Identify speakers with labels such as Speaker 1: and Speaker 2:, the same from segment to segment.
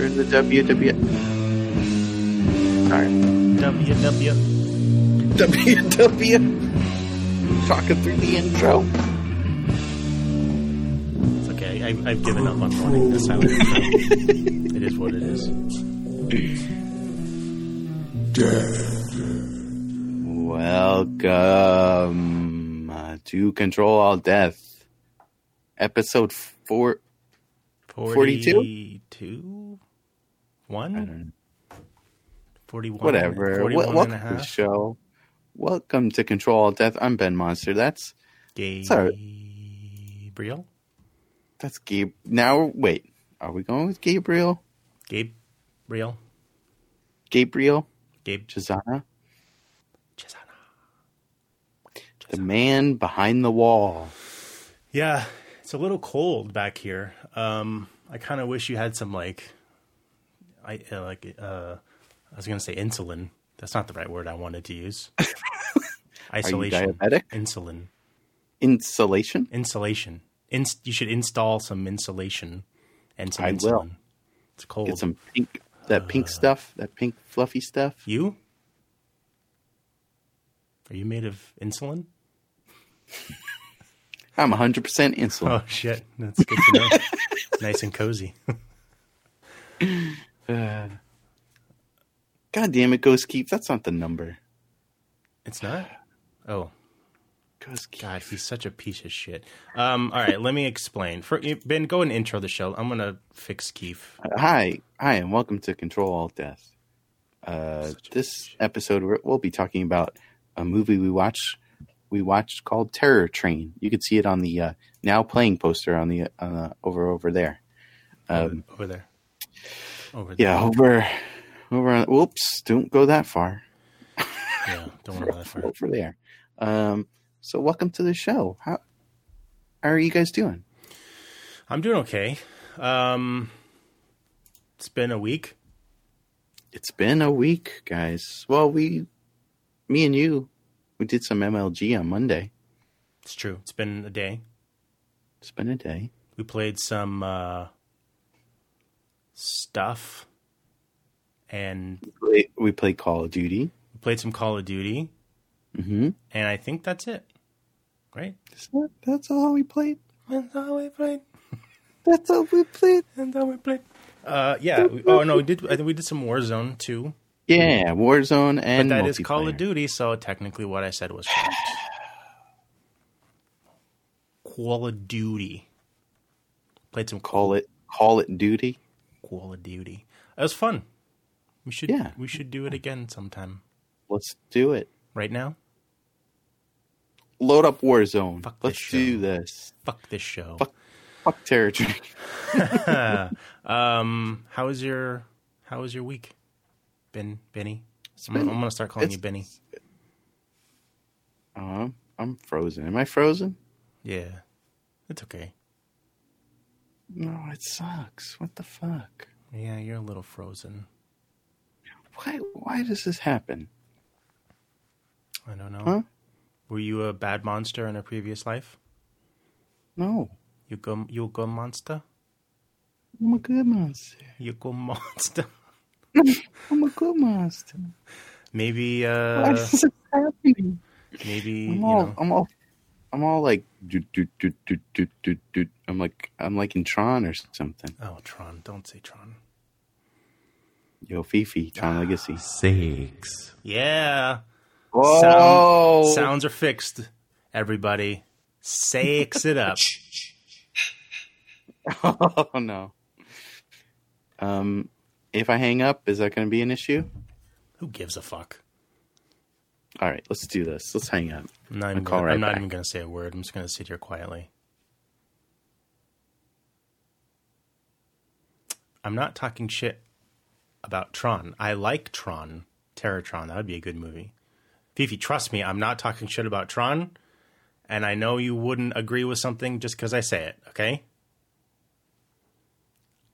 Speaker 1: Or the WW. Sorry.
Speaker 2: WW.
Speaker 1: WW. E. Talking through the intro.
Speaker 2: It's okay. I, I've given up on wanting this out. it is what it is.
Speaker 1: Welcome uh, to Control All Death, episode four. 42?
Speaker 2: 42?
Speaker 1: I
Speaker 2: 1?
Speaker 1: don't know,
Speaker 2: 41?
Speaker 1: whatever.
Speaker 2: 41
Speaker 1: Wel- welcome
Speaker 2: and a
Speaker 1: to the
Speaker 2: half.
Speaker 1: show. Welcome to Control All Death. I'm Ben Monster. That's
Speaker 2: Gabriel?
Speaker 1: that's Gabe. Now wait, are we going with Gabriel?
Speaker 2: Gabriel?
Speaker 1: Gabriel
Speaker 2: Gabe
Speaker 1: Chisana,
Speaker 2: Chisana.
Speaker 1: the man behind the wall.
Speaker 2: Yeah, it's a little cold back here. Um, I kind of wish you had some like, I uh, like uh, I was gonna say insulin. That's not the right word I wanted to use.
Speaker 1: Are you
Speaker 2: Isolation,
Speaker 1: diabetic?
Speaker 2: insulin,
Speaker 1: Insulation.
Speaker 2: insulation. Ins- you should install some insulation and some
Speaker 1: I will.
Speaker 2: insulin. It's cold.
Speaker 1: Get some pink. That pink stuff. That pink fluffy stuff.
Speaker 2: You? Are you made of insulin?
Speaker 1: I'm 100% insulin.
Speaker 2: Oh shit, that's good to know. nice and cozy.
Speaker 1: God damn it, Ghost Keep. That's not the number.
Speaker 2: it's not. Oh.
Speaker 1: Ghost Keep.
Speaker 2: God, he's such a piece of shit. Um, all right, let me explain. For, eh, ben, go and intro the show. I'm gonna fix Keef.
Speaker 1: Hi, hi, and welcome to Control Alt Death. Uh, this episode, we're- we'll be talking about a movie we watched. We watched called Terror Train. You can see it on the uh, now playing poster on the uh, over over there. Um,
Speaker 2: over there. Over there.
Speaker 1: Yeah, over over. on- Whoops! Don't go that far.
Speaker 2: Yeah, Don't worry about that part.
Speaker 1: Over there. Um, so, welcome to the show. How how are you guys doing?
Speaker 2: I'm doing okay. Um, it's been a week.
Speaker 1: It's been a week, guys. Well, we, me and you, we did some MLG on Monday.
Speaker 2: It's true. It's been a day.
Speaker 1: It's been a day.
Speaker 2: We played some uh, stuff, and
Speaker 1: play- we played Call of Duty.
Speaker 2: we played some Call of Duty,
Speaker 1: Mm-hmm.
Speaker 2: and I think that's it. Right?
Speaker 1: That's all we played.
Speaker 2: That's all we played.
Speaker 1: That's all we played.
Speaker 2: And then we played. Uh, yeah. we- oh no, we did. I think we did some Warzone too.
Speaker 1: Yeah, Warzone and
Speaker 2: That is Call of
Speaker 1: multiplayer.
Speaker 2: Duty, so technically what I said was correct. Call of Duty. Played some
Speaker 1: Call it Call it Duty.
Speaker 2: Call of Duty. It was fun. We should.
Speaker 1: Yeah.
Speaker 2: We should do it again sometime.
Speaker 1: Let's do it.
Speaker 2: Right now.
Speaker 1: Load up Warzone.
Speaker 2: Fuck this
Speaker 1: Let's
Speaker 2: show.
Speaker 1: do this.
Speaker 2: Fuck this show.
Speaker 1: Fuck. Fuck territory.
Speaker 2: Um. How was your How was your week? Ben Benny. I'm, gonna- I'm gonna start calling
Speaker 1: it's-
Speaker 2: you Benny.
Speaker 1: Oh, I'm, I'm frozen. Am I frozen?
Speaker 2: Yeah. It's okay.
Speaker 1: No, it sucks. What the fuck?
Speaker 2: Yeah, you're a little frozen.
Speaker 1: Why? Why does this happen?
Speaker 2: I don't know.
Speaker 1: Huh?
Speaker 2: Were you a bad monster in a previous life?
Speaker 1: No,
Speaker 2: You go, you go monster,
Speaker 1: I'm a good monster.
Speaker 2: you go monster.
Speaker 1: I'm a good monster.
Speaker 2: Maybe,
Speaker 1: Why
Speaker 2: uh,
Speaker 1: does this happen?
Speaker 2: maybe you
Speaker 1: I'm all,
Speaker 2: know.
Speaker 1: I'm all, I'm all like, doot, doot, doot, doot, doot, doot, doot. I'm like, I'm like in Tron or something.
Speaker 2: Oh, Tron! Don't say Tron.
Speaker 1: Yo, Fifi, Tron Legacy.
Speaker 3: Six.
Speaker 2: Yeah,
Speaker 1: Oh,
Speaker 2: sounds are fixed. Everybody, six it up.
Speaker 1: oh no. Um, if I hang up, is that going to be an issue?
Speaker 2: Who gives a fuck?
Speaker 1: All right, let's do this. Let's hang up.
Speaker 2: I'm not,
Speaker 1: I'll
Speaker 2: even
Speaker 1: call
Speaker 2: gonna,
Speaker 1: right
Speaker 2: I'm not
Speaker 1: back.
Speaker 2: even gonna say a word. I'm just gonna sit here quietly. I'm not talking shit about Tron. I like Tron, Terratron. That would be a good movie. Fifi, trust me, I'm not talking shit about Tron, and I know you wouldn't agree with something just because I say it. Okay?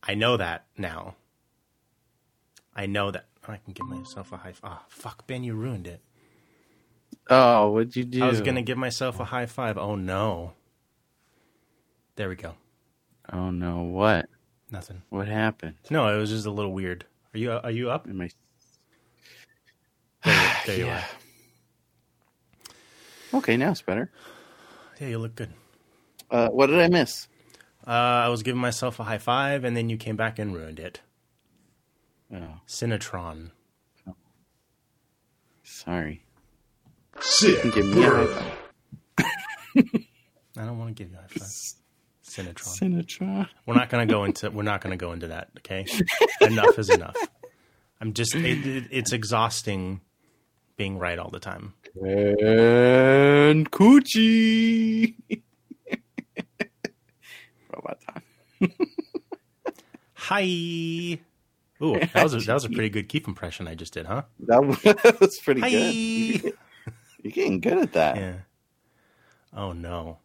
Speaker 2: I know that now. I know that. I can give myself a high. f- Ah, fuck, Ben, you ruined it.
Speaker 1: Oh, what'd you do?
Speaker 2: I was gonna give myself a high five. Oh no. There we go.
Speaker 1: Oh no, what?
Speaker 2: Nothing.
Speaker 1: What happened?
Speaker 2: No, it was just a little weird. Are you are you up?
Speaker 1: Am I?
Speaker 2: There you, there you
Speaker 1: Yeah. Okay, now it's better.
Speaker 2: are. Yeah, you look good.
Speaker 1: Uh, what did I miss?
Speaker 2: Uh, I was giving myself a high five, and then you came back and ruined it.
Speaker 1: Oh,
Speaker 2: Cinetron.
Speaker 1: sorry.
Speaker 3: Sick
Speaker 1: Give me a high
Speaker 3: burn.
Speaker 1: five.
Speaker 2: I don't want to give you a high five. Cinetron.
Speaker 1: Sinatra.
Speaker 2: We're not gonna go into we're not gonna go into that. Okay, enough is enough. I'm just it, it, it's exhausting being right all the time.
Speaker 1: And Coochie. Robot time.
Speaker 2: Hi. Ooh, that was a, that was a pretty good keep impression I just did, huh?
Speaker 1: That was, was pretty
Speaker 2: Hi.
Speaker 1: good. You- You're getting good at that.
Speaker 2: Yeah. Oh no,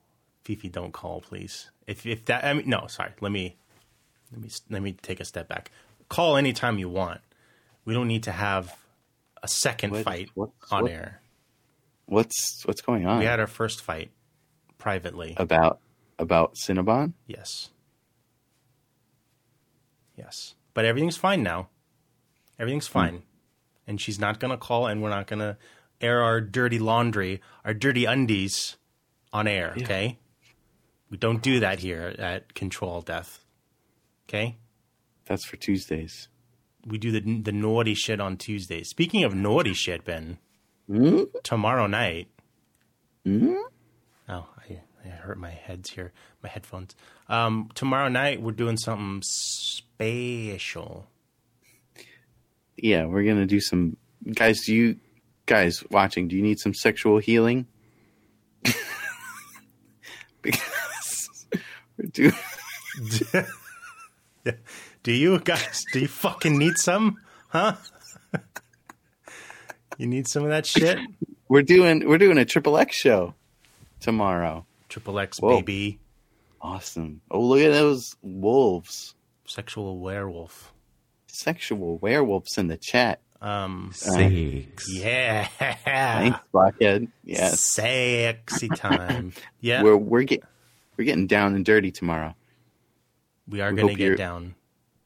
Speaker 2: Fifi, don't call, please. If if that, I mean, no, sorry. Let me, let me, let me take a step back. Call anytime you want. We don't need to have a second
Speaker 1: What-
Speaker 2: fight
Speaker 1: what-
Speaker 2: on
Speaker 1: what-
Speaker 2: air.
Speaker 1: What's what's going on
Speaker 2: We had our first fight privately.
Speaker 1: about about Cinnabon?
Speaker 2: yes. Yes, but everything's fine now. Everything's fine, and she's not gonna call, and we're not gonna air our dirty laundry, our dirty undies, on air. Okay. We don't do that here at Control Death. Okay?
Speaker 1: That's for Tuesdays.
Speaker 2: We do the the naughty shit on Tuesdays. Speaking of naughty shit, Ben,
Speaker 1: Hmm?
Speaker 2: tomorrow night.
Speaker 1: Hmm?
Speaker 2: Oh, I, I hurt my heads here, my headphones. Um, tomorrow night we're doing something special.
Speaker 1: Yeah, we're gonna do some guys. Do you guys watching? Do you need some sexual healing? because we're doing.
Speaker 2: Do you guys? Do you fucking need some? Huh? you need some of that shit?
Speaker 1: We're doing we're doing a triple X show tomorrow.
Speaker 2: Triple X
Speaker 1: Whoa.
Speaker 2: baby,
Speaker 1: Awesome. Oh look at those wolves.
Speaker 2: sexual werewolf.
Speaker 1: Sexual werewolves in the chat.
Speaker 2: Um,
Speaker 4: Six.
Speaker 2: yeah.
Speaker 1: Thanks, Blockhead. Yes.
Speaker 2: Sexy time. Yeah,
Speaker 1: We're we're get we're getting down and dirty tomorrow.
Speaker 2: we are
Speaker 1: we
Speaker 2: going to
Speaker 1: hope
Speaker 2: get
Speaker 1: you're-
Speaker 2: down.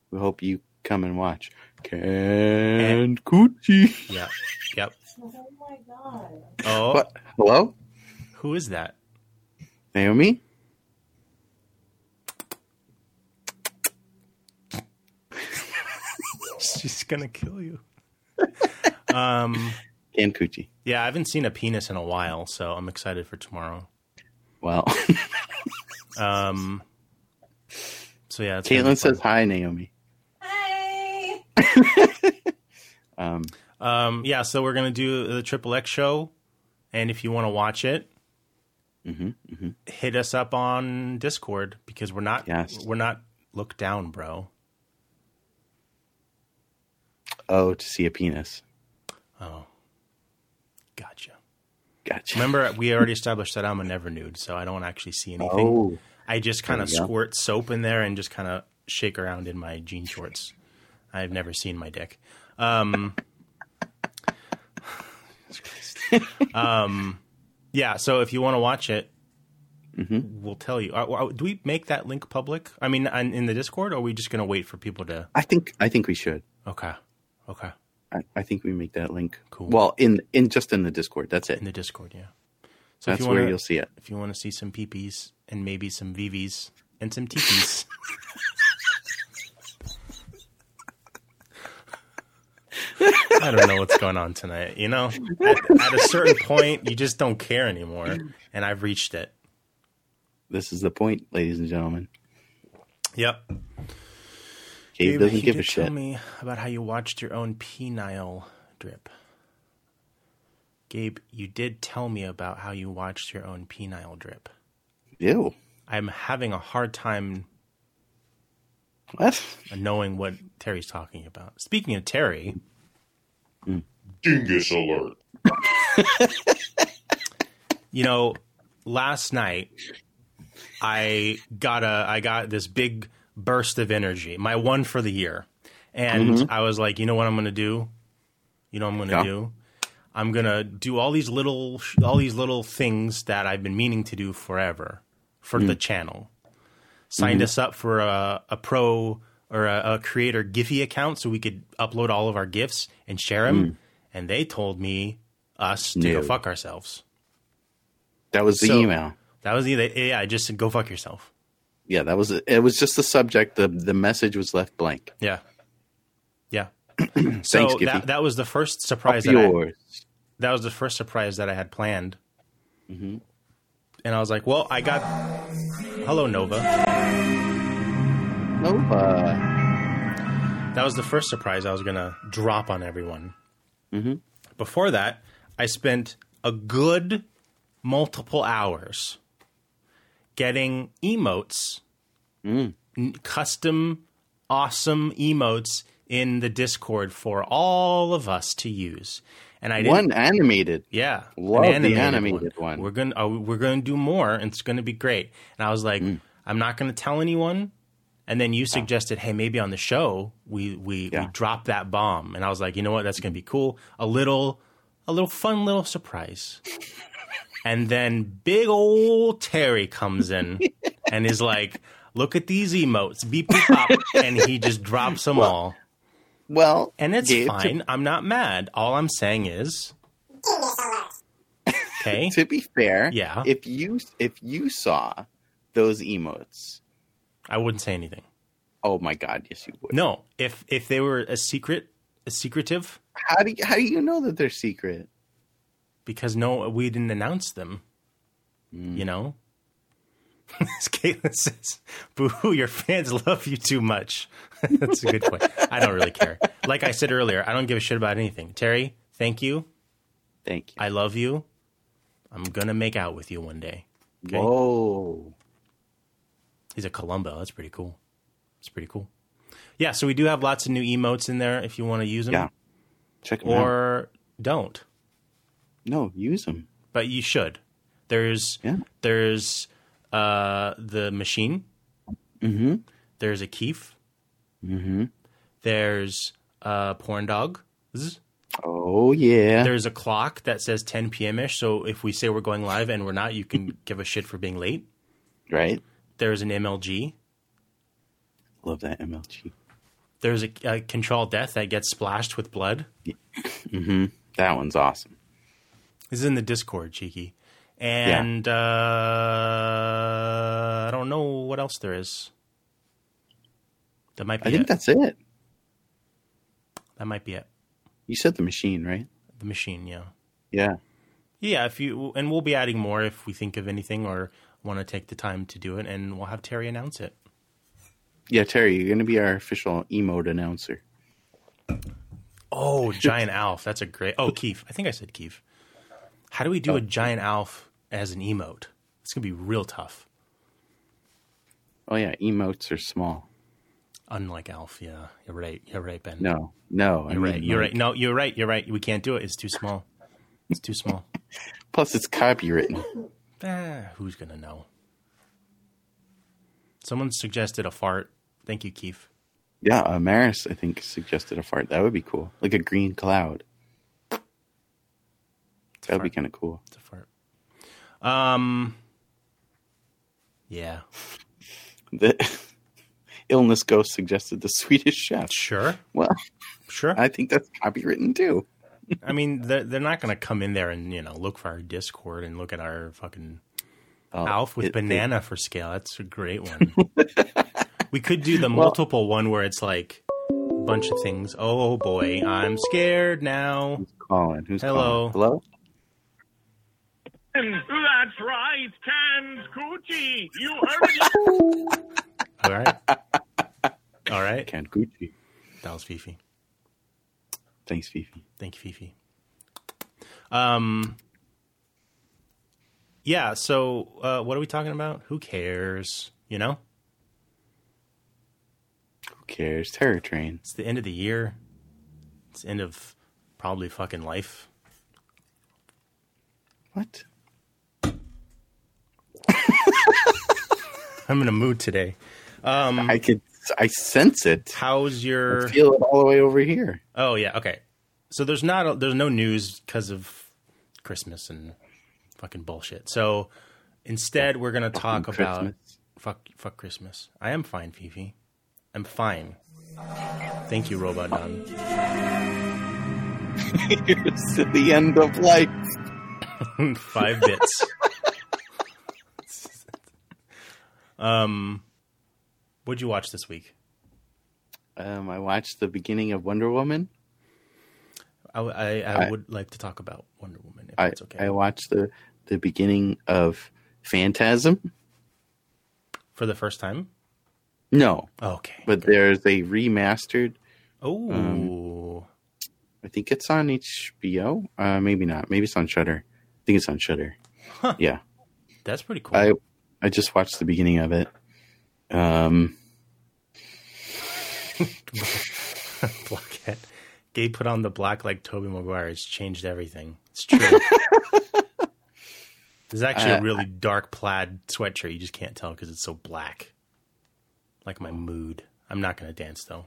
Speaker 1: We hope you come and watch. Can Coochie.
Speaker 2: Yeah. Yep.
Speaker 5: Oh my god.
Speaker 2: Oh,
Speaker 1: What? Hello?
Speaker 2: who is that?
Speaker 1: Naomi?
Speaker 2: She's going to kill you. um,
Speaker 1: Can Coochie.
Speaker 2: yeah, I haven't seen a penis in a while, so I'm excited for tomorrow.
Speaker 1: Well,
Speaker 2: Um, so yeah, it's gonna be
Speaker 1: Caitlin
Speaker 2: fun.
Speaker 1: says hi, Naomi.
Speaker 5: Hi.
Speaker 1: Um,
Speaker 2: Um, yeah, so we're gonna do the Triple X show, and if you want to watch it,
Speaker 1: mhm, mhm.
Speaker 2: hit us up on Discord because we're not
Speaker 1: Yes.
Speaker 2: we're not looked down, bro.
Speaker 1: Oh, to see a penis.
Speaker 2: Oh, gotcha.
Speaker 1: Gotcha.
Speaker 2: Remember, we already established that I'm a never nude, so I don't actually see anything.
Speaker 1: oh,
Speaker 2: I just kind of
Speaker 1: There you go.
Speaker 2: squirt soap in there and just kind of shake around in my jean shorts. I've never seen my dick. Um, Jesus Christ. um, yeah, so if you want to watch it,
Speaker 1: Mm-hmm.
Speaker 2: we'll tell you. Are- are- do we make that link public? I mean, on- in the Discord, or are we just going to wait for people to?
Speaker 1: I think I think we should.
Speaker 2: Okay, okay,
Speaker 1: I, I think we make that link.
Speaker 2: Cool.
Speaker 1: Well, in in just in the Discord. That's it.
Speaker 2: in the Discord, yeah. So
Speaker 1: That's
Speaker 2: if you
Speaker 1: where
Speaker 2: want
Speaker 1: you'll see it.
Speaker 2: if you want to see some peepees and maybe some VVs and some TPs. I don't know what's going on tonight. You know, at, at a certain point, you just don't care anymore, and I've reached it.
Speaker 1: This is the point, ladies and gentlemen.
Speaker 2: Yep.
Speaker 1: Gabe
Speaker 2: Gabe,
Speaker 1: doesn't
Speaker 2: you
Speaker 1: give a
Speaker 2: could Tell
Speaker 1: shit.
Speaker 2: me about how you watched your own penile drip. Gabe, you did tell me about how you watched your own penile drip.
Speaker 1: Ew.
Speaker 2: I'm having a hard time
Speaker 1: What?
Speaker 2: knowing what Terry's talking about. Speaking of Terry,
Speaker 3: Dingus alert.
Speaker 2: you know, last night I got a I got this big burst of energy, my one for the year, and I was like, you know what I'm gonna do? You know what I'm gonna
Speaker 1: Mm-hmm. Yeah.
Speaker 2: do? I'm gonna do all these little
Speaker 1: Mm.
Speaker 2: all these little things that I've been meaning to do forever for the channel.
Speaker 1: Mm-hmm.
Speaker 2: signed us up for a, a pro or a, a creator Giphy account so we could upload all of our gifs and share them. And they told me us to
Speaker 1: Mm. No.
Speaker 2: go fuck ourselves.
Speaker 1: That was the
Speaker 2: So-
Speaker 1: email.
Speaker 2: That was the yeah. I just said go fuck yourself.
Speaker 1: Yeah, that was it. Was just the subject. the The message was left blank.
Speaker 2: Yeah, yeah.
Speaker 1: Thanks,
Speaker 2: Hmm. so
Speaker 1: Giphy.
Speaker 2: that that was the first
Speaker 1: Up
Speaker 2: surprise that I,
Speaker 1: yours.
Speaker 2: that was the first surprise that I had planned.
Speaker 1: Mm-hmm.
Speaker 2: And I was like, well, I got hello Nova.
Speaker 1: Nova.
Speaker 2: That was the first surprise I was gonna drop on everyone.
Speaker 1: Mhm.
Speaker 2: Before that, I spent a good multiple hours getting emotes, n- custom awesome emotes in the Discord for all of us to use. And I didn't
Speaker 1: One animated.
Speaker 2: Yeah,
Speaker 1: Love the animated one.
Speaker 2: We're gonna uh, we're gonna do more, and it's gonna be great. And I was like,
Speaker 1: Mm.
Speaker 2: I'm not gonna tell anyone. And then you suggested, hey, maybe on the show we we, we
Speaker 1: Yeah.
Speaker 2: drop that bomb. And I was like, you know what, that's gonna be cool. A little a little fun little surprise. and then big old Terry comes in and is like, look at these emotes, beep beep pop, and he just drops them all.
Speaker 1: Well,
Speaker 2: And it's
Speaker 1: Gabe, to-
Speaker 2: fine. I'm not mad. All I'm saying is, okay,
Speaker 1: To, be fair,
Speaker 2: Yeah.
Speaker 1: If you if you saw those emotes,
Speaker 2: I wouldn't say anything.
Speaker 1: oh my god, yes you would.
Speaker 2: No, if if they were a secret, a secretive,
Speaker 1: How do you, how do you know that they're secret?
Speaker 2: because no, we didn't announce them.
Speaker 1: Mm.
Speaker 2: You know, As Caitlin says, "Boo hoo! Your fans love you too much." That's a good point. I don't really care. Like I said earlier, I don't give a shit about anything. Terry, thank you.
Speaker 1: Thank you.
Speaker 2: I love you. I'm gonna make out with you one day. okay.
Speaker 1: Whoa.
Speaker 2: He's a Columbo. That's pretty cool. It's pretty cool. Yeah, so we do have lots of new emotes in there if you want to use them
Speaker 1: Yeah. Check them out.
Speaker 2: or don't.
Speaker 1: No, use them.
Speaker 2: but you should. There's
Speaker 1: Yeah.
Speaker 2: there's uh, the machine.
Speaker 1: Mm-hmm.
Speaker 2: There's a Keef.
Speaker 1: Mm-hmm.
Speaker 2: There's a porn dog. Zzz.
Speaker 1: Oh yeah.
Speaker 2: There's a clock that says 10 p.m. ish. So if we say we're going live and we're not, you can give a shit for being late.
Speaker 1: right.
Speaker 2: There's an MLG.
Speaker 1: Love that MLG.
Speaker 2: There's a, a control death that gets splashed with blood.
Speaker 1: Mm-hmm. That one's awesome.
Speaker 2: This is in the Discord, cheeky. And uh, I don't know what else there is. That might be
Speaker 1: I think
Speaker 2: it.
Speaker 1: that's it.
Speaker 2: That might be it.
Speaker 1: You said the machine, right?
Speaker 2: The machine, yeah.
Speaker 1: Yeah.
Speaker 2: Yeah, if you and we'll be adding more if we think of anything or want to take the time to do it, and we'll have Terry announce it.
Speaker 1: Yeah, Terry, you're going to be our official emote announcer.
Speaker 2: Oh, giant Alf, that's a great. Oh, Keef, I think I said Keef. How do we do a giant Alf as an emote? It's gonna be real tough.
Speaker 1: Oh yeah, emotes are small.
Speaker 2: Unlike Alf, yeah, you're right. You're right, Ben.
Speaker 1: No, no, I
Speaker 2: you're right.
Speaker 1: mean,
Speaker 2: You're
Speaker 1: like-
Speaker 2: right. No, you're right. You're right. We can't do it. It's too small. It's too small.
Speaker 1: Plus, it's copywritten.
Speaker 2: Eh, who's gonna know? Someone suggested a fart. Thank you, Keef.
Speaker 1: Yeah, uh, Maris, I think suggested a fart. That would be cool, like a green cloud. That would be
Speaker 2: fart.
Speaker 1: kind of cool.
Speaker 2: It's a fart. Um. Yeah.
Speaker 1: The illness ghost suggested the Swedish chef.
Speaker 2: Sure.
Speaker 1: Well,
Speaker 2: Sure. I,
Speaker 1: I think that's copywritten too.
Speaker 2: mean, they're, they're not going to come in there and you know look for our Discord and look at our fucking
Speaker 1: Oh,
Speaker 2: Alf with
Speaker 1: it- it-
Speaker 2: banana for scale. That's a great one. we could do the multiple one where it's like a bunch of things. Oh boy, I'm scared now.
Speaker 1: who's calling? Who's
Speaker 2: Hello.
Speaker 1: calling? Hello.
Speaker 3: That's right, Cans Coochie. You heard it.
Speaker 2: All right. All right.
Speaker 1: Count Gucci.
Speaker 2: That was Fifi.
Speaker 1: Thanks, Fifi.
Speaker 2: Thank you, Fifi. Um, yeah. So, uh, what are we talking about? Who cares? You know,
Speaker 1: Who cares? Terror Train.
Speaker 2: it's the end of the year. It's the end of probably fucking life.
Speaker 1: What?
Speaker 2: I'm in a mood today. Um,
Speaker 1: I could. I sense it.
Speaker 2: How's your?
Speaker 1: I feel it all the way over here.
Speaker 2: oh yeah. Okay. So there's not a, there's no news because of Christmas and fucking bullshit. So instead, we're gonna talk
Speaker 1: Fucking
Speaker 2: about
Speaker 1: Christmas.
Speaker 2: Fuck, fuck Christmas. I am fine, Fifi. I'm fine. Thank you, Robot Don.
Speaker 1: Here's to the end of life.
Speaker 2: five bits. um, what'd you watch this week?
Speaker 1: Um, I watched the beginning of Wonder Woman.
Speaker 2: I, I, I
Speaker 1: I-
Speaker 2: would like to talk about Wonder Woman if
Speaker 1: I,
Speaker 2: it's okay
Speaker 1: I watched the, the beginning of Phantasm.
Speaker 2: for the first time.
Speaker 1: No,
Speaker 2: Okay,
Speaker 1: but there's a remastered.
Speaker 2: oh,
Speaker 1: um, I think it's on HBO. Uh, maybe not. Maybe it's on Shutter. I think it's on Shutter.
Speaker 2: Huh.
Speaker 1: Yeah,
Speaker 2: that's pretty cool.
Speaker 1: I I just watched the beginning of it. Um,
Speaker 2: Blockhead. Gabe put on the black like Toby Maguire. It's changed everything. It's true. There's actually
Speaker 1: Uh,
Speaker 2: a really dark plaid sweatshirt. You just can't tell because it's so black. Like my mood. I'm not gonna dance though.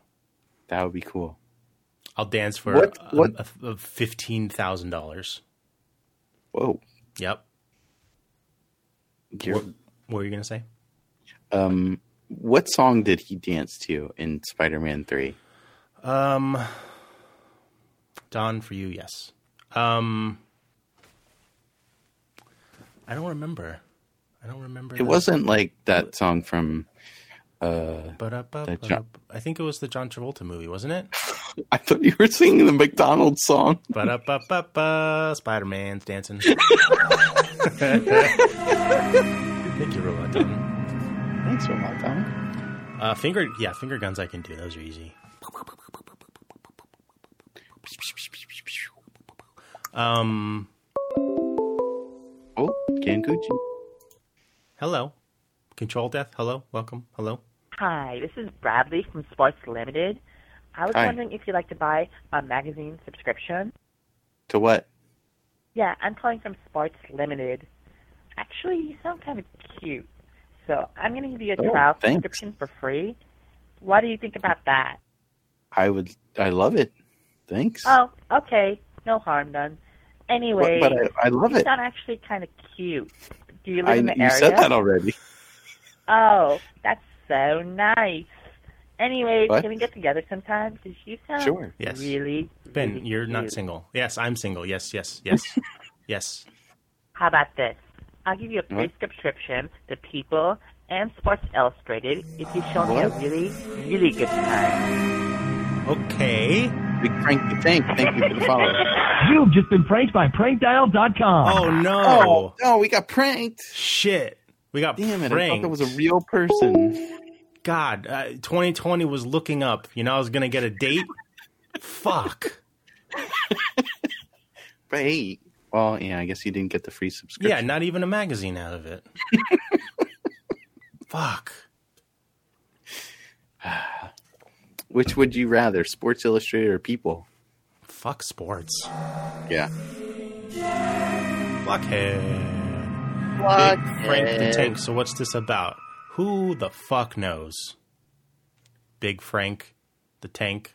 Speaker 1: that would be cool.
Speaker 2: I'll dance for
Speaker 1: What-
Speaker 2: uh,
Speaker 1: what-
Speaker 2: uh, uh, fifteen thousand dollars.
Speaker 1: Whoa.
Speaker 2: Yep.
Speaker 1: You're-
Speaker 2: What were you gonna say?
Speaker 1: um, what song did he dance to in Spider-Man Three?
Speaker 2: Um, Don, for you, yes. Um, I don't remember. I don't remember.
Speaker 1: It wasn't like that song from. Uh,
Speaker 2: But up, up,
Speaker 1: The
Speaker 2: up,
Speaker 1: John-
Speaker 2: up. I think it was the John Travolta movie, wasn't it?
Speaker 1: I thought you were singing the McDonald's song.
Speaker 2: But up, up, up, uh, Spider Man's dancing. Thank you, Robot Don.
Speaker 1: Thanks for my time.
Speaker 2: Uh, finger, yeah, finger guns I can do. Those are easy. Um,
Speaker 1: Oh, Ganguchi.
Speaker 2: hello, control death. Hello, welcome. Hello.
Speaker 6: Hi, this is Bradley from Sports Limited. I was
Speaker 1: Hi.
Speaker 6: wondering if you'd like to buy a magazine subscription.
Speaker 1: To what?
Speaker 6: Yeah, I'm calling from Sports Limited. Actually, you sound kind of cute. So I'm going to give you a
Speaker 1: Oh,
Speaker 6: trial
Speaker 1: thanks.
Speaker 6: subscription for free. What do you think about that?
Speaker 1: I would. I love it. Thanks.
Speaker 6: Oh, okay. No harm done. Anyway,
Speaker 1: but, but I, I love
Speaker 6: you
Speaker 1: it.
Speaker 6: sound actually kind of cute. Do you live
Speaker 1: I,
Speaker 6: in the
Speaker 1: you
Speaker 6: area?
Speaker 1: said that already.
Speaker 6: Oh, that's so nice. Anyway,
Speaker 1: What?
Speaker 6: can we get together sometime? Because you sound
Speaker 1: Sure.
Speaker 2: Yes.
Speaker 6: really,
Speaker 2: Ben,
Speaker 6: really
Speaker 2: you're not
Speaker 6: cute.
Speaker 2: single. Yes, I'm single. Yes, yes, yes, yes.
Speaker 6: How about this? I'll give you a free
Speaker 1: What?
Speaker 6: subscription to People and Sports Illustrated if you show me a
Speaker 1: What?
Speaker 6: really, really good time.
Speaker 2: Okay.
Speaker 1: Big Frank the Tank. Thank you for the follow.
Speaker 5: You've just been pranked by prankdial.com.
Speaker 2: Oh no!
Speaker 1: Oh no, we got pranked.
Speaker 2: Shit! We got
Speaker 1: Damn it! I
Speaker 2: pranked.
Speaker 1: thought that was a real person.
Speaker 2: God, uh, 2020 was looking up. You know, I was gonna get a date. Fuck.
Speaker 1: But hey, well, yeah, I guess you didn't get the free subscription.
Speaker 2: Yeah, not even a magazine out of it. Fuck.
Speaker 1: Which would you rather, Sports Illustrated or People?
Speaker 2: Fuck sports.
Speaker 1: Yeah.
Speaker 2: Blockhead. Big Frank the Tank. So what's this about? Who the fuck knows? Big Frank the Tank.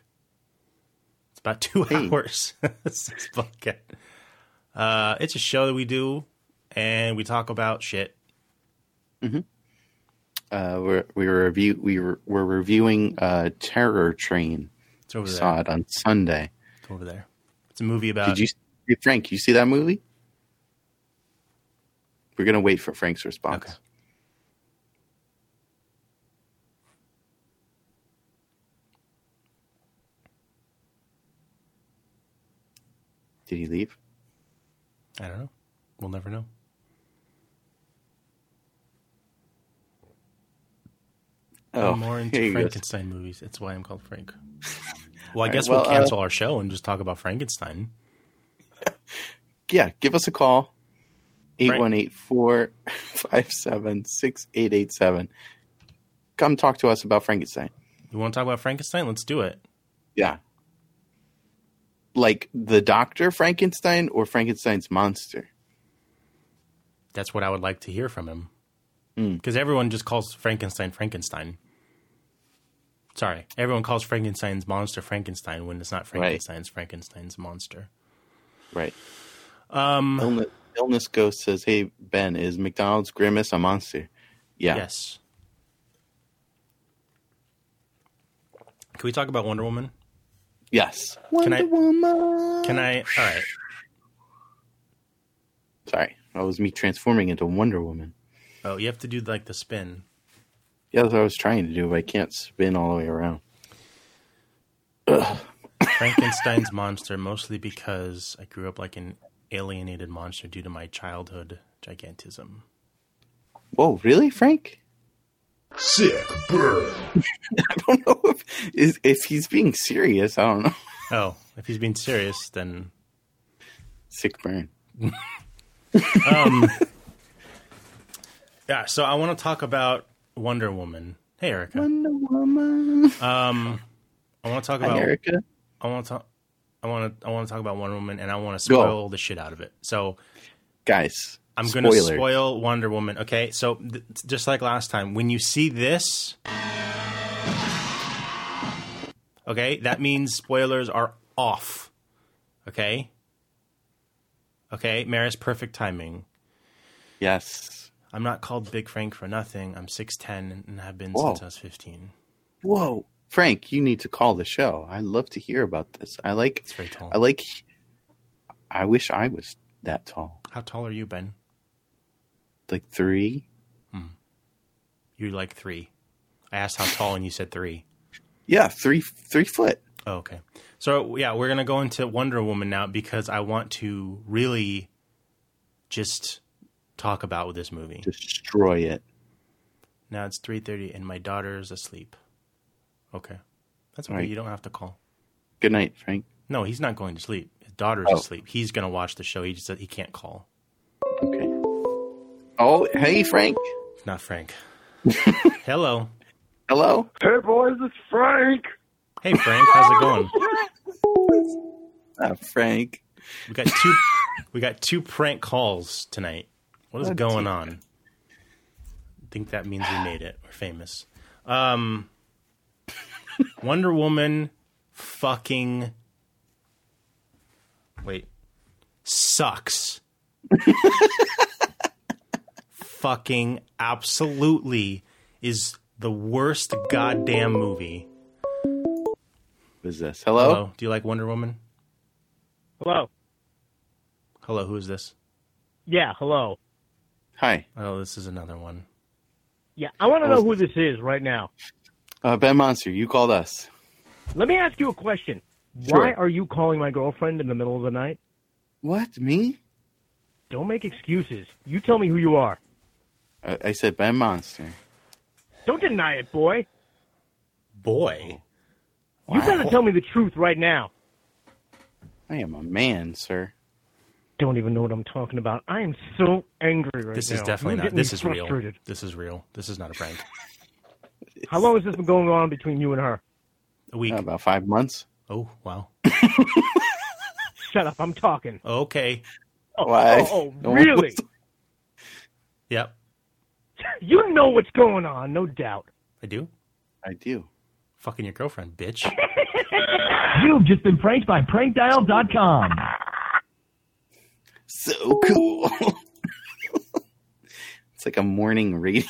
Speaker 2: It's about two
Speaker 1: Hey.
Speaker 2: hours. this is Blockhead. Uh, it's a show that we do, and we talk about shit.
Speaker 1: Uh, we're we were review we were, we're reviewing uh, Terror Train.
Speaker 2: It's over
Speaker 1: We
Speaker 2: there.
Speaker 1: saw it on Sunday.
Speaker 2: It's over there. It's a movie about.
Speaker 1: Did you, hey, Frank? You see that movie? We're gonna wait for Frank's response.
Speaker 2: Okay.
Speaker 1: Did he leave?
Speaker 2: I don't know. We'll never know. I'm more
Speaker 1: Oh, here
Speaker 2: into
Speaker 1: he goes.
Speaker 2: Frankenstein movies. It's why I'm called Frank. Well, I
Speaker 1: right,
Speaker 2: guess
Speaker 1: well,
Speaker 2: we'll
Speaker 1: uh,
Speaker 2: cancel our show and just talk about Frankenstein.
Speaker 1: yeah, give us a call.
Speaker 2: Right.
Speaker 1: 818-457-6887. Come talk to us about Frankenstein.
Speaker 2: You want to talk about Frankenstein? Let's do it.
Speaker 1: Yeah. Like the doctor Frankenstein or Frankenstein's monster.
Speaker 2: That's what I would like to hear from him.
Speaker 1: Mm.
Speaker 2: Because everyone just calls Frankenstein Frankenstein. Sorry, everyone calls Frankenstein's monster Frankenstein when it's not Frankenstein's Frankenstein's monster.
Speaker 1: Right.
Speaker 2: Um,
Speaker 1: Illness, Illness Ghost says, Hey, Ben, is McDonald's Grimace a monster? Yeah.
Speaker 2: Yes. Can we talk about Wonder Woman?
Speaker 1: Yes.
Speaker 2: Can I-
Speaker 1: Woman.
Speaker 2: Can I? All right.
Speaker 1: Sorry, that was me transforming into Wonder Woman.
Speaker 2: Oh, you have to do like the spin.
Speaker 1: Yeah, that's what I was trying to do, but I can't spin all the way around.
Speaker 2: Frankenstein's monster, mostly because I grew up like an alienated monster due to my childhood gigantism.
Speaker 1: Whoa, really, Frank?
Speaker 7: Sick burn.
Speaker 1: I don't know if is, if he's being serious. I don't know.
Speaker 2: Oh, if he's being serious, then
Speaker 1: Sick burn.
Speaker 2: um, yeah. So I want to talk about Wonder Woman. Hey, Erica.
Speaker 1: Wonder Woman.
Speaker 2: Um, I want to talk
Speaker 1: Hi,
Speaker 2: about.
Speaker 1: Erica.
Speaker 2: I want to talk. I want to. I want to talk about Wonder Woman, and I want to
Speaker 1: Go.
Speaker 2: spoil the shit out of it. So
Speaker 1: Guys,
Speaker 2: I'm going to
Speaker 1: spoiler.
Speaker 2: spoil Wonder Woman. Okay, so th- just like last time, when you see this, okay, that means spoilers are off. Okay, okay, Maris, perfect timing.
Speaker 1: Yes.
Speaker 2: I'm not called Big Frank for nothing. I'm six ten and have been
Speaker 1: Whoa.
Speaker 2: since I was fifteen.
Speaker 1: Whoa, Frank, you need to call the show. I love to hear about this. I like.
Speaker 2: It's very tall.
Speaker 1: I like. I wish I was that tall,
Speaker 2: How tall are you, Ben?
Speaker 1: like three.
Speaker 2: You're like three. I asked how tall, and you said three.
Speaker 1: Yeah, three, three foot.
Speaker 2: Oh, okay. So yeah, we're gonna go into Wonder Woman now because I want to really just talk about this movie.
Speaker 1: Destroy it.
Speaker 2: Now it's three thirty and my daughter's asleep. Okay. That's okay.
Speaker 1: Right.
Speaker 2: You don't have to call.
Speaker 1: Good night, Frank.
Speaker 2: No, he's not going to sleep. His daughter's
Speaker 1: Oh.
Speaker 2: asleep. He's gonna watch the show. He just said he can't call.
Speaker 1: Okay. Oh, hey, Frank.
Speaker 2: Not Frank. Hello.
Speaker 1: Hello.
Speaker 3: Hey, boys, it's Frank.
Speaker 2: Hey Frank, how's it going?
Speaker 1: Ah, Frank.
Speaker 2: We got two we got two prank calls tonight. What is
Speaker 1: Oh,
Speaker 2: going
Speaker 1: dear.
Speaker 2: on? I think that means we made it. We're famous. Um Wonder Woman fucking wait. Sucks. fucking absolutely is the worst goddamn movie.
Speaker 1: What is this? Hello?
Speaker 2: Hello, do you like Wonder Woman?
Speaker 8: Hello.
Speaker 2: Hello, who is this?
Speaker 8: Yeah, hello.
Speaker 1: Hi.
Speaker 2: Oh, this is another one.
Speaker 8: Yeah, I want to
Speaker 2: Oh.
Speaker 8: know who this is right now.
Speaker 1: Uh, ben Monster, you called us.
Speaker 8: Let me ask you a question. Why
Speaker 1: Sure.
Speaker 8: are you calling my girlfriend in the middle of the night?
Speaker 1: What? Me?
Speaker 8: Don't make excuses. You tell me who you are.
Speaker 1: I, I said Ben Monster.
Speaker 8: Don't deny it, boy.
Speaker 2: Boy.
Speaker 8: You gotta tell me the truth right now.
Speaker 1: I am a man, sir.
Speaker 8: Don't even know what I'm talking about. I am so angry right
Speaker 2: This
Speaker 8: now.
Speaker 2: is definitely
Speaker 8: You're
Speaker 2: not.
Speaker 8: getting
Speaker 2: This
Speaker 8: me
Speaker 2: is real.
Speaker 8: frustrated.
Speaker 2: This is real. This is not a prank.
Speaker 8: How long has this been going on between you and her?
Speaker 2: A week.
Speaker 1: Uh, about five months.
Speaker 2: Oh wow.
Speaker 8: Shut up. I'm talking.
Speaker 2: Okay.
Speaker 8: Oh,
Speaker 1: Why?
Speaker 8: oh, oh
Speaker 1: No one
Speaker 8: really?
Speaker 1: was-
Speaker 2: Yep.
Speaker 8: You know what's going on, no doubt.
Speaker 2: I do.
Speaker 1: I do.
Speaker 2: Fucking your girlfriend, bitch.
Speaker 9: You've just been pranked by prankdial.com.
Speaker 1: So cool. it's like a morning radio.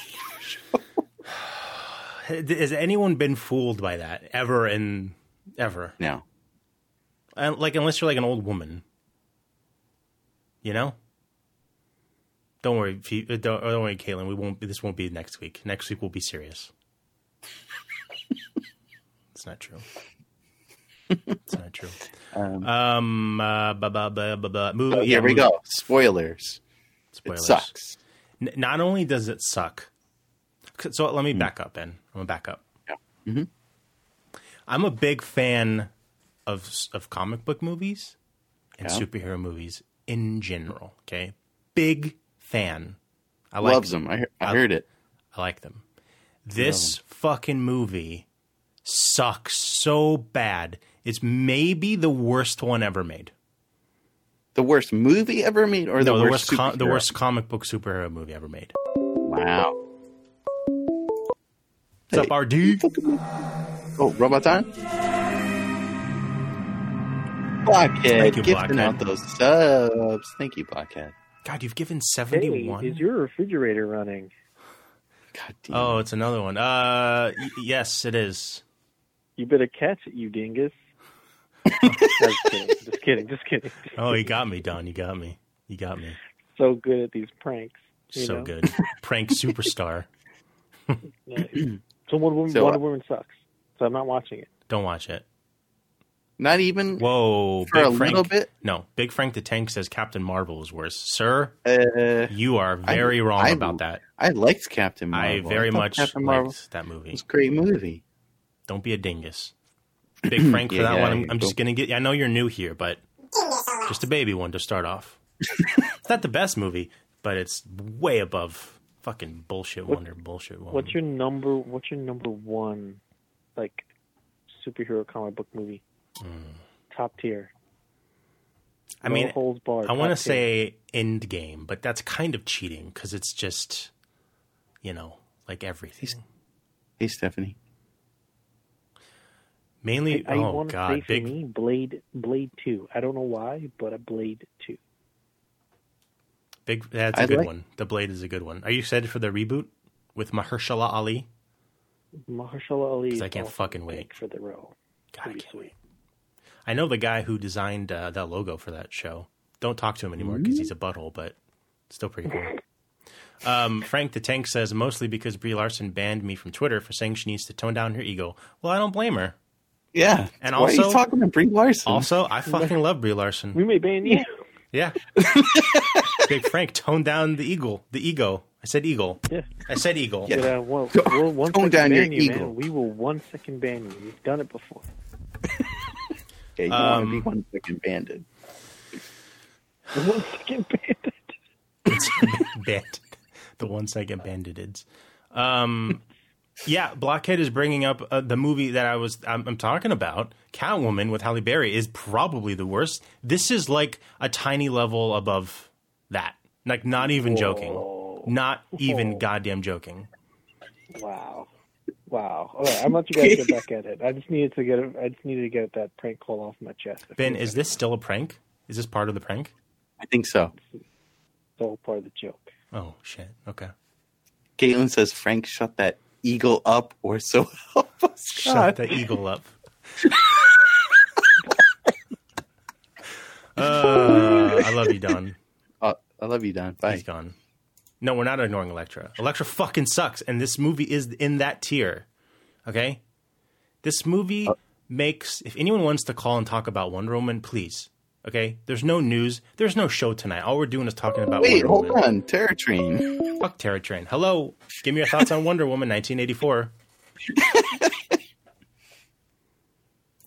Speaker 2: Has anyone been fooled by that ever in ever?
Speaker 1: Now,
Speaker 2: Uh, like unless you're like an old woman. You know. Don't worry, Fe- uh, don't, don't worry, Caitlin. We won't. This won't be next week. Next week we'll be serious. it's not true. It's not true.
Speaker 1: um,
Speaker 2: Um, uh, ba ba ba ba ba. Movie.
Speaker 1: oh, here we
Speaker 2: movie.
Speaker 1: go. Spoilers.
Speaker 2: Spoilers.
Speaker 1: It sucks.
Speaker 2: N- not only does it suck, c- so let me back up, Ben. I'm gonna back up.
Speaker 1: Yeah. Mm-hmm.
Speaker 2: I'm a big fan of s- of comic book movies and
Speaker 1: Yeah.
Speaker 2: superhero movies in general. Okay, big fan. I like
Speaker 1: Loves them. I, he- I
Speaker 2: I-
Speaker 1: heard it.
Speaker 2: I like them. This fucking movie sucks so bad. It's maybe the worst one ever made.
Speaker 1: The worst movie ever made, or the
Speaker 2: no,
Speaker 1: worst,
Speaker 2: the worst com- the
Speaker 1: superhero?
Speaker 2: worst comic book superhero movie ever made.
Speaker 1: Wow.
Speaker 2: What's up,
Speaker 1: Hey.
Speaker 2: RD?
Speaker 1: Oh, Roboton. Blockhead,
Speaker 2: Thank you,
Speaker 1: gifting
Speaker 2: Blockhead.
Speaker 1: out those subs. Thank you, Blockhead.
Speaker 2: God, you've given seventy-one.
Speaker 10: your refrigerator running?
Speaker 1: God damn.
Speaker 2: Oh, it's another one. Uh, y- yes, it is.
Speaker 11: You better catch it, you dingus. just kidding. Just kidding. Just kidding.
Speaker 2: Oh, you got me, Don. You got me. You got me.
Speaker 11: So good at these pranks. you
Speaker 2: So
Speaker 11: know?
Speaker 2: good. Prank superstar.
Speaker 11: Nice. So Wonder Woman,
Speaker 1: So, uh,
Speaker 11: Wonder Woman sucks. So I'm not watching it.
Speaker 2: Don't watch it.
Speaker 1: Not even
Speaker 2: Whoa.
Speaker 1: for
Speaker 2: Big
Speaker 1: a
Speaker 2: Frank.
Speaker 1: little bit.
Speaker 2: No, Big Frank the Tank says Captain Marvel is worse. Sir,
Speaker 1: Uh,
Speaker 2: you are very wrong
Speaker 1: I-
Speaker 2: about that.
Speaker 1: I liked Captain Marvel.
Speaker 2: I very
Speaker 1: thought
Speaker 2: much
Speaker 1: Captain Marvel
Speaker 2: liked that movie.
Speaker 1: was a great movie.
Speaker 2: Don't be a dingus. Big Frank for
Speaker 1: Yeah,
Speaker 2: that
Speaker 1: yeah,
Speaker 2: one. I'm,
Speaker 1: you
Speaker 2: I'm just
Speaker 1: go.
Speaker 2: gonna get. I know you're new here, but just a baby one to start off. it's not the best movie, but it's way above fucking bullshit wonder bullshit. Woman.
Speaker 11: What's your number? What's your number one, like, superhero comic book movie? Top tier.
Speaker 2: Mm. I mean,
Speaker 11: no holds barred.
Speaker 2: I want to
Speaker 11: top tier.
Speaker 2: say Endgame, but that's kind of cheating because it's just, you know, like everything.
Speaker 1: Hey, Stephanie.
Speaker 2: Mainly,
Speaker 11: I, I
Speaker 2: oh
Speaker 11: want to say
Speaker 2: god,
Speaker 11: for
Speaker 2: big
Speaker 11: me, Blade, Blade Two. I don't know why, but a Blade Two.
Speaker 2: Big. That's a
Speaker 1: I
Speaker 2: good
Speaker 1: like-
Speaker 2: one. The Blade is a good one. Are you excited for the reboot with Mahershala Ali?
Speaker 11: Mahershala Ali.
Speaker 2: 'Cause I
Speaker 11: is
Speaker 2: can't
Speaker 11: also
Speaker 2: fucking
Speaker 11: back
Speaker 2: wait.
Speaker 11: for the role.
Speaker 2: God, I
Speaker 11: Pretty
Speaker 2: can't
Speaker 11: sweet.
Speaker 2: wait. I know the guy who designed uh, that logo for that show. Don't talk to him anymore because he's a
Speaker 11: Mm-hmm.
Speaker 2: butthole, but still pretty cool. Um, Frank the Tank says mostly because Brie Larson banned me from Twitter for saying she needs to tone down her ego. Well, I don't blame her.
Speaker 1: Yeah.
Speaker 2: And
Speaker 1: Why are
Speaker 2: also-
Speaker 1: you talking to Brie Larson?
Speaker 2: Also, I fucking love Brie Larson.
Speaker 11: We may ban you.
Speaker 2: Yeah, Big Frank, tone down the eagle. The ego. I said eagle.
Speaker 11: Yeah.
Speaker 2: I said eagle.
Speaker 11: But, uh, we'll, we'll one
Speaker 1: Tone down
Speaker 11: second
Speaker 1: your
Speaker 11: ban you,
Speaker 1: ego.
Speaker 11: man. We will one second ban you. We've done it before.
Speaker 1: yeah, you want to
Speaker 2: um,
Speaker 1: be one fucking bandit.
Speaker 11: One second bandit.
Speaker 2: bandit. The one second banditeds. Um, yeah, Blockhead is bringing up uh, the movie that I was I'm, I'm talking about. Catwoman with Halle Berry is probably the worst. This is like a tiny level above that. Like not even joking. Not even goddamn joking.
Speaker 11: Wow. Wow. All right, I'm about to guys get back at it. I just needed to get it, I just needed to get that prank call off my chest. I
Speaker 2: Ben,
Speaker 11: feel
Speaker 2: is
Speaker 11: like
Speaker 2: this still a prank? Is this part of the prank?
Speaker 1: I think so.
Speaker 11: it's all part of the joke?
Speaker 2: Oh shit. Okay.
Speaker 1: Caitlin says, Frank, shut that eagle up or so help us God.
Speaker 2: Shut the eagle up. Uh, I love you, Don.
Speaker 1: Uh,
Speaker 2: Oh,
Speaker 1: I love you, Don. Bye.
Speaker 2: He's gone. No, we're not ignoring Electra. Electra fucking sucks, and this movie is in that tier. Okay, this
Speaker 1: Uh.
Speaker 2: movie makes. If anyone wants to call and talk about Wonder Woman, please. Okay, there's no news. There's no show tonight. All we're doing is talking about.
Speaker 1: Wait,
Speaker 2: Wonder
Speaker 1: hold
Speaker 2: Woman.
Speaker 1: on. Terror Train.
Speaker 2: Fuck Terror Train. Hello, give me your thoughts on Wonder Woman 1984.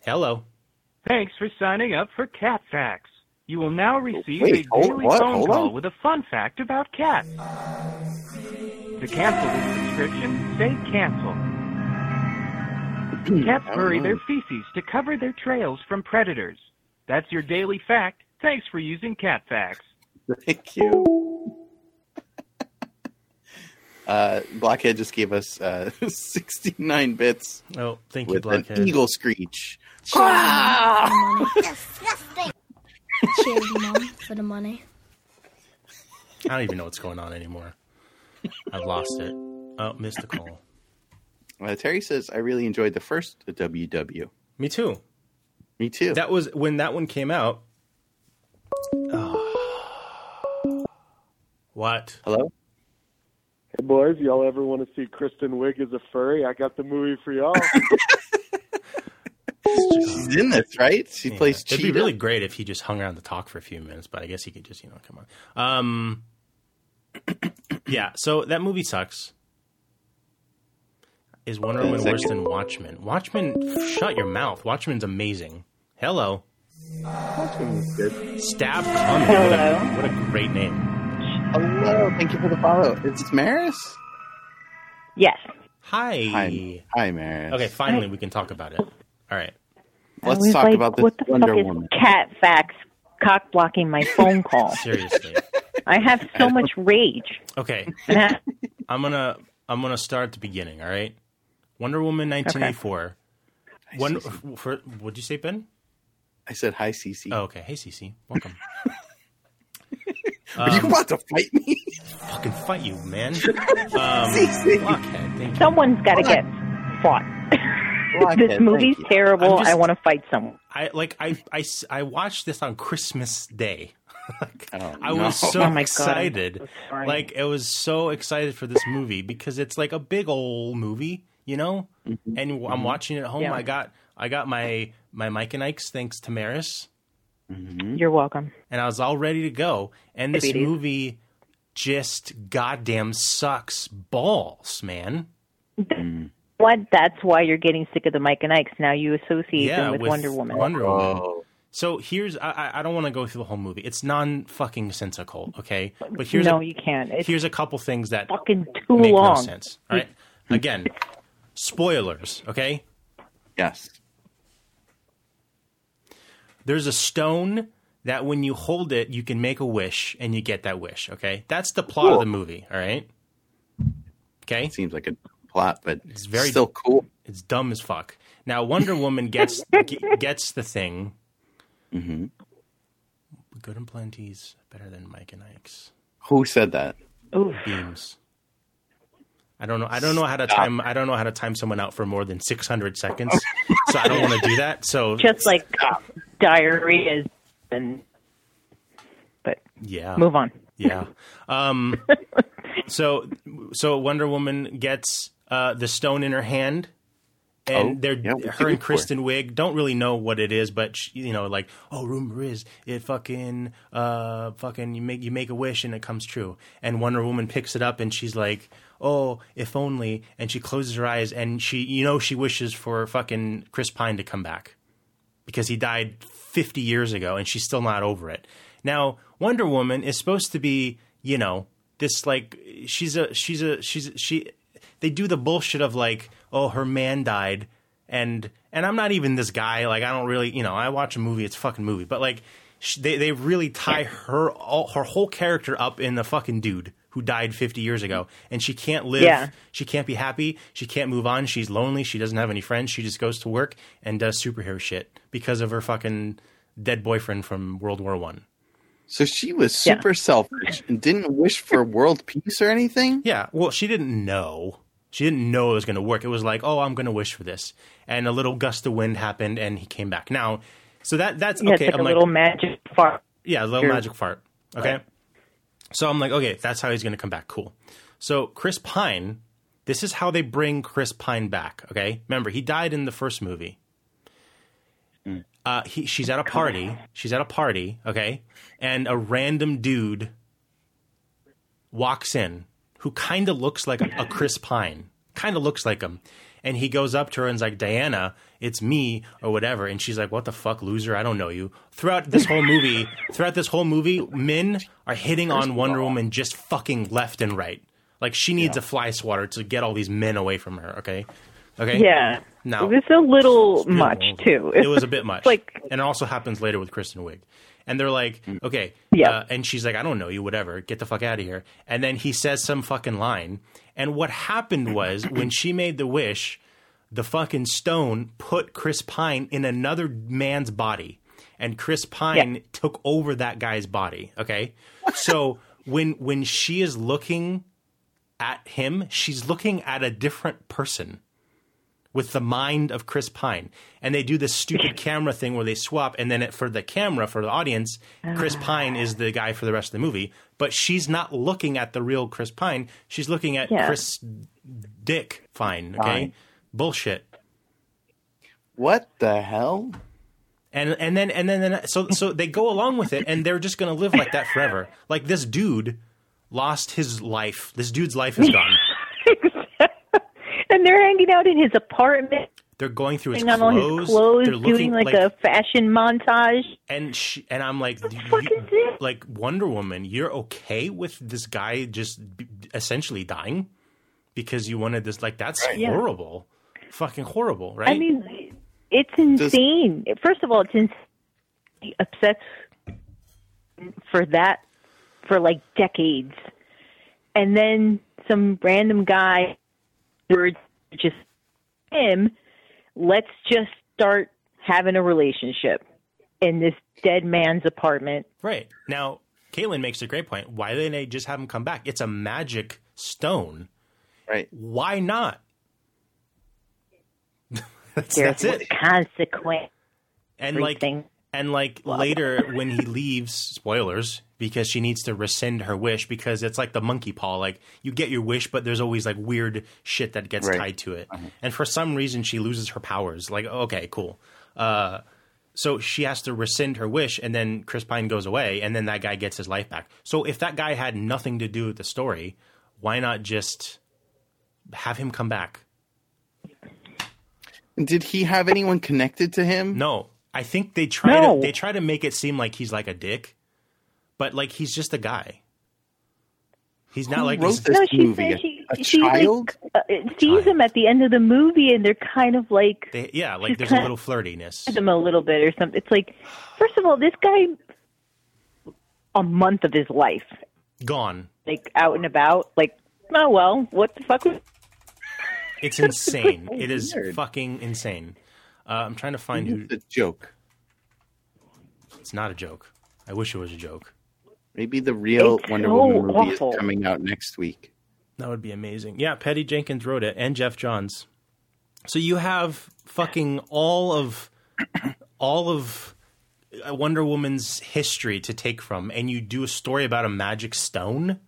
Speaker 2: Hello.
Speaker 5: Thanks for signing up for Cat Facts. You will now receive
Speaker 1: Oh, Wait,
Speaker 5: a
Speaker 1: hold-
Speaker 5: daily
Speaker 1: what?
Speaker 5: phone
Speaker 1: Hold
Speaker 5: call
Speaker 1: on.
Speaker 5: with a fun fact about cats. To cancel this subscription, say cancel. Cats
Speaker 1: I don't
Speaker 5: bury
Speaker 1: know.
Speaker 5: their feces to cover their trails from predators. That's your daily fact. Thanks for using Cat Facts.
Speaker 1: Thank you. Uh, Blockhead just gave us uh, 69 bits
Speaker 2: Oh, thank you,
Speaker 1: with an
Speaker 2: Blockhead.
Speaker 1: eagle screech.
Speaker 12: Cheers, Mom, for the money.
Speaker 2: I don't even know what's going on anymore. I've lost it. Oh, missed the call.
Speaker 1: Uh, Terry says, I really enjoyed the first WW.
Speaker 2: Me too.
Speaker 1: Me too.
Speaker 2: That was when that one came out. What?
Speaker 1: Hello?
Speaker 13: Hey boys, y'all ever want to see Kristen Wiig as a furry? I got the movie for y'all.
Speaker 1: She's in this, right? She plays
Speaker 2: It'd
Speaker 1: Cheetah.
Speaker 2: be really great if he just hung around to talk for a few minutes, but I guess he could just, you know, come on. Um, yeah, so that movie sucks. Is Wonder Woman worse than Watchmen? Watchmen, shut your mouth. Watchmen's amazing. Hello. Stab Coming. What a, what a great name.
Speaker 1: Hello. Thank you for the follow. Is this Maris?
Speaker 4: Yes.
Speaker 2: Hi.
Speaker 1: Hi, hi Maris.
Speaker 2: Okay, finally we can talk about it. All right.
Speaker 4: I
Speaker 1: Let's
Speaker 4: was
Speaker 1: talk
Speaker 4: like,
Speaker 1: about this
Speaker 4: what the
Speaker 1: Wonder
Speaker 4: fuck is
Speaker 1: Woman.
Speaker 4: cat facts cock blocking my phone call?
Speaker 2: Seriously.
Speaker 4: I have so much rage.
Speaker 2: Okay.
Speaker 4: And I-
Speaker 2: I'm gonna I'm gonna start at the beginning. All right, Wonder Woman 1984. One for what'd you say, Ben?
Speaker 1: I said, hi, Cece.
Speaker 2: Oh, okay. Hey, CC, welcome.
Speaker 1: Are
Speaker 2: um,
Speaker 1: you about to fight me?
Speaker 2: Fucking fight you, man. Um, blockhead. Thank you.
Speaker 4: someone's got to get fought. this movie's terrible.
Speaker 2: I'm just-
Speaker 4: I want to fight someone.
Speaker 2: I like I, I s- I watched this on Christmas Day. Like, I
Speaker 4: no.
Speaker 2: was so
Speaker 4: Oh my God.
Speaker 2: excited.
Speaker 4: sorry.
Speaker 2: like I was so excited for this movie because it's like a big old movie, you know? And w- I'm watching it at home.
Speaker 4: Mm-hmm. Yeah.
Speaker 2: I got I got my my Mike and Ike's thanks to Maris. Hmm?
Speaker 4: You're welcome.
Speaker 2: And I was all ready to go. And this
Speaker 4: Diabetes.
Speaker 2: movie just goddamn sucks balls, man.
Speaker 4: What? That's why you're getting sick of the Mike and Ike's. Now you associate them with, Wonder Woman.
Speaker 2: Wonder
Speaker 1: Oh.
Speaker 2: Woman. So here's I- I, I don't want to go through the whole movie. It's non fucking sensical, okay? But here's
Speaker 4: No,
Speaker 2: a,
Speaker 4: you can't. It's
Speaker 2: here's a couple things that
Speaker 4: fucking too
Speaker 2: make
Speaker 4: long.
Speaker 2: no sense. All right. Again, spoilers. Okay.
Speaker 1: Yes.
Speaker 2: There's a stone that when you hold it, you can make a wish and you get that wish. Okay. That's the plot of
Speaker 1: Cool.
Speaker 2: the movie. All right. Okay.
Speaker 1: seems like a plot, but
Speaker 2: it's very
Speaker 1: still cool.
Speaker 2: It's dumb as fuck. Now Wonder Woman gets g- gets the thing.
Speaker 1: hmm
Speaker 4: Mm-hmm.
Speaker 2: Good and plenty's better than Mike and Ike's.
Speaker 1: Who said that?
Speaker 2: Beams. I don't know. I don't know how to time. I don't know how to time someone out for more than six hundred seconds. so I don't want to do that. So
Speaker 4: Just like diarrhea is. And
Speaker 2: yeah,
Speaker 4: move on.
Speaker 2: Yeah. Um, so so Wonder Woman gets uh, the stone in her hand, and
Speaker 1: Oh,
Speaker 2: they're
Speaker 1: yeah, what's it
Speaker 2: her
Speaker 1: good
Speaker 2: and
Speaker 1: for?
Speaker 2: Kristen Wiig don't really know what it is, but she, you know, like oh, rumor is it fucking uh fucking you make you make a wish and it comes true. And Wonder Woman picks it up and she's like. Oh, if only! And she closes her eyes, and she, you know, she wishes for fucking Chris Pine to come back because he died 50 years ago and she's still not over it. Now, Wonder Woman is supposed to be, you know, this like she's a she's a she's she they do the bullshit of like, oh, her man died and and I'm not even this guy like I don't really, you know, I watch a movie, it's a fucking movie, but like sh they they really tie her all, her whole character up in the fucking dude who died 50 years ago and she can't live
Speaker 4: Yeah.
Speaker 2: she can't be happy. She can't move on. She's lonely. She doesn't have any friends. She just goes to work and does superhero shit because of her fucking dead boyfriend from World War One.
Speaker 1: So she was
Speaker 2: Yeah.
Speaker 1: super selfish and didn't wish for world peace or anything.
Speaker 2: Yeah. Well, she didn't know. She didn't know it was going to work. It was like, oh, I'm going to wish for this, and a little gust of wind happened, and he came back. Now, so that that's
Speaker 4: Yeah,
Speaker 2: okay.
Speaker 4: it's like
Speaker 2: I'm
Speaker 4: a
Speaker 2: like,
Speaker 4: little magic fart.
Speaker 2: Yeah, a little
Speaker 4: Sure.
Speaker 2: magic fart. Okay. So I'm like, okay, that's how he's going to come back. Cool. So Chris Pine, this is how they bring Chris Pine back. Okay. Remember, he died in the first movie. Uh, he, she's at a party. She's at a party. Okay. And a random dude walks in who kind of looks like a Chris Pine, kind of looks like him. And he goes up to her and's like, Diana, it's me, or whatever. And she's like, What the fuck, loser? I don't know you. Throughout this whole movie, throughout this whole movie, men are hitting on Wonder Woman just fucking left and right. Like, she needs a fly swatter to get all these men away from her, okay? Okay?
Speaker 4: Yeah.
Speaker 2: Now,
Speaker 4: It was a little
Speaker 2: yeah,
Speaker 4: much,
Speaker 2: well,
Speaker 4: too.
Speaker 2: It was a bit much.
Speaker 4: like, Mm.
Speaker 2: and it also happens later with Kristen Wiig. And they're like, okay,
Speaker 4: Yeah.
Speaker 2: uh, and she's like, I don't know you, whatever, get the fuck out of here. And then he says some fucking line. And what happened was when she made the wish, the fucking stone put Chris Pine in another man's body, and Chris Pine took over that guy's body. Okay, so when when she is looking at him, she's looking at a different person with the mind of Chris Pine. And they do this stupid camera thing where they swap, and then it, for the camera, for the audience, Chris
Speaker 4: Ah.
Speaker 2: Pine is the guy for the rest of the movie. But she's not looking at the real Chris Pine. She's looking at
Speaker 1: Yeah.
Speaker 2: Chris Dick Fine. Okay,
Speaker 1: Fine.
Speaker 2: bullshit.
Speaker 1: What the hell?
Speaker 2: And and then and then, then so so they go along with it, and they're just going to live like that forever. Like this dude lost his life. This dude's life is gone.
Speaker 4: and they're hanging out in his apartment,
Speaker 2: They're going through his
Speaker 4: putting on all his
Speaker 2: clothes.
Speaker 4: clothes,
Speaker 2: They're looking
Speaker 4: doing like, a fashion montage.
Speaker 2: and she, and I'm like, "Do you- like Wonder Woman, you're okay with this guy just b- essentially dying because you wanted this. Like that's
Speaker 4: Right. Yeah.
Speaker 2: horrible, fucking horrible, right?
Speaker 4: I mean, it's insane. First of all, it's ins- upsets for that for like decades, and then some random guy words just him. Let's just start having a relationship in this dead man's apartment.
Speaker 2: right now, Caitlin makes a great point. Why didn't they just have him come back? It's a magic stone,
Speaker 1: right?
Speaker 2: Why not?
Speaker 4: There's
Speaker 2: that's it.
Speaker 4: consequence.
Speaker 2: and like and like later when he leaves spoilers because she needs to rescind her wish because it's like the monkey paw like you get your wish but there's always like weird shit that gets
Speaker 1: Right.
Speaker 2: tied to it and for some reason she loses her powers like okay cool uh so she has to rescind her wish and then chris pine goes away and then that guy gets his life back so if that guy had nothing to do with the story why not just have him come back
Speaker 1: Did he have anyone connected to him?
Speaker 2: No. I think they try
Speaker 1: No.
Speaker 2: to they try to make it seem like he's like a dick, but like he's just a guy. He's not
Speaker 1: Who
Speaker 2: like
Speaker 1: wrote
Speaker 2: he's-
Speaker 1: this
Speaker 4: no, she says she, she Like, uh, sees him at the end of the movie, and they're kind of like
Speaker 2: They- yeah, like
Speaker 4: she's
Speaker 2: there's a
Speaker 4: kinda-
Speaker 2: little flirtiness.
Speaker 4: him a little bit or something. It's like, first of all, this guy a month of his life
Speaker 2: Gone.
Speaker 4: like out and about. Like, oh well, what the fuck? Was,
Speaker 2: It's insane. it is
Speaker 4: Weird.
Speaker 2: fucking insane. Uh, I'm trying to find who.
Speaker 1: It's a joke.
Speaker 2: It's not a joke. I wish it was a joke.
Speaker 1: Maybe the real
Speaker 2: It's
Speaker 1: Wonder
Speaker 2: so
Speaker 1: Woman movie
Speaker 2: awful.
Speaker 1: is coming out next week.
Speaker 2: That would be amazing. Yeah, Patty Jenkins wrote it and Jeff Johns. So you have fucking all of all of uh, Wonder Woman's history to take from, and you do a story about a magic stone.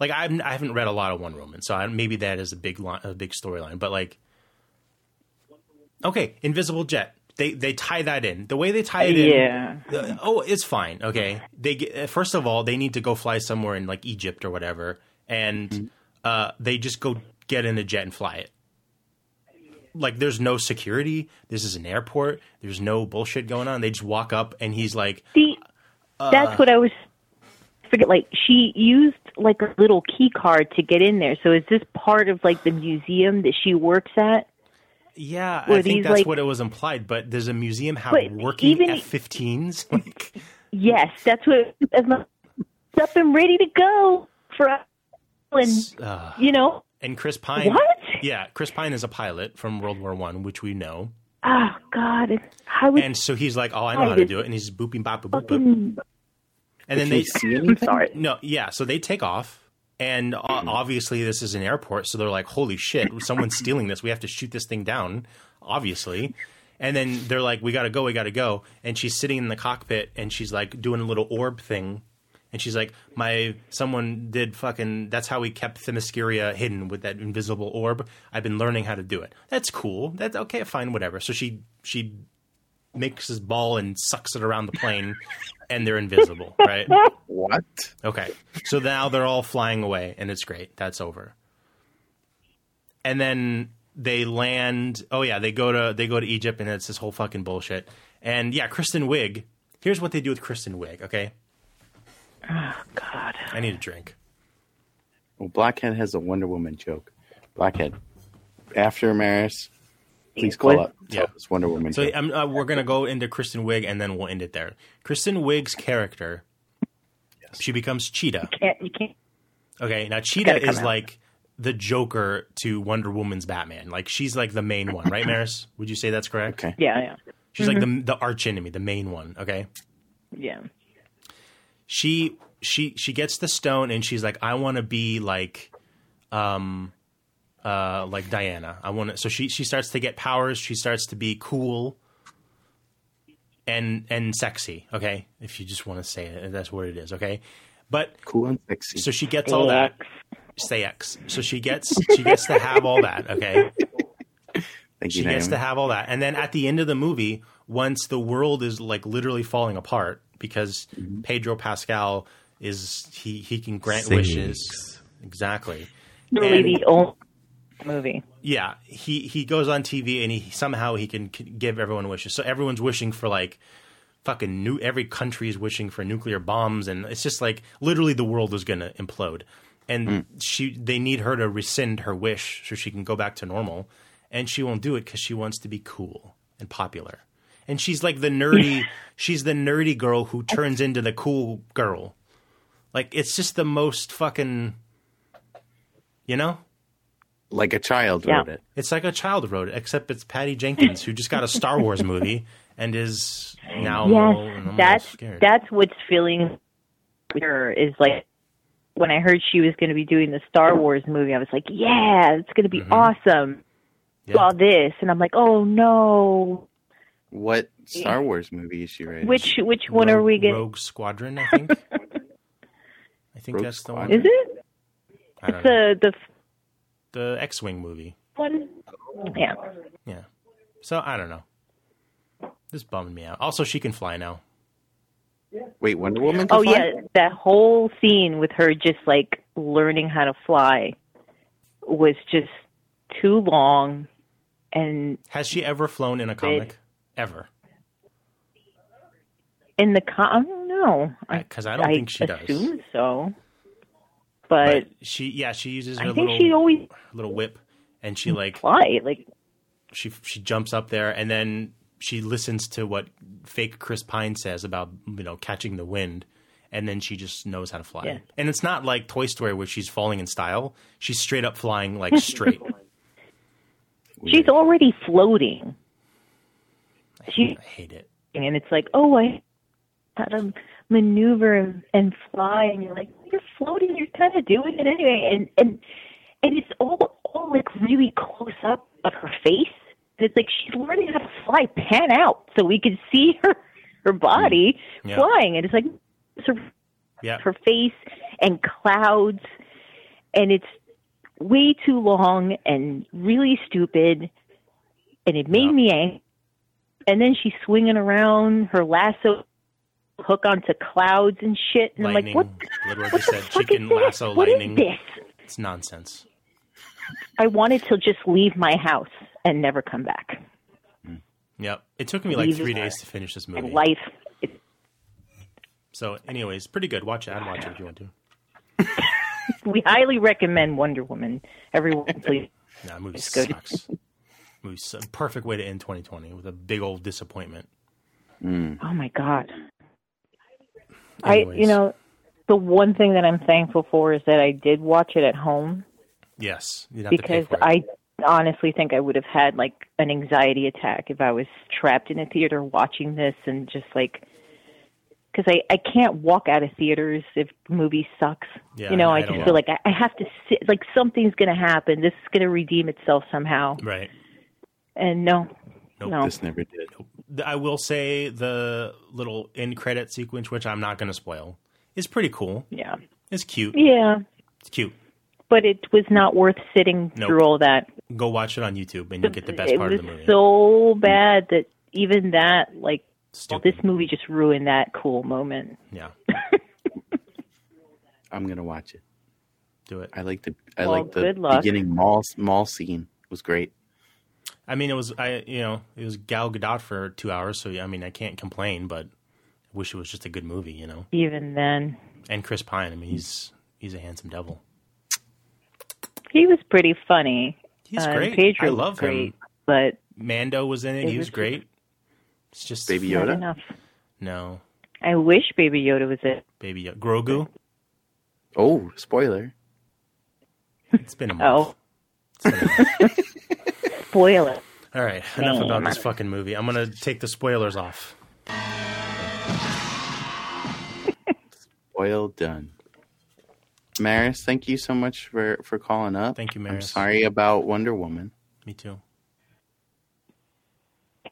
Speaker 2: Like I haven't, I haven't read a lot of Wonder Woman, so I, maybe that is a big line, a big storyline. But like, okay, Invisible Jet. They they tie that in the way they tie it in.
Speaker 11: Yeah.
Speaker 2: the- oh, it's fine. Okay. They get, first of all they need to go fly somewhere in like Egypt or whatever, and
Speaker 4: Mm-hmm.
Speaker 2: uh, they just go get in a jet and fly it. Like there's no security. This is an airport. There's no bullshit going on. They just walk up and he's like,
Speaker 4: see,
Speaker 2: Uh.
Speaker 4: that's what I was. I Forget like she used like a little key card to get in there. So is this part of like the museum that she works at?
Speaker 2: "Yeah,
Speaker 4: Were
Speaker 2: I think
Speaker 4: these,
Speaker 2: that's
Speaker 4: like-
Speaker 2: what it was implied." But there's a museum have
Speaker 4: But
Speaker 2: working
Speaker 4: even-
Speaker 2: F-15s. Like,
Speaker 4: Yes, that's what it's up and ready to go for us. And
Speaker 2: uh,
Speaker 4: you know,
Speaker 2: and Chris Pine.
Speaker 4: What?
Speaker 2: Yeah, Chris Pine is a pilot from World War One, which we know.
Speaker 4: oh god, it's, I was
Speaker 2: And so he's like, "Oh, I know how to do it," and he's booping bop boop boop.
Speaker 4: fucking
Speaker 2: and then
Speaker 4: Did
Speaker 2: they
Speaker 4: you see anything? Sorry.
Speaker 2: No, yeah. So they take off, and o- obviously this is an airport, so they're like, "Holy shit! Someone's stealing this. We have to shoot this thing down." Obviously, and then they're like, "We gotta go. We gotta go." And she's sitting in the cockpit, and she's like doing a little orb thing, and she's like, "My someone did fucking. That's how we kept Themyscira hidden with that invisible orb. I've been learning how to do it. That's cool. That's okay. Fine. Whatever." So she she makes his ball and sucks it around the plane and they're invisible, right?
Speaker 1: What?
Speaker 2: Okay. So now they're all flying away and it's great. That's over. And then they land oh yeah, they go to they go to Egypt and it's this whole fucking bullshit. And yeah, Kristen Wiig. Here's what they do with Kristen Wiig, okay?
Speaker 4: Oh god.
Speaker 2: I need a drink.
Speaker 1: Well, Blackhead has a Wonder Woman joke. Blackhead, after Maris, please call up. Tell us Wonder Woman.
Speaker 2: So
Speaker 1: joke.
Speaker 2: um, uh, we're gonna go into Kristen Wiig, and then we'll end it there. Kristen Wiig's character, she becomes Cheetah.
Speaker 4: can't you can't
Speaker 2: Okay, now
Speaker 4: gotta
Speaker 2: Cheetah
Speaker 4: come
Speaker 2: is
Speaker 4: out.
Speaker 2: like the Joker to Wonder Woman's Batman. Like she's like the main one, right, Maris? Would you say that's correct? Okay.
Speaker 4: Yeah, yeah.
Speaker 2: She's
Speaker 4: Mhm.
Speaker 2: like the the arch enemy, the main one. Okay.
Speaker 4: Yeah.
Speaker 2: She she she gets the stone and she's like, I want to be like, um, uh, like Diana. I want to. So she she starts to get powers. She starts to be cool. And and sexy, okay. If you just want to say it, that's what it is, okay. But
Speaker 1: cool and sexy.
Speaker 2: So she gets all that. Say X. So she gets she gets to have all that. Okay.
Speaker 1: Thank
Speaker 2: she
Speaker 1: you,
Speaker 2: gets
Speaker 1: Naomi.
Speaker 2: to have all that, and then at the end of the movie, once the world is like literally falling apart because
Speaker 1: Mm-hmm.
Speaker 2: Pedro Pascal is he he can grant
Speaker 4: Sings.
Speaker 2: wishes exactly.
Speaker 4: really
Speaker 2: And-
Speaker 4: the only movie.
Speaker 2: yeah, he he goes on TV and he somehow he can c- give everyone wishes. So everyone's wishing for like fucking new. Every country is wishing for nuclear bombs, and it's just like literally the world is gonna implode. And she they need her to rescind her wish so she can go back to normal, and she won't do it because she wants to be cool and popular. And she's like the nerdy. she's the nerdy girl who turns into the cool girl. Like it's just the most fucking. You know.
Speaker 1: like a child wrote it.
Speaker 2: It's like a child wrote it, except it's Patty Jenkins who just got a Star Wars movie and is now I'm a little- I'm a
Speaker 4: yes,
Speaker 2: little
Speaker 4: that's
Speaker 2: scared.
Speaker 4: that's what's feeling her is like when
Speaker 2: Mm-hmm.
Speaker 4: I heard she was going to be doing the Star Wars movie, I was like, yeah, it's going to be awesome. saw this, and I'm like, oh no.
Speaker 1: What Star Wars movie is she rating?
Speaker 4: Which which one are we getting?
Speaker 2: Rogue Squadron, I think. I think
Speaker 1: Rogue
Speaker 2: that's the
Speaker 4: Is
Speaker 2: one.
Speaker 4: it?
Speaker 2: I
Speaker 4: It's
Speaker 2: don't know.
Speaker 4: the the
Speaker 2: The X-wing movie.
Speaker 4: one. Yeah.
Speaker 2: Yeah. So I don't know. This bumming me out. Also, she can fly now.
Speaker 1: Wait, Wonder Woman?
Speaker 4: Oh yeah, that whole scene with her just like learning how to fly was just too long, and
Speaker 2: Has she ever flown in a comic? Ever?
Speaker 4: in the con, I don't know.
Speaker 2: Because I don't think she does.
Speaker 4: assume so, but,
Speaker 2: She yeah she uses
Speaker 4: I
Speaker 2: her
Speaker 4: think
Speaker 2: little
Speaker 4: she always
Speaker 2: little whip and she like
Speaker 4: fly like
Speaker 2: she she jumps up there and then she listens to what fake Chris Pine says about you know catching the wind and then she just knows how to fly.
Speaker 4: Yeah.
Speaker 2: And it's not like Toy Story where she's falling in style. She's straight up flying like straight.
Speaker 4: she's already floating. She
Speaker 2: I hate it.
Speaker 4: and it's like, oh, I how to maneuver and, and fly, and you're like, you're floating, you're kind of doing it anyway, and and and it's all all like really close up of her face. And it's like she's learning how to fly, pan out, so we can see her her body
Speaker 2: Yeah.
Speaker 4: flying, and it's like it's her,
Speaker 2: Yeah.
Speaker 4: her face and clouds, and it's way too long and really stupid, and it made me angry. And then she's swinging around her lasso hook onto clouds and shit, and
Speaker 2: lightning.
Speaker 4: I'm like,
Speaker 2: Literally just said she
Speaker 4: fuck is
Speaker 2: can
Speaker 4: this?
Speaker 2: lasso
Speaker 4: What is
Speaker 2: lightning.
Speaker 4: this?
Speaker 2: It's nonsense.
Speaker 4: "What? I wanted to just leave my house and never come back.
Speaker 2: Yep. It took me like
Speaker 4: Leave
Speaker 2: three
Speaker 4: it.
Speaker 2: days to finish this
Speaker 4: And
Speaker 2: movie.
Speaker 4: life,
Speaker 2: So, anyways, pretty good. Watch it. I'd watch it if you want to.
Speaker 4: we highly recommend Wonder Woman. Everyone, please.
Speaker 2: Nah, that movie
Speaker 4: It's good.
Speaker 2: sucks. Movie's a perfect way to end 2020 with a big old disappointment.
Speaker 4: Oh my god. I, you
Speaker 2: Anyways.
Speaker 4: know, the one thing that I'm thankful for is that I did watch it at home
Speaker 2: Yes, you'd have
Speaker 4: because
Speaker 2: to pay for it.
Speaker 4: I honestly think I would have had like an anxiety attack if I was trapped in a theater watching this and just like because I I can't walk out of theaters if the movie sucks.
Speaker 2: Yeah,
Speaker 4: you know,
Speaker 2: I-
Speaker 4: I,
Speaker 2: I
Speaker 4: just
Speaker 2: don't-
Speaker 4: feel like I, I have to sit like something's gonna happen. This is gonna redeem itself somehow.
Speaker 2: right.
Speaker 4: And no, no,
Speaker 1: This never did.
Speaker 2: Th- I will say the little end credit sequence, which I'm not going to spoil, is pretty cool.
Speaker 4: yeah,
Speaker 2: It's cute.
Speaker 4: yeah.
Speaker 2: It's cute.
Speaker 4: But it was not worth sitting
Speaker 2: Nope.
Speaker 4: through all that.
Speaker 2: Go watch it on YouTube and you'll get the best
Speaker 4: it
Speaker 2: part
Speaker 4: was
Speaker 2: of the movie.
Speaker 4: so bad that even that like well,
Speaker 2: Stupid.
Speaker 4: this movie just ruined that cool moment.
Speaker 2: yeah,
Speaker 1: I'm gonna watch it.
Speaker 2: do it.
Speaker 1: I like the I
Speaker 4: Well,
Speaker 1: like the
Speaker 4: good luck.
Speaker 1: beginning mall mall scene. It was great.
Speaker 2: I mean, it was I you know it was Gal Gadot for two hours, so yeah, I mean I can't complain, but I wish it was just a good movie, you know.
Speaker 4: Even then,
Speaker 2: And Chris Pine, I mean he's he's a handsome devil.
Speaker 4: he was pretty funny.
Speaker 2: He's
Speaker 4: Uh,
Speaker 2: great.
Speaker 4: Pedro
Speaker 2: I love
Speaker 4: was great,
Speaker 2: him.
Speaker 4: but
Speaker 2: Mando was in it.
Speaker 4: It
Speaker 2: he
Speaker 4: was
Speaker 2: was
Speaker 4: just-
Speaker 2: great. It's just
Speaker 1: Baby
Speaker 4: not
Speaker 1: Yoda.
Speaker 4: enough.
Speaker 2: No,
Speaker 4: I wish Baby Yoda was it.
Speaker 2: Baby Yoda. Grogu.
Speaker 1: Oh, spoiler.
Speaker 2: It's been a
Speaker 1: Oh.
Speaker 2: month.
Speaker 4: Spoil it.
Speaker 2: All right, enough about
Speaker 4: Damn.
Speaker 2: this fucking movie. I'm gonna take the spoilers off.
Speaker 1: Well done. Maris, thank you so much for for calling up.
Speaker 2: Thank you,
Speaker 1: I'm
Speaker 2: Maris.
Speaker 1: sorry about Wonder Woman.
Speaker 2: Me too.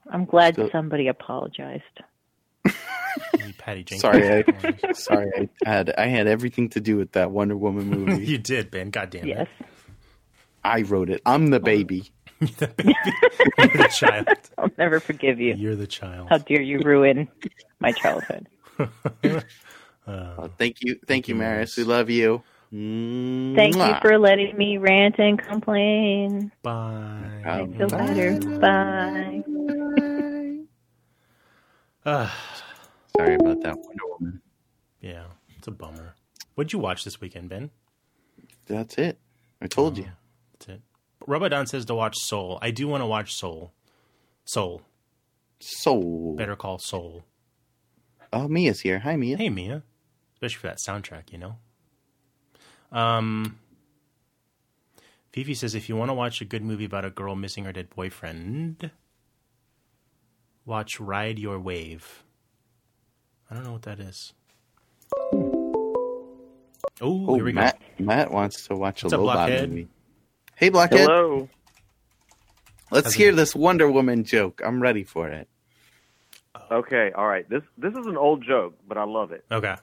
Speaker 4: I'm glad
Speaker 1: So-
Speaker 4: somebody apologized.
Speaker 2: You Patty Jenkins.
Speaker 1: Sorry, I sorry I had I had everything to do with that Wonder Woman movie.
Speaker 2: you did, Ben. God damn
Speaker 4: Yes.
Speaker 1: I wrote it. I'm the baby.
Speaker 2: it. You're the child.
Speaker 4: I'll never forgive you.
Speaker 2: You're the child.
Speaker 4: How dare you ruin my childhood?
Speaker 2: Uh,
Speaker 1: Well, Uh, thank you, thank you, Maris. We love you. Thank
Speaker 4: Thank you for letting me rant and complain.
Speaker 2: Bye.
Speaker 4: Feel better. Bye.
Speaker 2: Ugh.
Speaker 1: sorry about that Wonder Woman.
Speaker 2: Ah, yeah, it's a bummer. What'd you watch this weekend, Ben? Uh,
Speaker 1: That's it. I told
Speaker 2: Oh.
Speaker 1: you.
Speaker 2: That's it. Rubadon says to watch Soul. I do want to watch Soul. Soul.
Speaker 1: Soul.
Speaker 2: Better call Soul.
Speaker 1: Oh, Mia's here. Hi, Mia.
Speaker 2: Hey, Mia. Especially for that soundtrack, you know? Um, Fifi says if you want to watch a good movie about a girl missing her dead boyfriend, watch Ride Your Wave. I don't know what that is. Oh,
Speaker 1: Oh,
Speaker 2: here we go.
Speaker 1: Matt. Matt wants to watch
Speaker 2: What's
Speaker 1: a
Speaker 2: up,
Speaker 1: Lobot
Speaker 2: Blockhead?
Speaker 1: movie. Hey, Blockhead.
Speaker 10: Hello.
Speaker 1: Let's hear this Wonder Woman joke. I'm ready for it.
Speaker 11: Okay, all right. This this is an old joke, but I love it.
Speaker 2: Okay.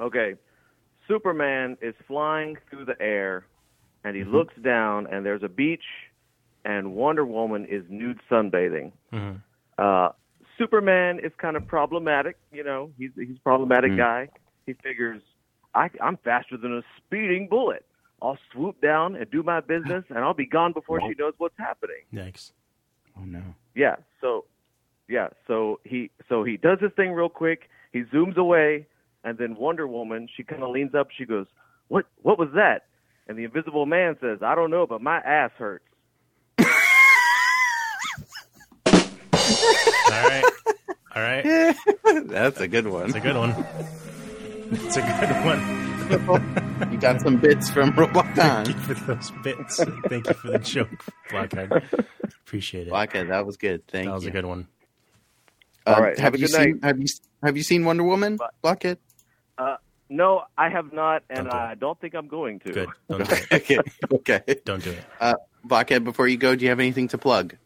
Speaker 11: Okay. Superman is flying through the air and
Speaker 2: Mm-hmm.
Speaker 11: he looks down and there's a beach and Wonder Woman is nude sunbathing.
Speaker 2: Mm-hmm.
Speaker 11: Uh, Superman is kind of problematic, you know. He's he's a problematic
Speaker 14: Mm.
Speaker 11: guy. He figures I I'm faster than a speeding bullet. I'll swoop down and do my business and I'll be gone before she knows what's happening.
Speaker 2: Yikes.
Speaker 1: Oh no.
Speaker 11: Yeah. So, yeah. So he so he does this thing real quick. He zooms away, and then Wonder Woman she kind of leans up. She goes, "What? What was that?" And the Invisible Man says, "I don't know, but my ass hurts."
Speaker 2: All right. All right.
Speaker 1: That's a good one. It's
Speaker 2: a good one. It's a good one.
Speaker 1: you got some bits from Roboton.
Speaker 2: Thank you for those bits. Thank you for the joke, Blackhead. Appreciate it.
Speaker 1: Blackhead, that was good. Thank
Speaker 2: That was
Speaker 1: you.
Speaker 2: a good one.
Speaker 1: Uh,
Speaker 11: All right,
Speaker 1: Have
Speaker 11: have a
Speaker 1: you
Speaker 11: good
Speaker 1: seen? Have you have you seen Wonder Woman? Blackhead.
Speaker 11: Uh, no, I have not, and I don't think I'm going to.
Speaker 2: Good.
Speaker 1: okay. Okay.
Speaker 2: Don't do it.
Speaker 1: Uh, Blackhead, before you go, do you have anything to plug?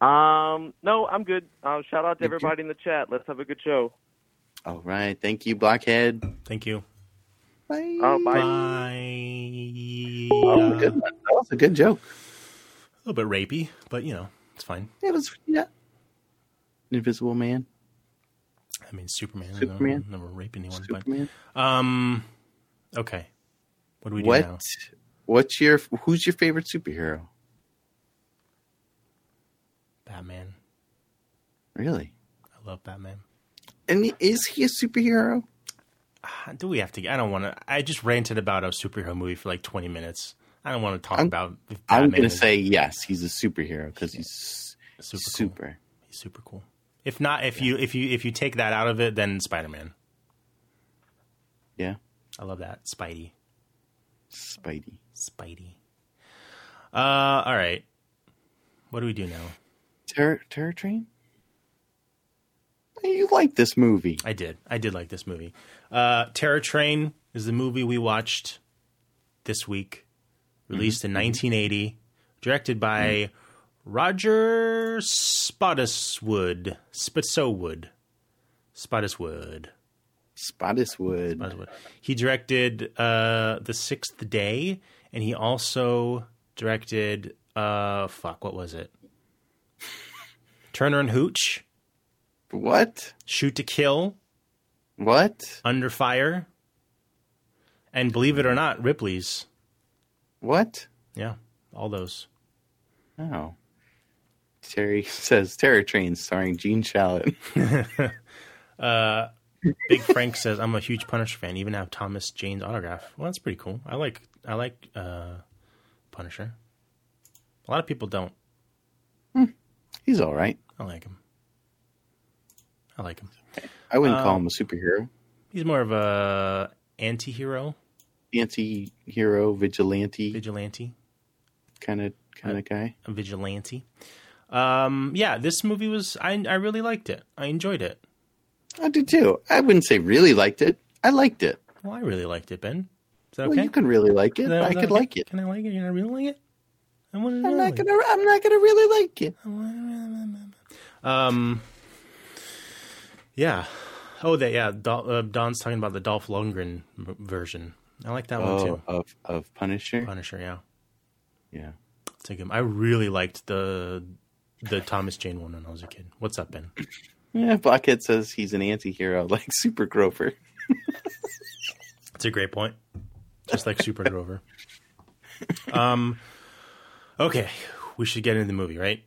Speaker 11: Um, no, I'm good. Uh, shout out to everybody in the chat. Let's have a good show.
Speaker 1: All right. Thank you, Blackhead.
Speaker 2: Thank you.
Speaker 1: Bye.
Speaker 11: Oh, bye.
Speaker 1: Oh, good one. That was a good joke.
Speaker 2: A little bit rapey, but you know, it's fine.
Speaker 1: It was yeah. Invisible Man.
Speaker 2: I mean, Superman.
Speaker 1: Superman.
Speaker 2: Never, never rape anyone.
Speaker 1: Superman.
Speaker 2: But, um. Okay. What do we do
Speaker 1: what?
Speaker 2: now?
Speaker 1: What's your? Who's your favorite superhero?
Speaker 2: Batman.
Speaker 1: Really?
Speaker 2: I love Batman.
Speaker 1: And is he a superhero?
Speaker 2: Ah, Do we have to? I don't want to. I just ranted about a superhero movie for like twenty minutes. I don't want to talk about. if
Speaker 1: I'm
Speaker 2: Batman
Speaker 1: gonna
Speaker 2: is-
Speaker 1: say yes. He's a superhero because he's
Speaker 2: super.
Speaker 1: super.
Speaker 2: He's super cool. If not, if you if you if you take that out of it, then Spider Man.
Speaker 1: Yeah.
Speaker 2: I love that Spidey.
Speaker 1: Spidey.
Speaker 2: Spidey. Uh, all right. What do we do now?
Speaker 1: Terror, terror train. You like this movie?
Speaker 2: I did. I did like this movie. Uh, Terror Train is the movie we watched this week, released in 1980, directed by Roger Spottiswood. Spitzowood. Spottiswood.
Speaker 1: Spottiswood.
Speaker 2: Spottiswood. He directed uh, The Sixth Day, and he also directed, uh, fuck, what was it? Turner and Hooch.
Speaker 1: What?
Speaker 2: Shoot to Kill.
Speaker 1: What?
Speaker 2: Under Fire. And believe it or not, Ripley's.
Speaker 1: What?
Speaker 2: Yeah, all those.
Speaker 1: Oh. Terry says Terror Train starring Gene Shalit.
Speaker 2: Uh, Big Frank says I'm a huge Punisher fan. Even have Thomas Jane's autograph. Well, that's pretty cool. I like I like uh, Punisher. A lot of people don't.
Speaker 1: He's all right.
Speaker 2: I like him. I like him.
Speaker 1: I wouldn't call
Speaker 2: Um,
Speaker 1: him a superhero.
Speaker 2: He's more of a anti-hero.
Speaker 1: Anti-hero, vigilante,
Speaker 2: vigilante
Speaker 1: kind of kind of guy.
Speaker 2: a vigilante. Um, yeah, this movie was I I really liked it. I enjoyed it.
Speaker 1: I did too. I wouldn't say really liked it. I liked it.
Speaker 2: Well, I really liked it, Ben. Is that okay?
Speaker 1: Well, you could really like it.
Speaker 2: Is that-
Speaker 1: I
Speaker 2: is that
Speaker 1: could
Speaker 2: okay?
Speaker 1: like it.
Speaker 2: Can I like it? You're not really like it. I
Speaker 1: I'm
Speaker 2: want
Speaker 1: not gonna. I'm not gonna really like it.
Speaker 2: Um. Yeah. Oh, that yeah. Dol- uh, Don's talking about the Dolph Lundgren m- version. I like that one
Speaker 1: Oh,
Speaker 2: too.
Speaker 1: of of Punisher.
Speaker 2: Punisher, yeah.
Speaker 1: Yeah.
Speaker 2: It's like him. I really liked the the Thomas Jane one when I was a kid. What's up, Ben?
Speaker 1: Yeah, Blackhead says he's an anti-hero like Super Grover.
Speaker 2: That's a great point. Just like Super Grover. Um. Okay, we should get into the movie, right?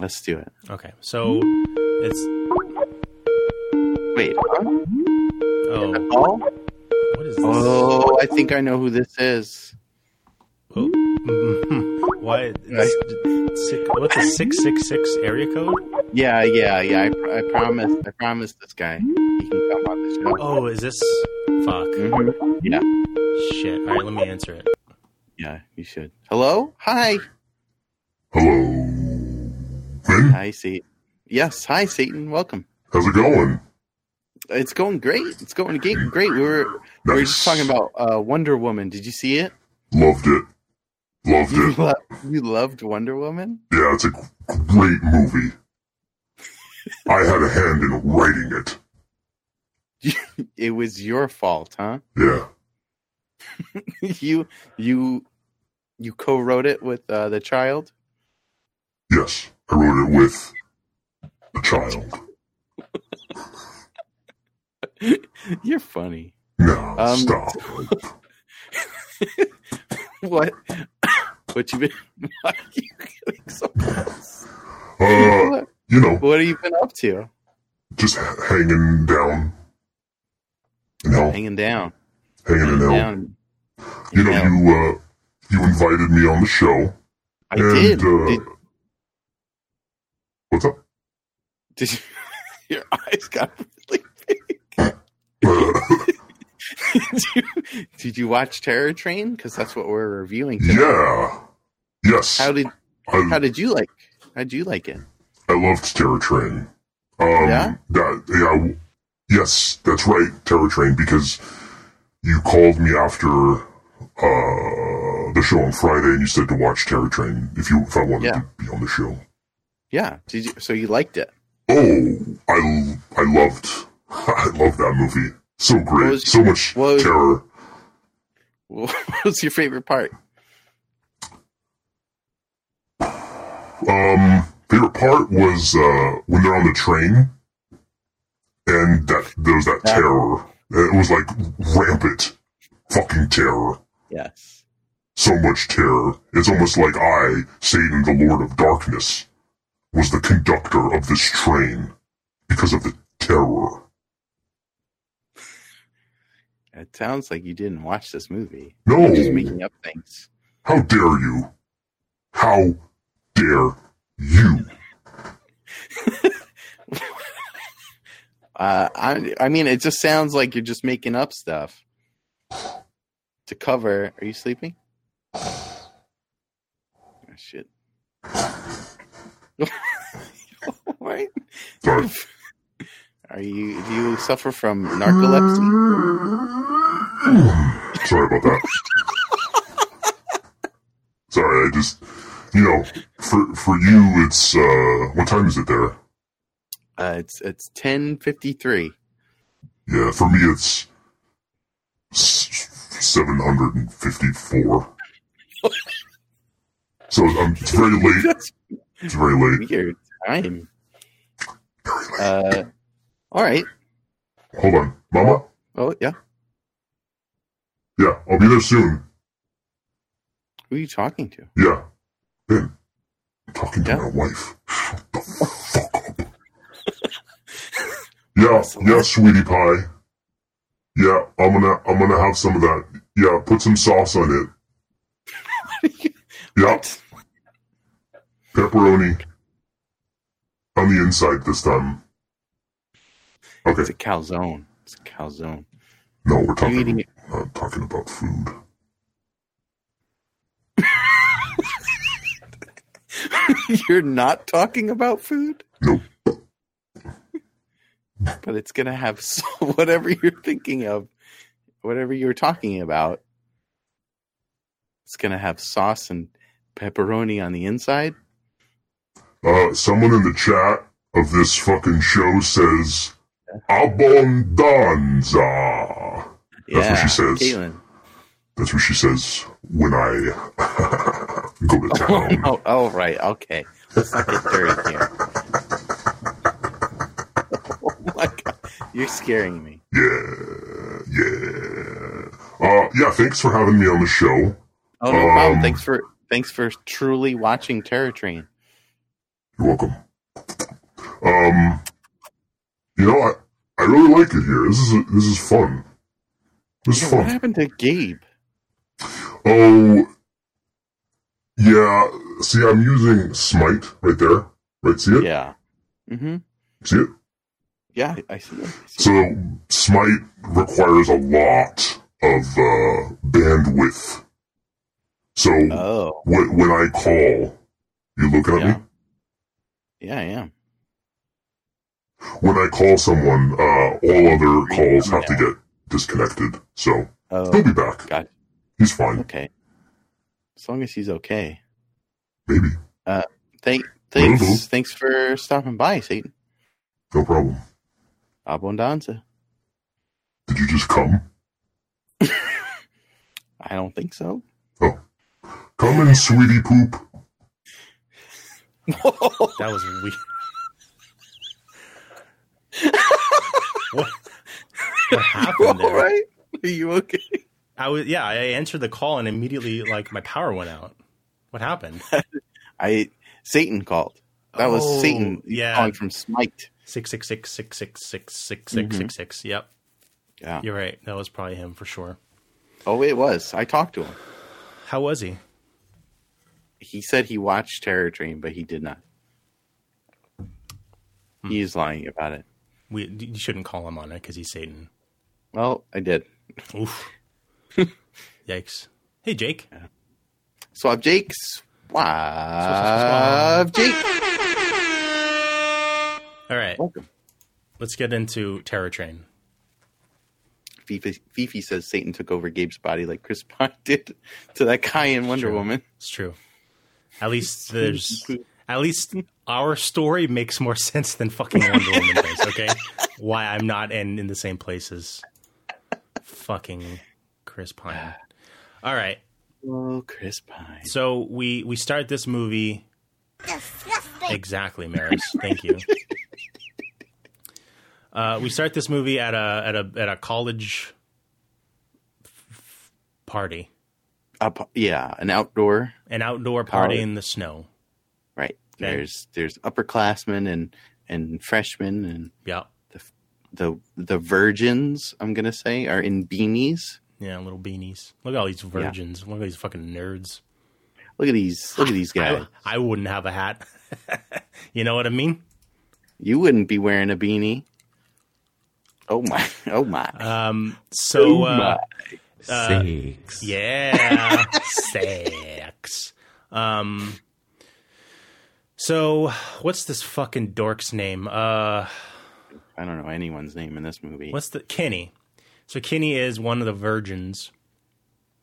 Speaker 1: Let's do it.
Speaker 2: Okay, so it's
Speaker 1: Wait. huh?
Speaker 2: oh
Speaker 1: Oh.
Speaker 2: What is
Speaker 1: Oh, I think I know who this is.
Speaker 2: why it's six, what's a six six six area code?
Speaker 1: Yeah, yeah, yeah. I, pr- I promise. I promise this guy. He can come on this show. Mm-hmm.
Speaker 2: Oh, is this fuck?
Speaker 1: Yeah.
Speaker 2: Shit. All right, let me answer it.
Speaker 1: Yeah, you should. Hello? Hi. Hello. Hi, Satan. Yes. Hi, Satan. Welcome.
Speaker 7: How's it going?
Speaker 1: It's going great. It's going ge- great. We were we were just talking about uh, Wonder Woman. Did you see it?
Speaker 7: Loved it. Loved
Speaker 1: You,
Speaker 7: it.
Speaker 1: lo- you loved Wonder Woman?
Speaker 7: Yeah, it's a g- great movie. I had a hand in writing it.
Speaker 1: It was your fault, huh?
Speaker 7: Yeah.
Speaker 1: you you you co-wrote it with uh, the child.
Speaker 7: Yes, I wrote it with a child.
Speaker 1: You're funny.
Speaker 7: No,
Speaker 3: Um,
Speaker 7: stop.
Speaker 1: what? what you been? Why are you getting so close?
Speaker 7: Uh, you know,
Speaker 1: What have you been up to?
Speaker 7: just h- hanging down. No,
Speaker 1: Hanging down.
Speaker 7: hanging in hell.
Speaker 1: Down.
Speaker 7: You know, you uh, you invited me on the show.
Speaker 1: I
Speaker 7: and,
Speaker 1: did.
Speaker 7: Uh,
Speaker 1: Did-
Speaker 7: What's up?
Speaker 1: Did you, your eyes got really big? did, you, did you watch Terror Train? Because that's what we're reviewing. Today.
Speaker 7: Yeah. Yes.
Speaker 1: How did
Speaker 7: I-
Speaker 1: How did you like? How would you like it?
Speaker 7: I loved Terror Train. Um, That, yeah. Yes, that's right, Terror Train, because you called me after uh, the show on Friday and you said to watch Terror Train if you if I wanted
Speaker 1: Yeah.
Speaker 7: to be on the show.
Speaker 1: Yeah. Did you? So you liked it?
Speaker 7: Oh, I I loved I loved that movie. So great,
Speaker 1: was-
Speaker 7: so much
Speaker 1: what was-
Speaker 7: terror.
Speaker 1: What was your favorite part?
Speaker 7: Um, favorite part was uh, when they're on the train, and that there was that terror. It was like rampant, fucking terror.
Speaker 1: Yes.
Speaker 7: So much terror. It's almost like I, Satan, the Lord of Darkness, was the conductor of this train because of the terror.
Speaker 1: It sounds like you didn't watch this movie.
Speaker 7: No.
Speaker 1: You're just making up things.
Speaker 7: How dare you? How dare you?
Speaker 1: Uh, I I mean, it just sounds like you're just making up stuff to cover. Are you sleeping? Oh, shit. What? Are you? Do you suffer from narcolepsy?
Speaker 7: Sorry about that. Sorry, I just, you know, for for you, it's uh, what time is it there?
Speaker 1: Uh, it's it's ten fifty three.
Speaker 7: Yeah, for me, it's seven hundred and fifty-four. so I'm, it's very late. It's very late.
Speaker 1: Weird time. Uh, all right.
Speaker 7: Hold on, Mama.
Speaker 1: Oh yeah.
Speaker 7: Yeah, I'll be there soon.
Speaker 1: Who are you talking to?
Speaker 7: Yeah, man, I'm talking to my wife. Shut the fuck up. yeah, yeah, sweetie pie. Yeah, I'm gonna, I'm gonna have some of that. Yeah, put some sauce on it. yeah, pepperoni on the inside this time. Okay.
Speaker 1: It's a calzone. It's a calzone.
Speaker 7: No, we're talking.
Speaker 1: eating it?
Speaker 7: I'm talking about food.
Speaker 1: You're not talking about food? Nope. but it's going to have so, whatever you're thinking of, whatever you're talking about, it's going to have sauce and pepperoni on the inside.
Speaker 7: Uh, someone in the chat of this fucking show says abondanza. That's
Speaker 1: yeah,
Speaker 7: what she says.
Speaker 1: Caitlin.
Speaker 7: That's what she says when I go to town.
Speaker 1: Oh, oh, right. Okay. Let's not get dirty here. oh my God. You're scaring me.
Speaker 7: Yeah, yeah. Uh, yeah. Thanks for having me on the show.
Speaker 1: Oh, no problem.
Speaker 7: Um,
Speaker 1: Thanks for. Thanks for truly watching Terror Train.
Speaker 7: You're welcome. Um, you know, I, I really like it here. This is this is fun. This is
Speaker 1: Yeah, what
Speaker 7: fun.
Speaker 1: happened to Gabe?
Speaker 7: Oh, yeah. See, I'm using Smite right there. Right, see it?
Speaker 1: Yeah. Mm-hmm.
Speaker 7: See it?
Speaker 1: Yeah, I- I see. it.
Speaker 7: So Smite requires a lot of uh, bandwidth. So
Speaker 1: Oh.
Speaker 7: when, when I call, you looking at me?
Speaker 1: Yeah, I am.
Speaker 7: When I call someone, uh, all other calls have to get disconnected. So
Speaker 1: Oh,
Speaker 7: he'll be back.
Speaker 1: Got
Speaker 7: He's fine.
Speaker 1: Okay. As long as he's okay. Maybe. Uh, thank, thanks, thanks for stopping by, Satan.
Speaker 7: No problem.
Speaker 1: Abundanza.
Speaker 7: Did you just come?
Speaker 1: I don't think so.
Speaker 7: Come in, sweetie poop.
Speaker 2: That was weird. what, what happened there?
Speaker 1: right? Are you okay?
Speaker 2: I was yeah, I answered the call and immediately like my power went out. What happened?
Speaker 1: I Satan called. That was
Speaker 2: Oh,
Speaker 1: Satan
Speaker 2: yeah.
Speaker 1: calling from Smite.
Speaker 2: Six six six six six six six six six six. Yep.
Speaker 1: Mm-hmm. Yeah.
Speaker 2: You're right. That was probably him for sure.
Speaker 1: Oh, it was. I talked to him.
Speaker 2: How was he?
Speaker 1: He said he watched Terror Dream, but he did not.
Speaker 2: Hmm.
Speaker 1: He is lying about it.
Speaker 2: We you shouldn't call him on it because he's Satan.
Speaker 1: Well, I did.
Speaker 2: Oof. Yikes. Hey Jake.
Speaker 1: Swab Jake's Swab Jake.
Speaker 2: All right. Let's get into Terror Train.
Speaker 1: Fifi, Fifi says Satan took over Gabe's body like Chris Pine did to that guy in Wonder Woman.
Speaker 2: It's true. At least there's at least our story makes more sense than fucking Wonder Woman does, okay? Why I'm not in, in the same place as fucking Chris Pine. All right.
Speaker 1: Oh, Chris Pine.
Speaker 2: So we we start this movie Exactly, Maris. Thank you. Uh, we start this movie at a at a at a college f- party,
Speaker 1: Up, yeah, an outdoor.
Speaker 2: an outdoor party
Speaker 1: College.
Speaker 2: in the snow.
Speaker 1: Right.
Speaker 2: Okay.
Speaker 1: There's there's upperclassmen and and freshmen and
Speaker 2: yeah.
Speaker 1: The the virgins, I'm gonna say, are in beanies.
Speaker 2: Yeah, little beanies. Look at all these virgins. Look at these fucking nerds.
Speaker 1: Look at these. Look at these guys.
Speaker 2: I, I wouldn't have a hat. you know what I mean?
Speaker 1: You wouldn't be wearing a beanie. Oh my! Oh my!
Speaker 2: Um. So.
Speaker 1: Oh
Speaker 2: uh,
Speaker 1: my.
Speaker 2: uh,
Speaker 1: Sex.
Speaker 2: Yeah. sex. Um. So, what's this fucking dork's name? Uh,
Speaker 1: I don't know anyone's name in this movie.
Speaker 2: what's the Kenny? So Kenny is one of the virgins.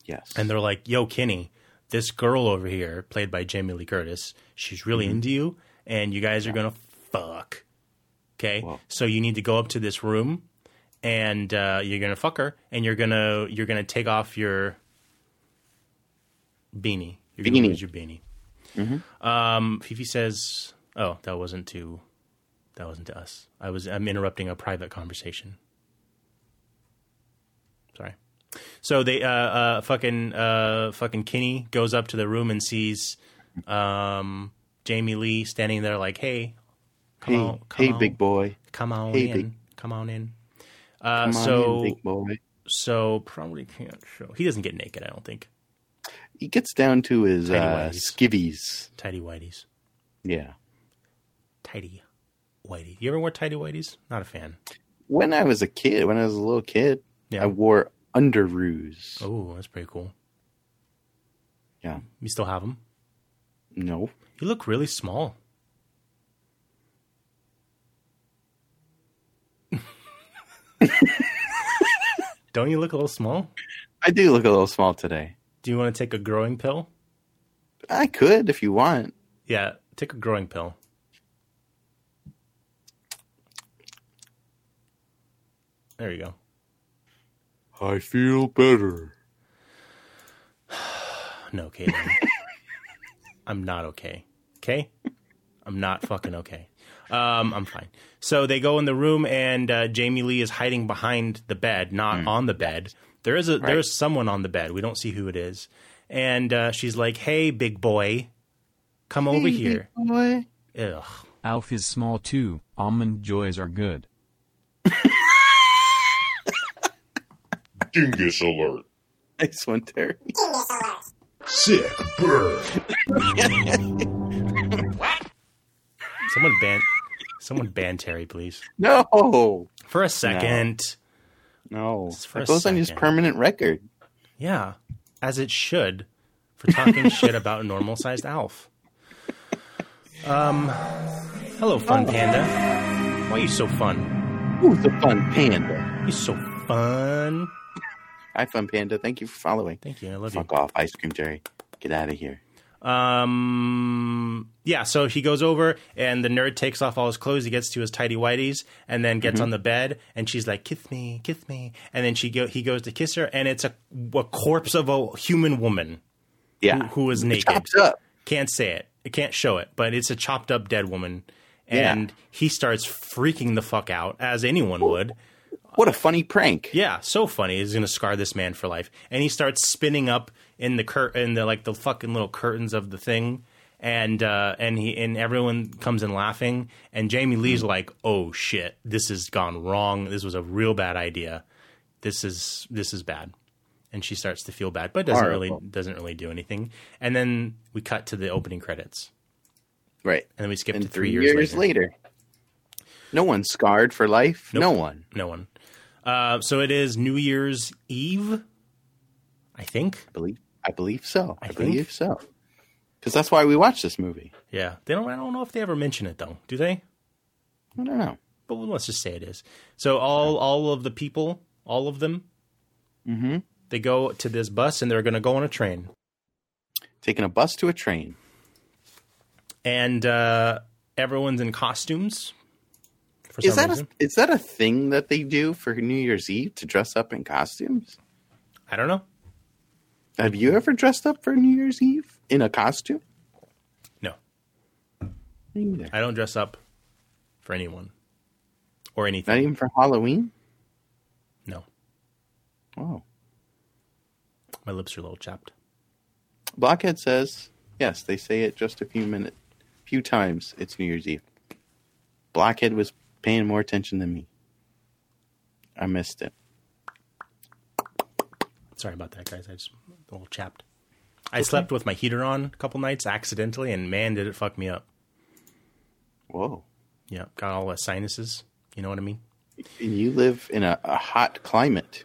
Speaker 1: Yes.
Speaker 2: And they're like, "Yo, Kenny, this girl over here, played by Jamie Lee Curtis, she's really
Speaker 15: Mhm.
Speaker 2: into you, and you guys are gonna fuck." Okay, so you need to go up to this room, and uh, you're gonna fuck her, and you're gonna you're gonna take off your beanie. You're gonna
Speaker 1: Beanie.
Speaker 2: lose your beanie.
Speaker 1: Mhm.
Speaker 2: Um, Fifi says, "Oh, that wasn't to, that wasn't to us. I was I'm interrupting a private conversation. Sorry." So they uh, uh fucking uh fucking Kinney goes up to the room and sees um Jamie Lee standing there like, "Hey, come
Speaker 1: hey,
Speaker 2: on, come
Speaker 1: hey,
Speaker 2: on,
Speaker 1: big boy.
Speaker 2: come on
Speaker 1: Hey,
Speaker 2: in,
Speaker 1: big-
Speaker 2: come on in." Uh,
Speaker 1: Come on
Speaker 2: so
Speaker 1: in, big boy.
Speaker 2: so probably can't show. He doesn't get naked, I don't think.
Speaker 1: He gets down to his
Speaker 2: Tidy
Speaker 1: uh,
Speaker 2: whities.
Speaker 1: skivvies.
Speaker 2: Tidy whities,
Speaker 1: Yeah.
Speaker 2: tidy whitey. You ever wear tidy whities? Not a fan.
Speaker 1: When I was a kid, when I was a little kid, I wore underoos.
Speaker 2: Oh, that's pretty cool.
Speaker 1: Yeah.
Speaker 2: You still have them?
Speaker 1: No.
Speaker 2: You look really small. Don't you look a little small?
Speaker 1: I do look a little small today.
Speaker 2: Do you want to take a growing pill?
Speaker 1: I could if you want.
Speaker 2: Yeah, take a growing pill. There you go.
Speaker 1: I feel better.
Speaker 2: No, Caitlin. I'm not okay. Okay? I'm not fucking okay. Um, I'm fine. So they go in the room, and uh, Jamie Lee is hiding behind the bed, not on the bed. There is a there is someone on the bed. We don't see who it is, and uh, she's like, "Hey, big boy, come over here."
Speaker 1: Boy.
Speaker 2: Ugh.
Speaker 14: Alf is small too. Almond joys are good.
Speaker 7: Dingus alert.
Speaker 1: Nice one, Terry.
Speaker 7: Sick bird.
Speaker 2: Someone ban, someone ban Terry, please,
Speaker 1: No.
Speaker 2: for a second.
Speaker 1: No.
Speaker 2: for
Speaker 1: It
Speaker 2: a
Speaker 1: goes on his
Speaker 2: second.
Speaker 1: permanent record.
Speaker 2: Yeah, as it should for talking shit about normal sized Alf. Um, hello, Fun Panda. Why are you so fun?
Speaker 1: Who's the fun panda?
Speaker 2: He's so fun.
Speaker 1: Hi, fun panda. Thank you for following.
Speaker 2: Thank you. I love
Speaker 1: Fuck off, ice cream Terry. Get out of here.
Speaker 2: Um, yeah, so he goes over and the nerd takes off all his clothes. He gets to his tidy whities and then gets
Speaker 1: Mhm.
Speaker 2: on the bed and she's like, "Kiss me, kiss me," and then she go he goes to kiss her and it's a, a corpse of a human woman.
Speaker 1: Yeah.
Speaker 2: who, who is naked. Can't say it. It can't show it, but it's a chopped up dead woman.
Speaker 1: Yeah.
Speaker 2: And he starts freaking the fuck out as anyone would.
Speaker 1: What a funny prank!
Speaker 2: Yeah, so funny. He's gonna scar this man for life. And he starts spinning up in the cur in the like the fucking little curtains of the thing, and uh, and he and everyone comes in laughing. And Jamie Lee's like, "Oh shit, this has gone wrong. This was a real bad idea. This is this is bad." And she starts to feel bad, but doesn't really
Speaker 1: Horrible.
Speaker 2: doesn't really do anything. And then we cut to the opening credits.
Speaker 1: Right.
Speaker 2: And then we skip to three,
Speaker 1: Three
Speaker 2: years, later.
Speaker 1: No one scarred for life. No
Speaker 2: Nope.
Speaker 1: one.
Speaker 2: No one. Uh, so it is New Year's Eve, I think.
Speaker 1: I believe. I believe so. I,
Speaker 2: think.
Speaker 1: believe so. Because that's why we watched this movie.
Speaker 2: Yeah, they don't. I don't know if they ever mention it though. Do they?
Speaker 1: I don't know.
Speaker 2: But let's just say it is. So all all of the people, all of them,
Speaker 1: Mhm.
Speaker 2: they go to this bus and they're going to go on a train.
Speaker 1: Taking a bus to a train.
Speaker 2: And uh, everyone's in costumes. For
Speaker 1: Is
Speaker 2: some
Speaker 1: that a,
Speaker 2: reason.
Speaker 1: is that a thing that they do for New Year's Eve to dress up in costumes?
Speaker 2: I don't know.
Speaker 1: Have you ever dressed up for New Year's Eve in a costume?
Speaker 2: No.
Speaker 1: Me neither.
Speaker 2: I don't dress up for anyone or anything.
Speaker 1: Not even for Halloween.
Speaker 2: No,
Speaker 1: Oh,
Speaker 2: my lips are a little chapped.
Speaker 1: Blockhead says yes. They say it just a few minutes, few times. It's New Year's Eve. Blockhead was paying more attention than me. I missed it.
Speaker 2: Sorry about that, guys. I just a little chapped. I slept with my heater on a couple nights accidentally, and man, did it fuck me up.
Speaker 1: Whoa.
Speaker 2: Yeah, got all the sinuses. You know what I mean?
Speaker 1: And you live in a, a hot climate.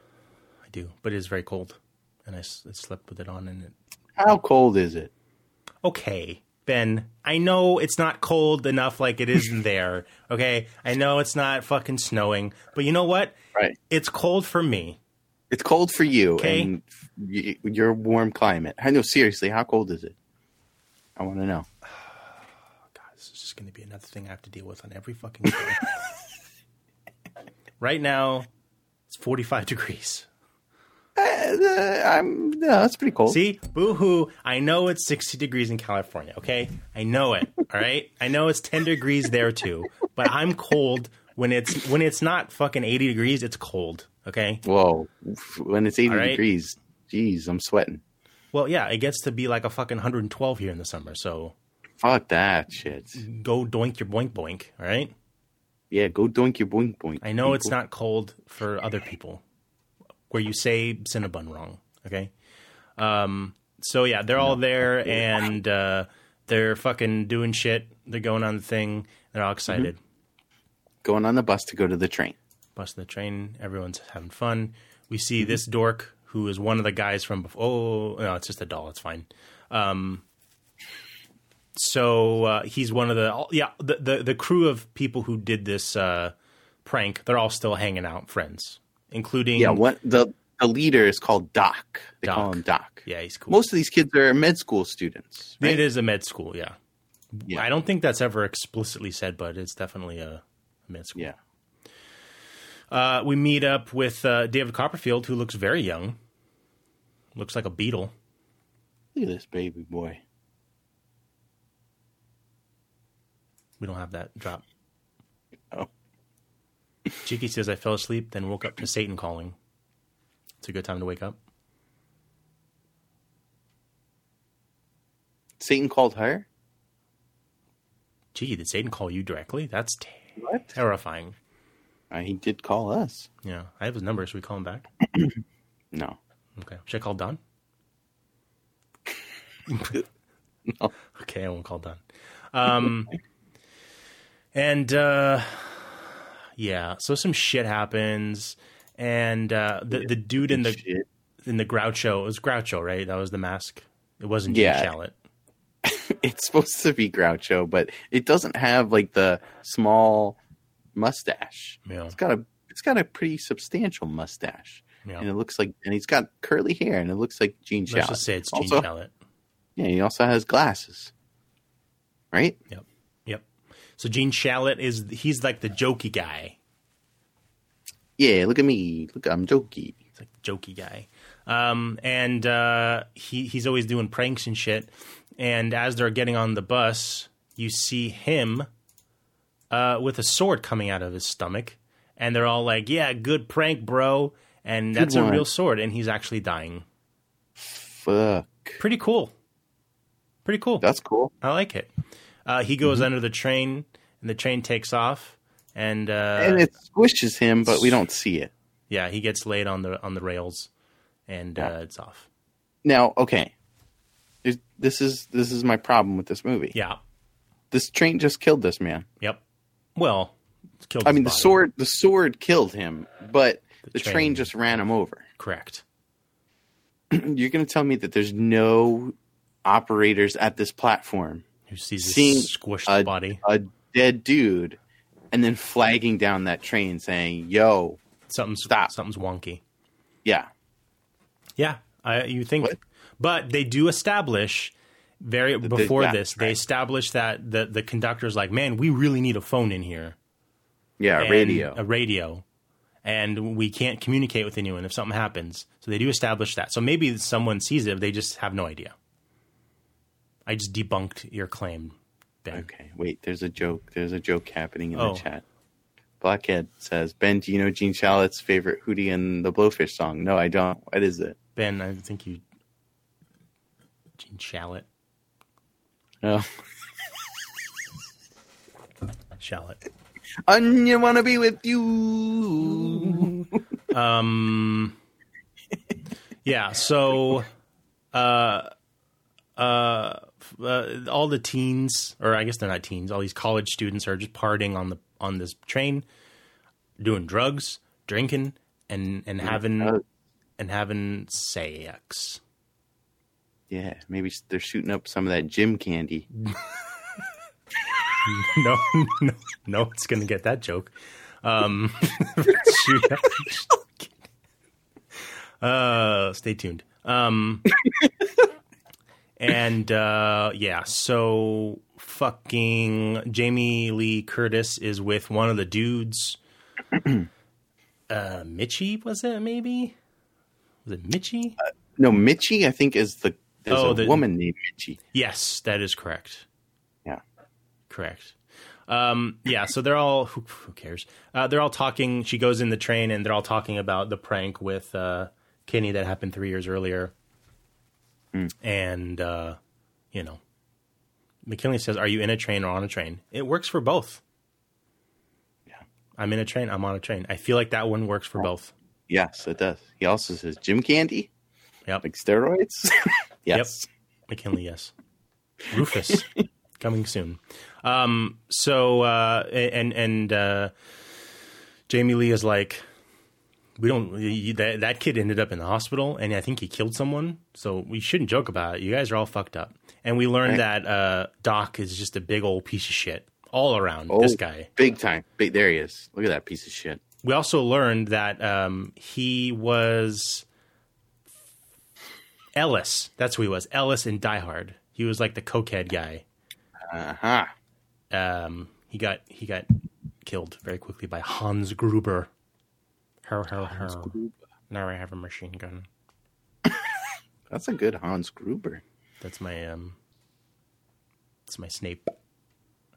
Speaker 2: I do, but it is very cold, and I, s- I slept with it on, and it.
Speaker 1: How cold is it?
Speaker 2: Okay, Ben. I know it's not cold enough like it is in there. Okay, I know it's not fucking snowing, but you know what?
Speaker 1: Right.
Speaker 2: It's cold for me.
Speaker 1: It's cold for you
Speaker 2: Okay.
Speaker 1: and y- your warm climate. I know. Seriously, how cold is it? I want to know.
Speaker 2: This is just going to be another thing I have to deal with on every fucking show. right now, it's forty-five degrees.
Speaker 1: Uh, I'm no, that's pretty cold.
Speaker 2: See, boohoo! I know it's sixty degrees in California. Okay, I know it. All right, I know it's ten degrees there too. But I'm cold when it's when it's not fucking eighty degrees. It's cold. Okay.
Speaker 1: Whoa, when it's eighty
Speaker 2: All right.
Speaker 1: degrees, geez, I'm sweating.
Speaker 2: Well, yeah, it gets to be like a fucking 112 here in the summer. So
Speaker 1: Fuck that shit.
Speaker 2: go doink your boink boink. All right.
Speaker 1: Yeah, go doink your boink boink.
Speaker 2: I know it's
Speaker 1: Boink,
Speaker 2: not cold for other people where you say Cinnabon wrong. Okay. Um, so yeah, they're all there and uh, they're fucking doing shit. They're going on the thing. They're all excited.
Speaker 1: going on the bus to go to the train.
Speaker 2: Bust the train. Everyone's having fun. We see
Speaker 1: Mm-hmm.
Speaker 2: this dork who is one of the guys from before. Oh, no, it's just a doll. It's fine. Um, so uh, he's one of the all- yeah the, the the crew of people who did this uh, prank. They're all still hanging out, friends, including
Speaker 1: Yeah, what the the leader is called Doc. They call him Doc.
Speaker 2: Yeah, he's cool.
Speaker 1: Most of these kids are med school students.
Speaker 2: It is a med school. Yeah. I don't think that's ever explicitly said, but it's definitely a, a med school.
Speaker 1: Yeah.
Speaker 2: Uh, we meet up with uh, David Copperfield, who looks very young. Looks like a beetle.
Speaker 1: Look at this baby boy.
Speaker 2: We don't have that drop. Oh. Cheeky says, I fell asleep, then woke up to Satan calling. It's a good time to wake up.
Speaker 1: Satan called her.
Speaker 2: Cheeky, did Satan call you directly? That's te- terrifying.
Speaker 1: Uh, he did call us.
Speaker 2: Yeah, I have his number. Should we call him back?
Speaker 1: No.
Speaker 2: Okay. Should I call Don? Okay, I won't call Don. Um, and uh, yeah, so some shit happens, and uh, the the dude in the in the Groucho it was Groucho, right? That was the mask. It wasn't Jim
Speaker 1: Yeah.
Speaker 2: Shalit.
Speaker 1: It's supposed to be Groucho, but it doesn't have like the small mustache.
Speaker 2: Yeah.
Speaker 1: It's got a it's got a pretty substantial mustache.
Speaker 2: Yeah.
Speaker 1: And it looks like and he's got curly hair and it looks like Gene
Speaker 2: Let's
Speaker 1: Shalit.
Speaker 2: just say it's Gene
Speaker 1: Also-
Speaker 2: Shalit.
Speaker 1: Yeah, he also has glasses. Right?
Speaker 2: Yep. Yep. So Gene Shalit is he's like the jokey guy.
Speaker 1: Yeah, look at me. Look, I'm jokey.
Speaker 2: He's like the jokey guy. Um, and uh, he he's always doing pranks and shit. And as they're getting on the bus, you see him uh, with a sword coming out of his stomach, and they're all like, "Yeah, good prank, bro." And
Speaker 1: Good
Speaker 2: that's a
Speaker 1: one.
Speaker 2: real sword, and he's actually dying.
Speaker 1: Fuck.
Speaker 2: Pretty cool. Pretty cool.
Speaker 1: That's cool.
Speaker 2: I like it. Uh, he
Speaker 1: Mm-hmm.
Speaker 2: goes under the train, and the train takes off, and uh,
Speaker 1: and it squishes him, but we don't see it.
Speaker 2: yeah, he gets laid on the on the rails, and uh, it's off.
Speaker 1: Now, okay. There's- This is this is my problem with this movie.
Speaker 2: Yeah.
Speaker 1: This train just killed this man.
Speaker 2: Yep. Well, it's killed.
Speaker 1: I
Speaker 2: his
Speaker 1: mean the
Speaker 2: body.
Speaker 1: sword the sword killed him, but the,
Speaker 2: train-
Speaker 1: train, just ran him over.
Speaker 2: Correct.
Speaker 1: You're going to tell me that there's no operators at this platform
Speaker 2: who sees
Speaker 1: this
Speaker 2: squished
Speaker 1: a,
Speaker 2: body,
Speaker 1: a dead dude, and then flagging down that train saying, "Yo,
Speaker 2: something's
Speaker 1: stop,
Speaker 2: something's wonky."
Speaker 1: Yeah,
Speaker 2: Yeah, I, you think, but they do establish very before
Speaker 1: yeah,
Speaker 2: this. They establish that the the conductor's like, "Man, we really need a phone in here,
Speaker 1: yeah,
Speaker 2: and
Speaker 1: radio."
Speaker 2: a radio, and we can't communicate with anyone if something happens." So they do establish that. So maybe someone sees it, they just have no idea. I just debunked your claim.
Speaker 1: Okay, wait. There's a joke. There's a joke happening in
Speaker 2: Oh.
Speaker 1: the chat. Blackhead says, "Ben, do you know Gene Shalat's favorite Hootie and the Blowfish song?" No, I don't. What is it?
Speaker 2: Ben, I think you, Gene Shalit,
Speaker 1: No.
Speaker 2: Shalit.
Speaker 1: And you wanna be with you.
Speaker 2: um yeah so uh uh, f- uh all the teens or i guess they're not teens all these college students are just partying on the on this train doing drugs drinking and and having and having sex
Speaker 1: Yeah, maybe s- they're shooting up some of that gym candy.
Speaker 2: no no no one's gonna get that joke um shoot uh stay tuned um and uh yeah so fucking jamie lee curtis is with one of the dudes uh mitchie was it maybe was it mitchie
Speaker 1: No, Mitchie, I think is the there's
Speaker 2: Oh,
Speaker 1: a
Speaker 2: the-
Speaker 1: woman named Mitchie.
Speaker 2: Yes, that is correct.
Speaker 1: Yeah.
Speaker 2: Correct. Um, yeah, so they're all, who, who cares? Uh, they're all talking. She goes in the train and they're all talking about the prank with uh, Kenny that happened three years earlier. And, uh, you know, McKinley says, Are you in a train or on a train? It works for both. Yeah. I'm in a train. I'm on a train. I feel like that one works for both.
Speaker 1: Yes, it does. He also says gym candy.
Speaker 2: Yep.
Speaker 1: Like steroids. yes.
Speaker 2: Yep. McKinley, yes. Rufus, coming soon. Um, so uh, and and uh, Jamie Lee is like, we don't. You, that that kid ended up in the hospital, and I think he killed someone. So we shouldn't joke about it. You guys are all fucked up. And we learned that uh, Doc is just a big old piece of shit all around. this
Speaker 1: Oh,
Speaker 2: guy,
Speaker 1: Big time. Big, there he is. Look at that piece of shit.
Speaker 2: we also learned that um, he was Ellis. That's who he was. Ellis in Die Hard. He was like the cokehead guy.
Speaker 1: Uh-huh.
Speaker 2: Um, he got he got killed very quickly by Hans Gruber. Her her her. Now I have a machine gun.
Speaker 1: That's a good Hans Gruber.
Speaker 2: That's my um. That's my Snape.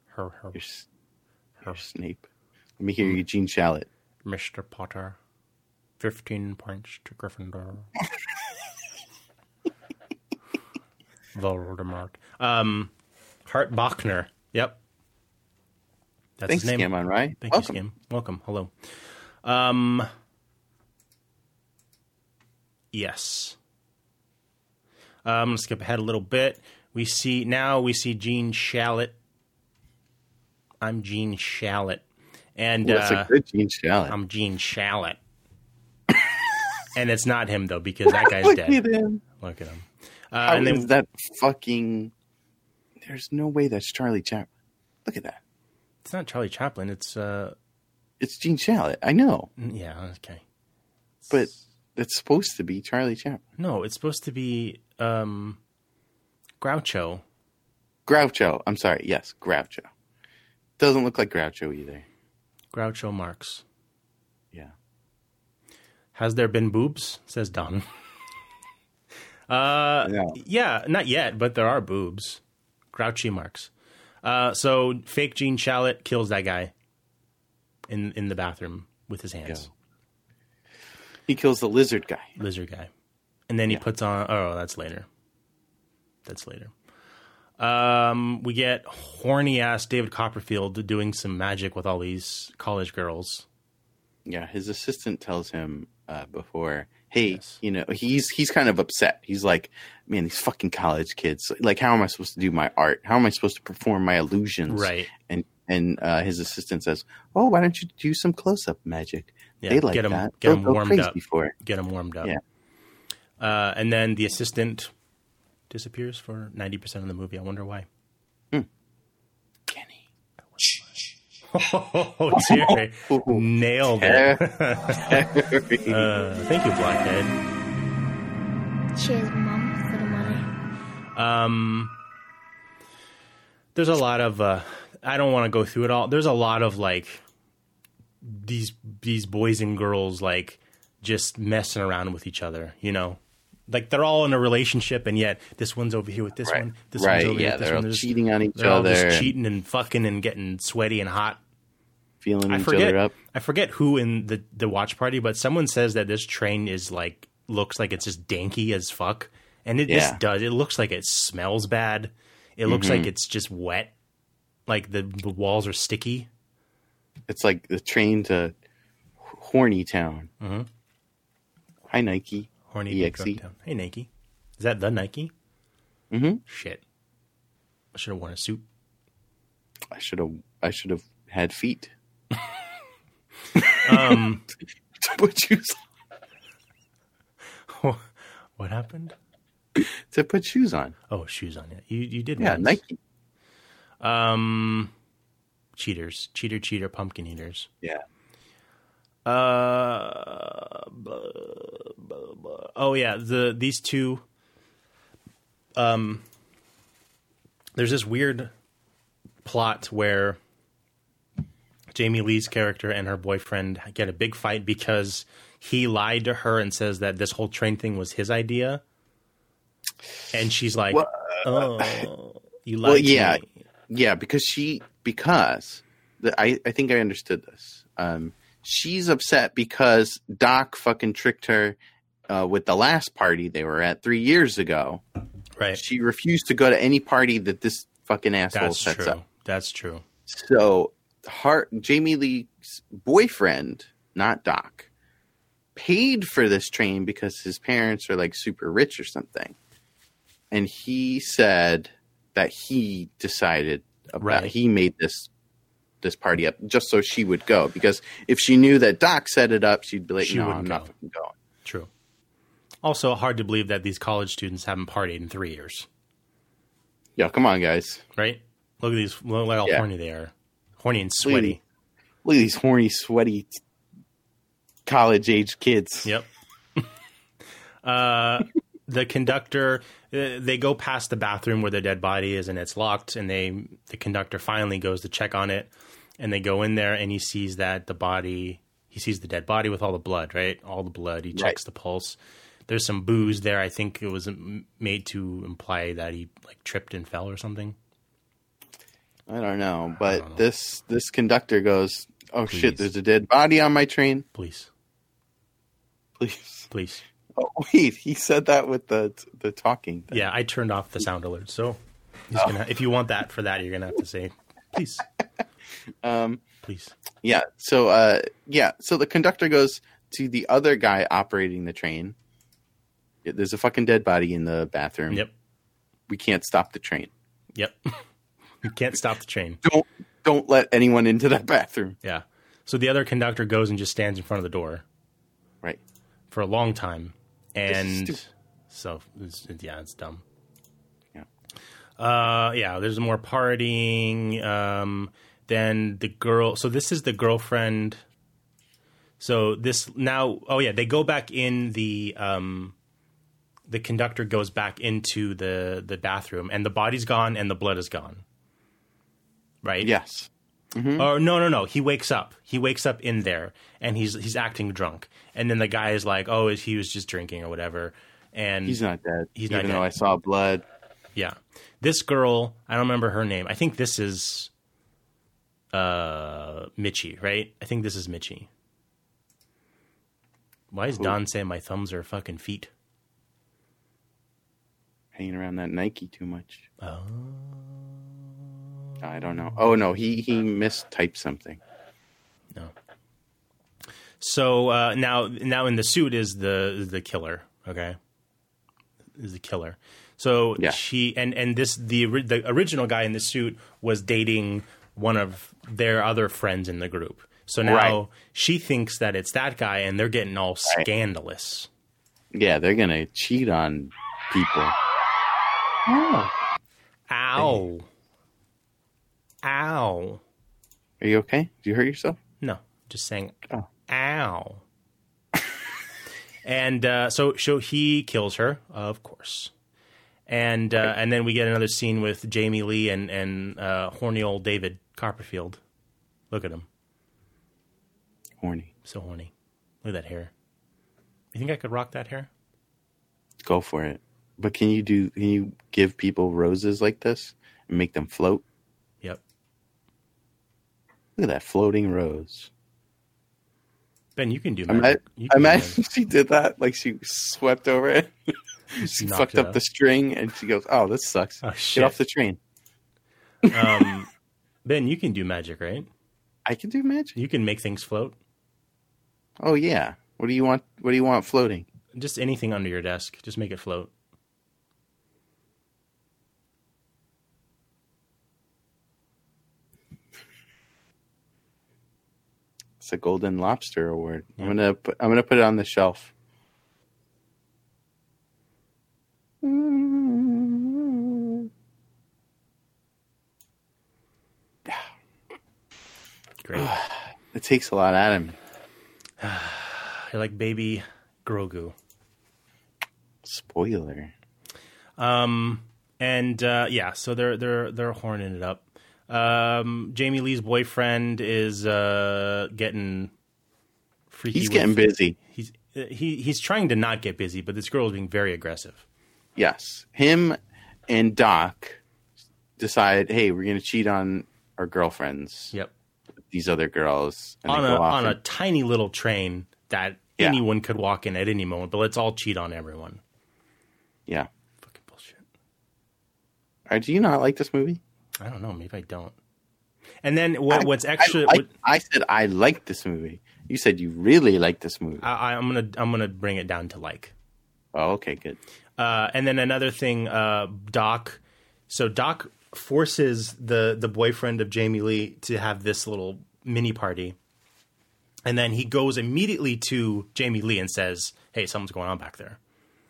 Speaker 2: Her her.
Speaker 1: Her Snape. Let me hear
Speaker 2: Hmm.
Speaker 1: Eugene Shalit.
Speaker 2: Mr. Potter. 15 points to Gryffindor. Voldemort. Um, Hart Bachner. Yep. That's
Speaker 1: Thanks,
Speaker 2: his name.
Speaker 1: Scam on Rye.
Speaker 2: Thank
Speaker 1: Welcome.
Speaker 2: you, Scam. Welcome. Hello. Um, yes. Uh, I'm going to skip ahead a little bit. We see now we see Gene Shalit. I'm Gene Shalit. And
Speaker 1: Ooh, that's a
Speaker 2: uh,
Speaker 1: good Gene Shalit.
Speaker 2: I'm Gene Shalit. and it's not him though because that guy's
Speaker 1: Look
Speaker 2: dead.
Speaker 1: at him.
Speaker 2: Look at him.
Speaker 1: How
Speaker 2: Uh, and
Speaker 1: is
Speaker 2: then
Speaker 1: that fucking There's no way that's Charlie Chaplin. Look at that.
Speaker 2: it's not Charlie Chaplin. It's uh,
Speaker 1: It's Gene Shalit. I know.
Speaker 2: yeah, okay.
Speaker 1: But it's supposed to be Charlie Chaplin.
Speaker 2: No, it's supposed to be um, Groucho.
Speaker 1: Groucho. I'm sorry. Yes, Groucho. Doesn't look like Groucho either.
Speaker 2: Groucho Marx.
Speaker 1: Yeah.
Speaker 2: Has there been boobs? Says Don. uh, yeah, not yet, but there are boobs. Grouchy Marx. Uh, so fake Gene Shalit kills that guy in in the bathroom with his hands.
Speaker 1: He kills the lizard guy.
Speaker 2: Lizard guy. And then he puts on. Oh, that's later. That's later. Um, we get horny ass David Copperfield doing some magic with all these college girls.
Speaker 1: Yeah, his assistant tells him uh, before, "Hey, you know, he's he's kind of upset. He's like, man, these fucking college kids. Like, how am I supposed to do my art? How am I supposed to perform my illusions?"
Speaker 2: Right.
Speaker 1: And and uh, his assistant says, "Oh, why don't you do some close up magic? they like
Speaker 2: get him,
Speaker 1: that.
Speaker 2: Get
Speaker 1: They'll
Speaker 2: him
Speaker 1: go
Speaker 2: warmed
Speaker 1: crazy
Speaker 2: up.
Speaker 1: for it."
Speaker 2: Get him warmed up.
Speaker 1: Yeah.
Speaker 2: Uh, and then the assistant disappears for ninety percent of the movie. I wonder why. Oh, Terry. Nailed it. uh, thank you, Blackhead.
Speaker 16: Cheers, Mom, for the money.
Speaker 2: Um, there's a lot of. Uh, I don't want to go through it all. There's a lot of like these these boys and girls like just messing around with each other. You know, like they're all in a relationship, and yet this one's over here with this one. This
Speaker 1: Right,
Speaker 2: one's over
Speaker 1: yeah,
Speaker 2: here with this
Speaker 1: they're
Speaker 2: one.
Speaker 1: all cheating on each
Speaker 2: they're all just
Speaker 1: other.
Speaker 2: cheating and fucking and getting sweaty and hot.
Speaker 1: Feeling
Speaker 2: I
Speaker 1: each
Speaker 2: forget,
Speaker 1: other up.
Speaker 2: I forget who in the, the watch party, but someone says that this train is like looks like it's just danky as fuck, and it
Speaker 1: Yeah.
Speaker 2: just does. It looks like it smells bad. It looks
Speaker 1: Mhm.
Speaker 2: like it's just wet. Like the the walls are sticky.
Speaker 1: It's like the train to Horny Town.
Speaker 2: Mhm.
Speaker 1: Hi Nike.
Speaker 2: Horny
Speaker 1: EXE.
Speaker 2: Drug Town. Hey Nike, is that the Nike?
Speaker 1: Mm-hmm.
Speaker 2: Shit, I should have worn a suit.
Speaker 1: I should have. I should have had feet.
Speaker 2: Um,
Speaker 1: to put shoes.
Speaker 2: What happened?
Speaker 1: To put shoes on.
Speaker 2: Oh, shoes on. Yeah, you you did.
Speaker 1: Yeah,
Speaker 2: once.
Speaker 1: Nike.
Speaker 2: Um, cheaters, cheater, cheater, pumpkin eaters.
Speaker 1: Yeah.
Speaker 2: Uh, bu- bu- bu- oh yeah, the these two. Um, there's this weird plot where Jamie Lee's character and her boyfriend get a big fight because he lied to her and says that this whole train thing was his idea, and she's like,
Speaker 1: Well, uh,
Speaker 2: "Oh, you lied
Speaker 1: well,
Speaker 2: to
Speaker 1: yeah,
Speaker 2: me."
Speaker 1: yeah, because she because the, I I think I understood this. Um, she's upset because Doc fucking tricked her uh, with the last party they were at three years ago.
Speaker 2: Right.
Speaker 1: She refused to go to any party that this fucking asshole
Speaker 2: That's
Speaker 1: sets
Speaker 2: true.
Speaker 1: up.
Speaker 2: That's true.
Speaker 1: So, Hart, Jamie Lee's boyfriend, not Doc, paid for this train because his parents are like super rich or something. And he said that he decided about
Speaker 2: Right.
Speaker 1: he made this this party up just so she would go because if she knew that Doc set it up, she'd be like,
Speaker 2: She
Speaker 1: "No,
Speaker 2: wouldn't
Speaker 1: I'm
Speaker 2: go."
Speaker 1: not fucking going."
Speaker 2: True. Also, hard to believe that these college students haven't partied in three years,
Speaker 1: Yo, come on, guys!
Speaker 2: right? Look at these. Look at how
Speaker 1: Yeah.
Speaker 2: horny they are. Horny and
Speaker 1: Look at
Speaker 2: sweaty.
Speaker 1: these- Look at these horny, sweaty college age kids.
Speaker 2: Yep. Uh, the conductor, uh, they go past the bathroom where the dead body is, and it's locked. And they, the conductor, finally goes to check on it, and they go in there, and he sees that the body, he sees the dead body with all the blood, right? All the blood. He checks the pulse. There's some booze there. I think it was um, made to imply that he like tripped and fell or something.
Speaker 1: I don't know, but this this conductor goes, "Oh shit, there's a dead body on my train."
Speaker 2: Please,
Speaker 1: please,
Speaker 2: please.
Speaker 1: Oh wait, he said that with the the talking. Thing.
Speaker 2: Yeah, I turned off the sound alert. So he's
Speaker 1: Oh.
Speaker 2: gonna, if you want that for that, you're gonna have to say please.
Speaker 1: Um,
Speaker 2: please.
Speaker 1: Yeah. So uh, yeah. So the conductor goes to the other guy operating the train. Yeah, There's a fucking dead body in the bathroom.
Speaker 2: Yep.
Speaker 1: We can't stop the train.
Speaker 2: Yep. you can't stop the train.
Speaker 1: Don't don't let anyone into that bathroom.
Speaker 2: Yeah. So the other conductor goes and just stands in front of the door.
Speaker 1: Right.
Speaker 2: For a long time. And
Speaker 1: stupid.
Speaker 2: so, it's, it- yeah, it's dumb.
Speaker 1: Yeah.
Speaker 2: Uh, yeah, there's more partying. Um, then the girl. So this is the girlfriend. So this now. Oh, yeah, they go back in the. Um, the conductor goes back into the the bathroom, and the body's gone, and the blood is gone. Right.
Speaker 1: Yes. Mm-hmm.
Speaker 2: Or no, no, no. He wakes up. He wakes up in there, and he's he's acting drunk. And then the guy is like, "Oh, he was just drinking or whatever." And
Speaker 1: He's not dead.
Speaker 2: Hmm. He's
Speaker 1: even
Speaker 2: not dead.
Speaker 1: though I saw blood.
Speaker 2: Yeah. This girl, I don't remember her name. I think this is uh Mitchie, right? I think this is Mitchie. Why is
Speaker 1: Who?
Speaker 2: Don saying my thumbs are fucking feet?
Speaker 1: Hanging around that Nike too much.
Speaker 2: Oh.
Speaker 1: I don't know. Oh no, he he mistyped something.
Speaker 2: So uh now now in the suit is the is the killer, okay? Is the killer. So
Speaker 1: Yeah.
Speaker 2: she and and this the ori- the original guy in the suit was dating one of their other friends in the group. So now
Speaker 1: Right.
Speaker 2: she thinks that it's that guy and they're getting all scandalous.
Speaker 1: Yeah, they're gonna cheat on people.
Speaker 2: Ow. Ow.
Speaker 1: Are you okay? Did you hurt yourself?
Speaker 2: No, just saying, ow. and uh, so, so he kills her, of course. And uh, and then we get another scene with Jamie Lee and and uh, horny old David Copperfield. Look at him,
Speaker 1: Horny.
Speaker 2: so horny. Look at that hair. You think I could rock that hair?
Speaker 1: Go for it. But can you do? Can you give people roses like this and make them float?
Speaker 2: Yep.
Speaker 1: Look at that floating rose.
Speaker 2: Ben, you can do.
Speaker 1: Ima-
Speaker 2: magic. You can do
Speaker 1: Imagine she did that. Like she swept over it. she
Speaker 2: Knocked
Speaker 1: fucked
Speaker 2: it
Speaker 1: up
Speaker 2: up.
Speaker 1: the string, and she goes, "Oh, this sucks.
Speaker 2: shit.
Speaker 1: Get off the train."
Speaker 2: magic. um, ben, you can do magic, right?
Speaker 1: I can do magic.
Speaker 2: You can make things float.
Speaker 1: Oh yeah. What do you want? What do you want floating?
Speaker 2: Just anything under your desk. Just make it float.
Speaker 1: It's a Golden Lobster Award. I'm gonna put, I'm gonna put it on the shelf.
Speaker 2: Great.
Speaker 1: It takes a lot out of me.
Speaker 2: You're like baby Grogu.
Speaker 1: Spoiler.
Speaker 2: Um, and uh, yeah, so they're they're they're horning it up. Um, Jamie Lee's boyfriend is uh, getting freaky.
Speaker 1: He's
Speaker 2: with-
Speaker 1: getting busy.
Speaker 2: He's uh, he he's trying to not get busy, but this girl is being very aggressive.
Speaker 1: Yes, him and Doc decide, hey, we're gonna cheat on our girlfriends.
Speaker 2: Yep.
Speaker 1: These other girls and
Speaker 2: on
Speaker 1: they
Speaker 2: a
Speaker 1: go off
Speaker 2: on
Speaker 1: and-
Speaker 2: a tiny little train that
Speaker 1: Yeah.
Speaker 2: anyone could walk in at any moment. But let's all cheat on everyone.
Speaker 1: yeah. Fucking bullshit. do you not like this movie?
Speaker 2: I don't know. Maybe I don't. And then what, what's extra?
Speaker 1: I,
Speaker 2: what-
Speaker 1: I said I like this movie. You said you really like this movie.
Speaker 2: I, I- I'm gonna I'm gonna bring it down to like.
Speaker 1: Oh, okay, good.
Speaker 2: Uh, and then another thing, uh, Doc. So Doc forces the the boyfriend of Jamie Lee to have this little mini party, and then he goes immediately to Jamie Lee and says, "Hey, something's going on back there."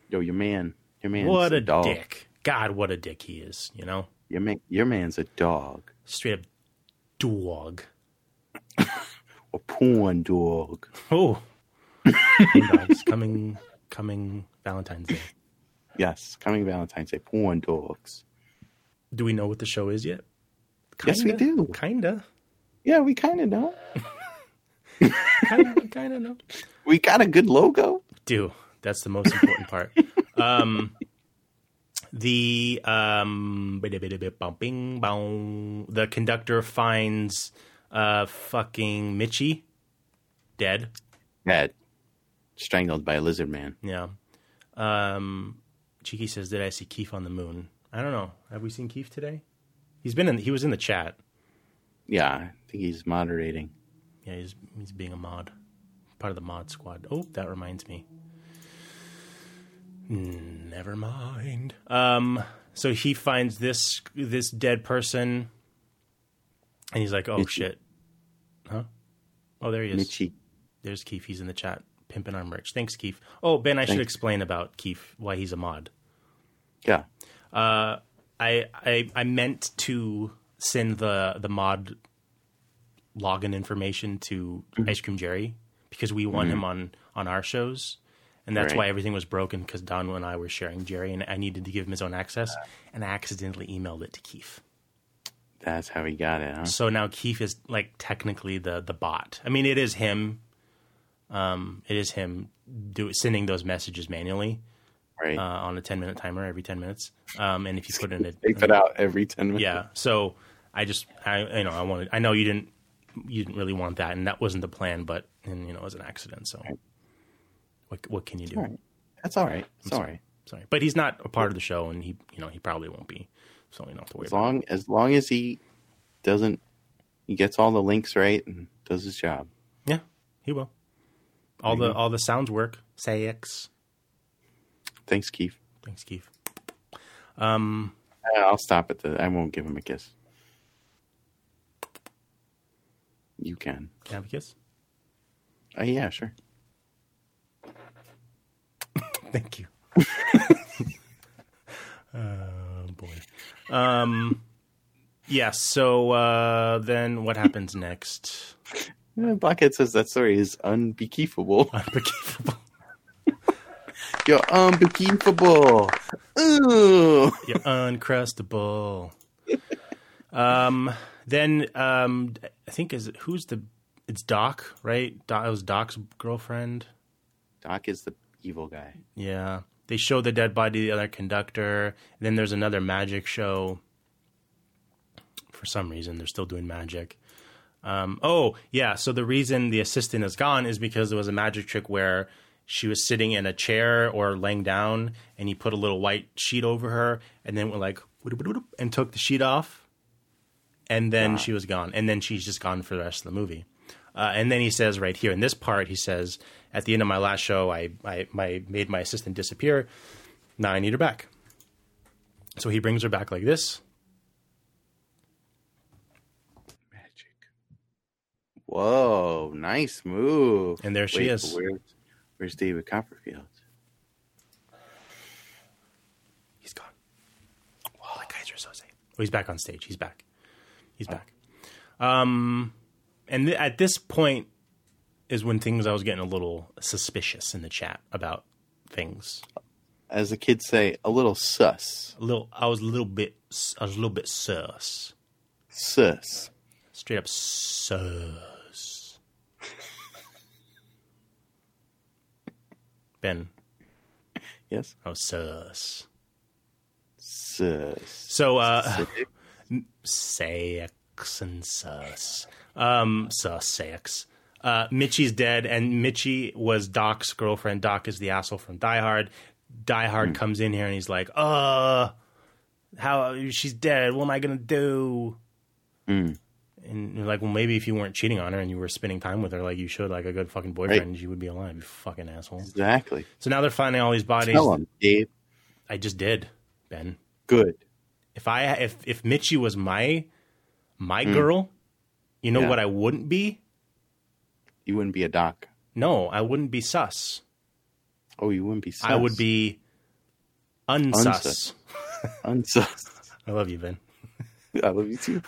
Speaker 1: Yo, your man, your man's
Speaker 2: what a
Speaker 1: dog.
Speaker 2: dick! God, what a dick he is! You know,
Speaker 1: Your man, your man's a dog,
Speaker 2: straight up dog.
Speaker 1: a porn dog.
Speaker 2: Oh, Hey, dogs, coming coming Valentine's Day.
Speaker 1: Yes, coming Valentine's Day, porn dogs.
Speaker 2: Do we know what the show is yet?
Speaker 1: Yes, we do.
Speaker 2: Kinda.
Speaker 1: Yeah, we kind of know.
Speaker 2: Kinda, kinda no.
Speaker 1: We got a good logo.
Speaker 2: do. That's the most important part. Um, the um, bing, bong. the conductor finds uh, fucking Mitchie dead.
Speaker 1: Dead, strangled by a lizard man.
Speaker 2: Yeah. Um, Cheeky says, "Did I see Keef on the moon?" I don't know. Have we seen Keef today? He's been in. He was in the chat.
Speaker 1: Yeah, I think he's moderating.
Speaker 2: Yeah, he's he's being a mod, part of the mod squad. Oh, that reminds me. Hmm, Never mind. Um, so he finds this this dead person, and he's like, "Oh
Speaker 1: Mitchie.
Speaker 2: shit, huh? Oh, there he is.
Speaker 1: Mitchie.
Speaker 2: There's Keith. He's in the chat, pimping our merch. Thanks, Keith. Oh, Ben, I should
Speaker 1: Thanks.
Speaker 2: explain about Keith why he's a mod.
Speaker 1: Yeah.
Speaker 2: Uh, I I I meant to send the the mod login information to Ice Cream Jerry because we want him on on our shows, and that's
Speaker 1: Right.
Speaker 2: why everything was broken because Don and I were sharing Jerry, and I needed to give him his own access, and I accidentally emailed it to Keith.
Speaker 1: That's how he got it, huh?
Speaker 2: So now Keith is like technically the the bot. I mean, it is him. Um, it is him do, sending those messages manually,
Speaker 1: right?
Speaker 2: Uh, on a ten minute timer every ten minutes. Um, and if you put in a
Speaker 1: Take that out every ten minutes.
Speaker 2: yeah. So I just I you know I wanted I know you didn't you didn't really want that, and that wasn't the plan, but and you know it was an accident. So what what can you do?
Speaker 1: All right. That's all right. It's
Speaker 2: I'm
Speaker 1: all
Speaker 2: sorry.
Speaker 1: right.
Speaker 2: Sorry, but he's not a part of the show, and he you know he probably won't be. So you don't have to worry.
Speaker 1: As
Speaker 2: about
Speaker 1: long as long as he doesn't, he gets all the links right and does his job.
Speaker 2: Yeah, he will. All
Speaker 1: There you
Speaker 2: the
Speaker 1: go.
Speaker 2: all the sounds work. Say X.
Speaker 1: Thanks, Keith.
Speaker 2: Thanks, Keith. Um,
Speaker 1: I'll stop at the. I won't give him a kiss. You can.
Speaker 2: Can I have a kiss?
Speaker 1: Uh, yeah, sure.
Speaker 2: Thank you. oh boy. Um. Yeah. So uh, then, what happens next?
Speaker 1: Uh, Blockhead says that story is unbekeefable.
Speaker 2: Unbekeefable.
Speaker 1: You're unbekeefable. Ooh.
Speaker 2: You're uncrustable. um. Then um. I think is who's the? It's Doc, right? Doc, it was Doc's girlfriend.
Speaker 1: Doc is the evil guy.
Speaker 2: Yeah. They show the dead body of the other conductor. And then there's another magic show. For some reason, they're still doing magic. Um, oh, yeah. So the reason the assistant is gone is because there was a magic trick where she was sitting in a chair or laying down and he put a little white sheet over her and then went like, "Woodop-woodop-woodop," and took the sheet off. And then
Speaker 12: Ah.
Speaker 2: she was gone. And then she's just gone for the rest of the movie. Uh, and then he says right here in this part, he says, at the end of my last show, I, I my, made my assistant disappear. Now I need her back. So he brings her back like this.
Speaker 1: Whoa, nice move.
Speaker 2: And there she
Speaker 1: Wait,
Speaker 2: is.
Speaker 1: Where's, where's David Copperfield?
Speaker 2: Oh, the Kaiser Soze. Oh, he's back on stage. He's back. He's back. Um, and th- at this point is when things I was getting a little suspicious in the chat about things.
Speaker 1: As the kids say, a little sus.
Speaker 2: A little, I was a little bit, s- I was a little bit sus.
Speaker 1: Sus.
Speaker 2: Straight up sus. ben.
Speaker 1: Yes.
Speaker 2: Oh, sus.
Speaker 1: Sus.
Speaker 2: So, uh, sex and sus. Um, sussex. Uh, Mitchie's dead, and Mitchie was Doc's girlfriend. Doc is the asshole from Die Hard. Die Hard comes in here and he's like, uh, how she's dead. What am I going to do?
Speaker 1: Mm.
Speaker 2: And you're like, well, maybe if you weren't cheating on her and you were spending time with her, like you should, like a good fucking boyfriend, she would be alive, you fucking asshole.
Speaker 1: Exactly.
Speaker 2: So now they're finding all these bodies.
Speaker 1: Tell him, Dave.
Speaker 2: I just did, Ben.
Speaker 1: Good.
Speaker 2: If I if if Mitchie was my my
Speaker 1: Mm.
Speaker 2: girl, you know
Speaker 1: Yeah.
Speaker 2: what I wouldn't be?
Speaker 1: You wouldn't be a doc.
Speaker 2: No, I wouldn't be sus.
Speaker 1: Oh, you wouldn't be sus.
Speaker 2: I would be
Speaker 1: Unsus.
Speaker 2: unsus.
Speaker 1: Unsus.
Speaker 2: I love you, Ben.
Speaker 1: I love you too.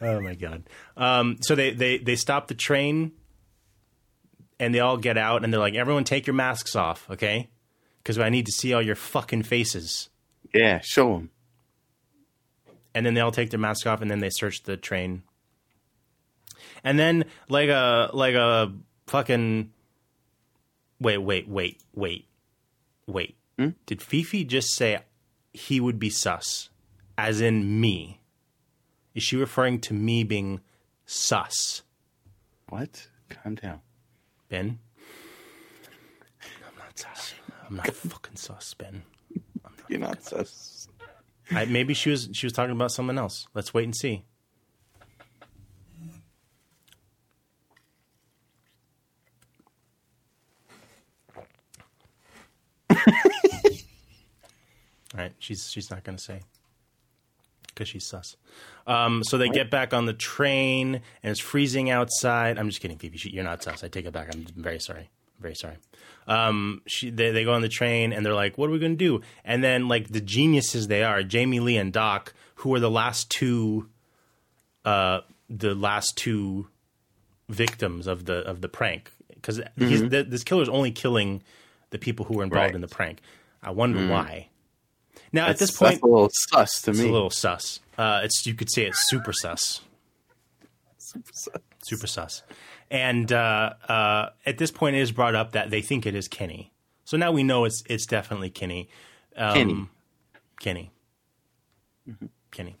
Speaker 2: Oh my god. Um, so they they they stop the train, and they all get out, and they're like, "Everyone, take your masks off, okay? Because I need to see all your fucking faces."
Speaker 1: Yeah, show him.
Speaker 2: and then they all take their mask off and then they search the train and then like a like a fucking wait wait wait wait wait did fifi just say he would be sus as in me is she referring to me being sus
Speaker 1: what calm down
Speaker 2: ben i'm not sus i'm not fucking sus ben
Speaker 1: You're not
Speaker 2: Oh
Speaker 1: sus.
Speaker 2: I, maybe she was she was talking about someone else let's wait and see All right, she's she's not going to say because she's sus. Um, so they get back on the train and it's freezing outside. I'm just kidding, Phoebe. She, you're not sus. I take it back. I'm very sorry. I'm very sorry. Um, she, they they go on the train and they're like, "What are we going to do?" And then like the geniuses they are, Jamie Lee and Doc, who are the last two, uh, the last two victims of the of the prank because
Speaker 1: Mhm.
Speaker 2: th- this killer's only killing the people who were involved in the prank. I wonder
Speaker 1: Mm.
Speaker 2: why. Now at
Speaker 1: That's-
Speaker 2: this point,
Speaker 1: that's a little sus to
Speaker 2: it's
Speaker 1: me.
Speaker 2: A little sus. Uh, it's you could say it's super sus. super sus. And uh, uh, at this point, it is brought up that they think it is Kenny. So now we know it's it's definitely Kenny. Um,
Speaker 1: Kenny.
Speaker 2: Kenny.
Speaker 1: Mm-hmm.
Speaker 2: Kenny.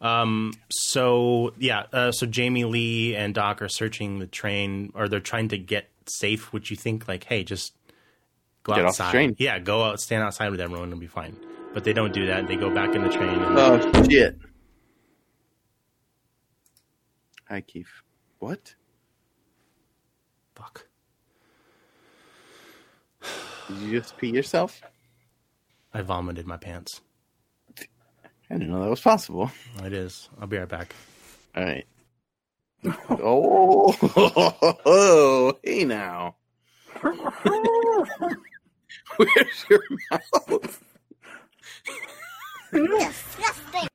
Speaker 2: Um, so yeah, uh, so Jamie Lee and Doc are searching the train, or they're trying to get safe. Which you think, like, hey, just go
Speaker 1: Get off the
Speaker 2: outside.
Speaker 1: train.
Speaker 2: Yeah, go out, stand outside with everyone, it'll be fine. But they don't do that. They go back in the train. And,
Speaker 1: Oh shit! Hi, Keith. What?
Speaker 2: Fuck.
Speaker 1: Did you just pee yourself?
Speaker 2: I vomited my pants.
Speaker 1: I didn't know that was possible.
Speaker 2: It is. I'll be right back.
Speaker 1: All right. oh, hey now. Where's your mouth?
Speaker 5: Disgusting.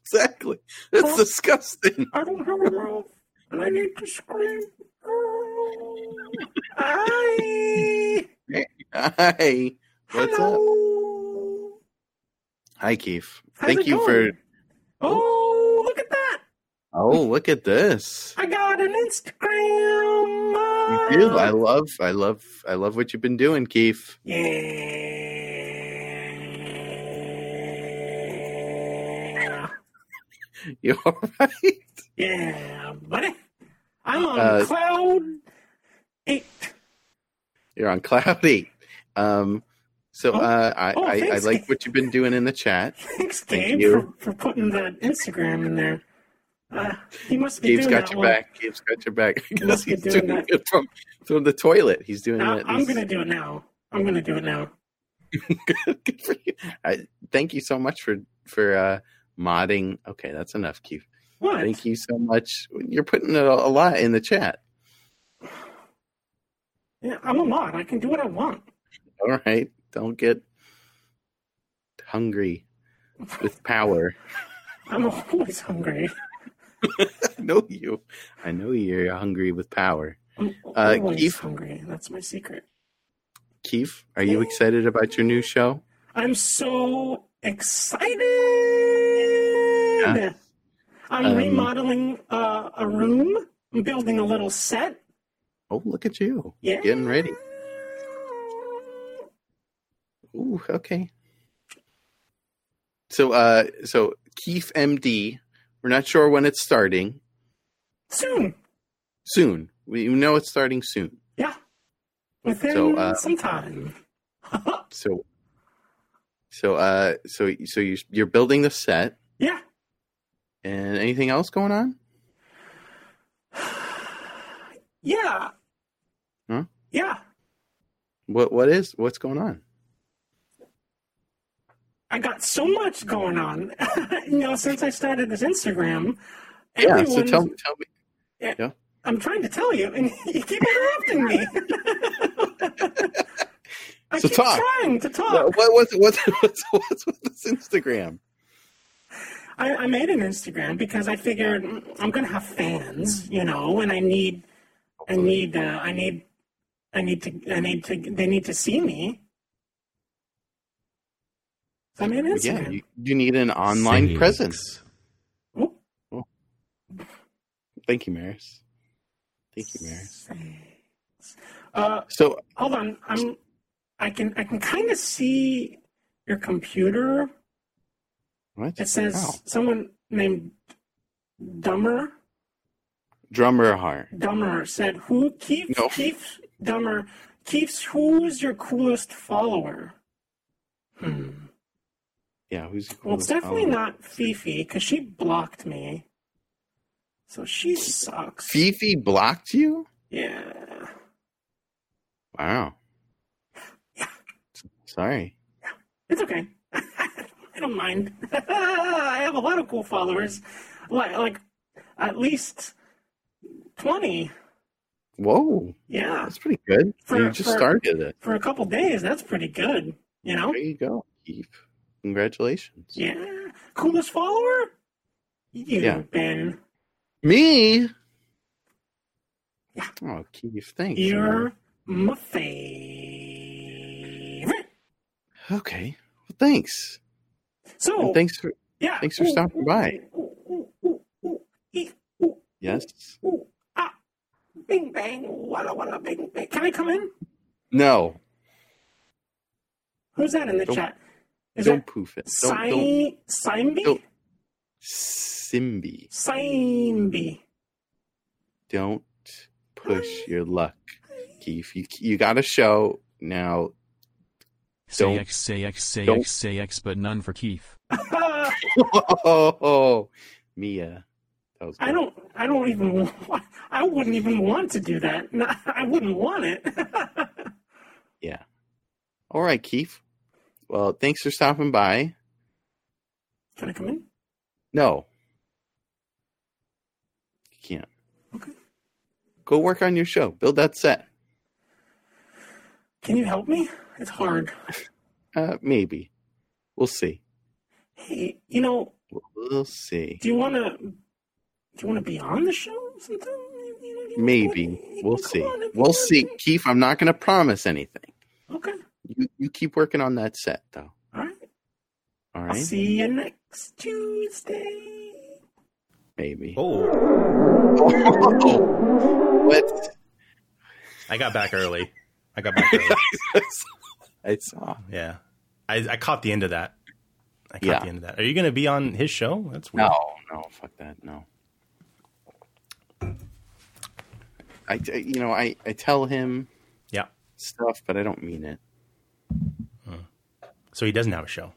Speaker 1: exactly. That's disgusting.
Speaker 5: I don't have a mouth, and I need to scream. Oh. I
Speaker 1: Hi. What's up? Hi, Keith.
Speaker 5: How's
Speaker 1: Thank
Speaker 5: it
Speaker 1: you
Speaker 5: going?
Speaker 1: for.
Speaker 5: oh, look at that!
Speaker 1: Oh, look at this.
Speaker 5: I got an Instagram. Uh,
Speaker 1: You do. I love. I love. I love what you've been doing, Keith.
Speaker 5: Yeah,
Speaker 1: You all right?
Speaker 5: yeah, buddy. I'm on
Speaker 1: Uh,
Speaker 5: cloud.
Speaker 1: You're on cloud eight. Um. So uh, I,
Speaker 5: Oh,
Speaker 1: I, I
Speaker 5: thanks,
Speaker 1: like what you've been doing in the chat.
Speaker 5: Thanks,
Speaker 1: Thank
Speaker 5: Gabe,
Speaker 1: you.
Speaker 5: for, for putting that Instagram in there. Uh, he must be
Speaker 1: Gabe's
Speaker 5: doing
Speaker 1: got
Speaker 5: that
Speaker 1: your
Speaker 5: one.
Speaker 1: back. Gabe's got your back. Because
Speaker 5: must be
Speaker 1: he's
Speaker 5: doing
Speaker 1: doing, it from, from the toilet. He's doing
Speaker 5: Now,
Speaker 1: it.
Speaker 5: I'm gonna do it now. I'm gonna do it now.
Speaker 1: I, thank you so much for for uh, modding. Okay, that's enough, Keith.
Speaker 5: What?
Speaker 1: Thank you so much. You're putting a, a lot in the chat.
Speaker 5: Yeah, I'm a mod. I can do what I want.
Speaker 1: All right, don't get hungry with power.
Speaker 5: I'm always hungry.
Speaker 1: I know you. I know you're hungry with power.
Speaker 5: I'm
Speaker 1: Uh,
Speaker 5: always
Speaker 1: Keith,
Speaker 5: hungry. That's my secret.
Speaker 1: Keith, are you excited about your new show?
Speaker 5: I'm so excited.
Speaker 1: Yeah.
Speaker 5: I'm
Speaker 1: Um,
Speaker 5: remodeling uh, a room. I'm building a little set.
Speaker 1: Oh, look at you.
Speaker 5: Yeah.
Speaker 1: Getting ready. Ooh, okay. So uh so Keith MD, we're not sure when it's starting.
Speaker 5: Soon.
Speaker 1: Soon. We know it's starting soon.
Speaker 5: Yeah. Within
Speaker 1: So, uh,
Speaker 5: some time.
Speaker 1: So so uh so so you you're building the set.
Speaker 5: Yeah.
Speaker 1: And anything else going on?
Speaker 5: Yeah.
Speaker 1: Huh?
Speaker 5: Yeah.
Speaker 1: What what is what's going on?
Speaker 5: I got so much going on. you know, since I started this Instagram,
Speaker 1: Yeah, so
Speaker 5: everyone's-
Speaker 1: tell me tell me.
Speaker 5: Yeah.
Speaker 1: Yeah.
Speaker 5: I'm trying to tell you, and you keep interrupting me. I
Speaker 1: So
Speaker 5: keep
Speaker 1: talk.
Speaker 5: trying to talk.
Speaker 1: What what what's what's what's, what's with this Instagram?
Speaker 5: I, I made an Instagram because I figured mm, I'm gonna have fans, you know, and I need, I need, uh, I need, I need to, I need to, they need to see me. So I made an Instagram.
Speaker 1: Yeah, you, you need an online
Speaker 14: Six.
Speaker 1: presence. Oh. Thank you, Maris. Thank you, Maris.
Speaker 5: Uh,
Speaker 1: So
Speaker 5: hold on, I'm, I can, I can kind of see your computer.
Speaker 1: what?
Speaker 5: It says
Speaker 1: Wow.
Speaker 5: someone named Dumber.
Speaker 1: drummer heart.
Speaker 5: Dumber said, "Who Keith? Keith Dumber. Keith's who's your coolest follower?
Speaker 1: Yeah, who's
Speaker 5: Well, it's definitely not Fifi because she blocked me, so she sucks.
Speaker 1: Fifi blocked you?
Speaker 5: Yeah,
Speaker 1: Wow. Sorry.
Speaker 5: it's okay. I don't mind. I have a lot of cool followers, like like at least twenty.
Speaker 1: Whoa.
Speaker 5: Yeah.
Speaker 1: That's pretty good.
Speaker 5: For-
Speaker 1: you just
Speaker 5: for-
Speaker 1: started it.
Speaker 5: For a couple days, that's pretty good. You know?
Speaker 1: There you go. Keith. Congratulations.
Speaker 5: Yeah. Coolest follower? You,
Speaker 1: Yeah.
Speaker 5: Ben.
Speaker 1: Me? Oh, Keith, thanks.
Speaker 5: You're
Speaker 1: man.
Speaker 5: my favorite.
Speaker 1: Okay. Well, thanks.
Speaker 5: So
Speaker 1: And thanks for
Speaker 5: yeah.
Speaker 1: thanks for stopping by. Yes.
Speaker 5: Bing bang, walla walla, bing bang. Can I come in?
Speaker 1: No.
Speaker 5: Who's that in the
Speaker 1: Don't-
Speaker 5: chat? Is
Speaker 1: don't
Speaker 5: that
Speaker 1: poof it. Don't, don't
Speaker 5: Sim Simby?
Speaker 1: don't- Simbi.
Speaker 5: Simby.
Speaker 1: Don't push your luck, Keith. You you got a show now.
Speaker 14: Say
Speaker 1: Don't-
Speaker 14: X, say X, say
Speaker 1: don't-
Speaker 14: X, say X, but none for Keith.
Speaker 1: oh, Mia. That was
Speaker 5: I don't. I don't even. Want, I wouldn't even want to do that. No, I wouldn't want it.
Speaker 1: Yeah. All right, Keith. Well, thanks for stopping by.
Speaker 5: Can I come in?
Speaker 1: No. You can't. Okay. Go work on your show. Build that set.
Speaker 5: Can you help me? It's hard.
Speaker 1: Uh, maybe. We'll see.
Speaker 5: Hey, you know,
Speaker 1: We'll see.
Speaker 5: do you want to? Do you want to be on the show sometime?
Speaker 1: Maybe. We'll see. We'll see. Keith, I'm not going to promise anything.
Speaker 5: Okay.
Speaker 1: You, you keep working on that set, though.
Speaker 5: All right.
Speaker 1: All
Speaker 5: I'll
Speaker 1: right?
Speaker 5: see you next Tuesday.
Speaker 1: Maybe.
Speaker 2: Oh.
Speaker 1: What?
Speaker 2: I got back early. I got back early.
Speaker 1: I saw.
Speaker 2: Yeah. I, I caught the end of that. I caught
Speaker 1: Yeah.
Speaker 2: the end of that. Are you going to be on his show? That's weird.
Speaker 1: No, no, fuck that. No. I, I- you know, I, I tell him
Speaker 2: yeah.
Speaker 1: stuff, but I don't mean it.
Speaker 2: So he doesn't have a show.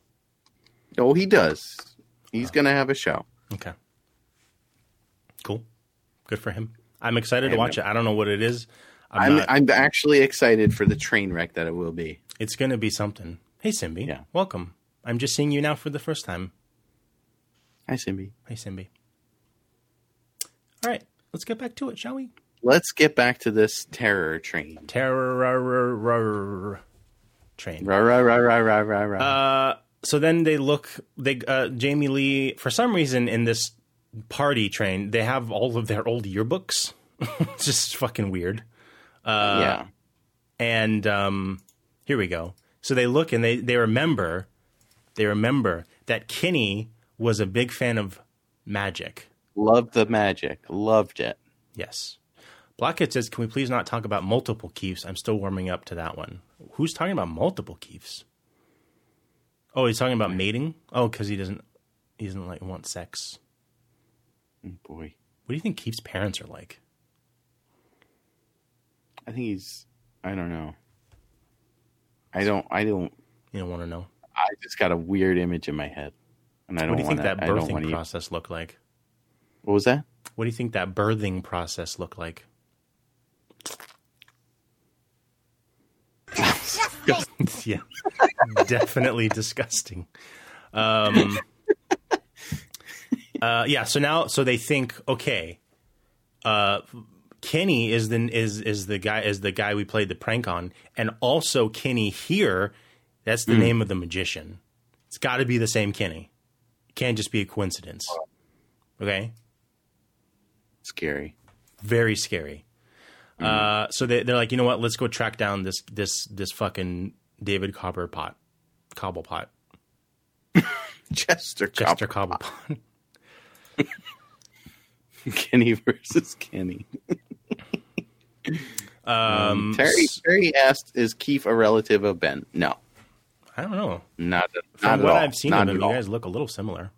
Speaker 1: No, he does. He's going to have a show.
Speaker 2: Okay. Cool. Good for him. I'm excited to
Speaker 1: Yeah,
Speaker 2: watch
Speaker 1: man.
Speaker 2: it. I don't know what it is.
Speaker 1: I'm, I'm,
Speaker 2: not-
Speaker 1: actually excited for the train wreck that it will be.
Speaker 2: It's going to be something. Hey, Simbi. Yeah. Welcome. I'm just seeing you now for the first time.
Speaker 1: Hi, Simbi.
Speaker 2: Hey, Simbi. All right. Let's get back to it, shall we?
Speaker 1: Let's get back to this terror train.
Speaker 2: Terror train.
Speaker 1: Rah, rah, rah, rah, rah, rah, rah.
Speaker 2: Uh, so then they look. They uh, Jamie Lee for some reason in this party train they have all of their old yearbooks. it's just fucking weird. Uh,
Speaker 1: Yeah.
Speaker 2: And um, here we go. So they look and they they remember they remember that Kinney was a big fan of magic.
Speaker 1: Loved the magic. Loved it.
Speaker 2: Yes. Blockhead says, "Can we please not talk about multiple keefs? I'm still warming up to that one. Who's talking about multiple keefs? Oh, he's talking about mating. Oh, because he doesn't, he doesn't like want sex.
Speaker 1: Oh, Boy,
Speaker 2: what do you think Keef's parents are like?
Speaker 1: I think he's. I don't know. I don't. I don't.
Speaker 2: You don't want to know.
Speaker 1: I just got a weird image in my head, and I don't
Speaker 2: what do you
Speaker 1: want
Speaker 2: think that
Speaker 1: I don't
Speaker 2: birthing
Speaker 1: wanna- e-
Speaker 2: process looked like?
Speaker 1: What was that?
Speaker 2: What do you think that birthing process looked like? yeah, definitely disgusting. Um, uh, yeah, so now, so they think, okay, uh, Kenny is the is is the guy is the guy we played the prank on, and also Kenny here. That's the
Speaker 12: Hmm.
Speaker 2: name of the magician. It's got to be the same Kenny. It can't just be a coincidence. Okay.
Speaker 1: Scary.
Speaker 2: Very scary.
Speaker 1: Mm-hmm.
Speaker 2: Uh, so they, they're like, you know what? Let's go track down this this this fucking David Copper pot, Cobblepot,
Speaker 1: Chester
Speaker 2: Chester Cobblepot.
Speaker 1: Kenny versus Kenny.
Speaker 2: Um,
Speaker 1: Mm-hmm. Terry
Speaker 2: s-
Speaker 1: Terry asked, "Is Keith a relative of Ben?" No,
Speaker 2: I don't know.
Speaker 1: not, at-
Speaker 2: From
Speaker 1: not
Speaker 2: what
Speaker 1: at all.
Speaker 2: I've seen
Speaker 1: not
Speaker 2: of him,
Speaker 1: at
Speaker 2: you
Speaker 1: all.
Speaker 2: guys look a little similar.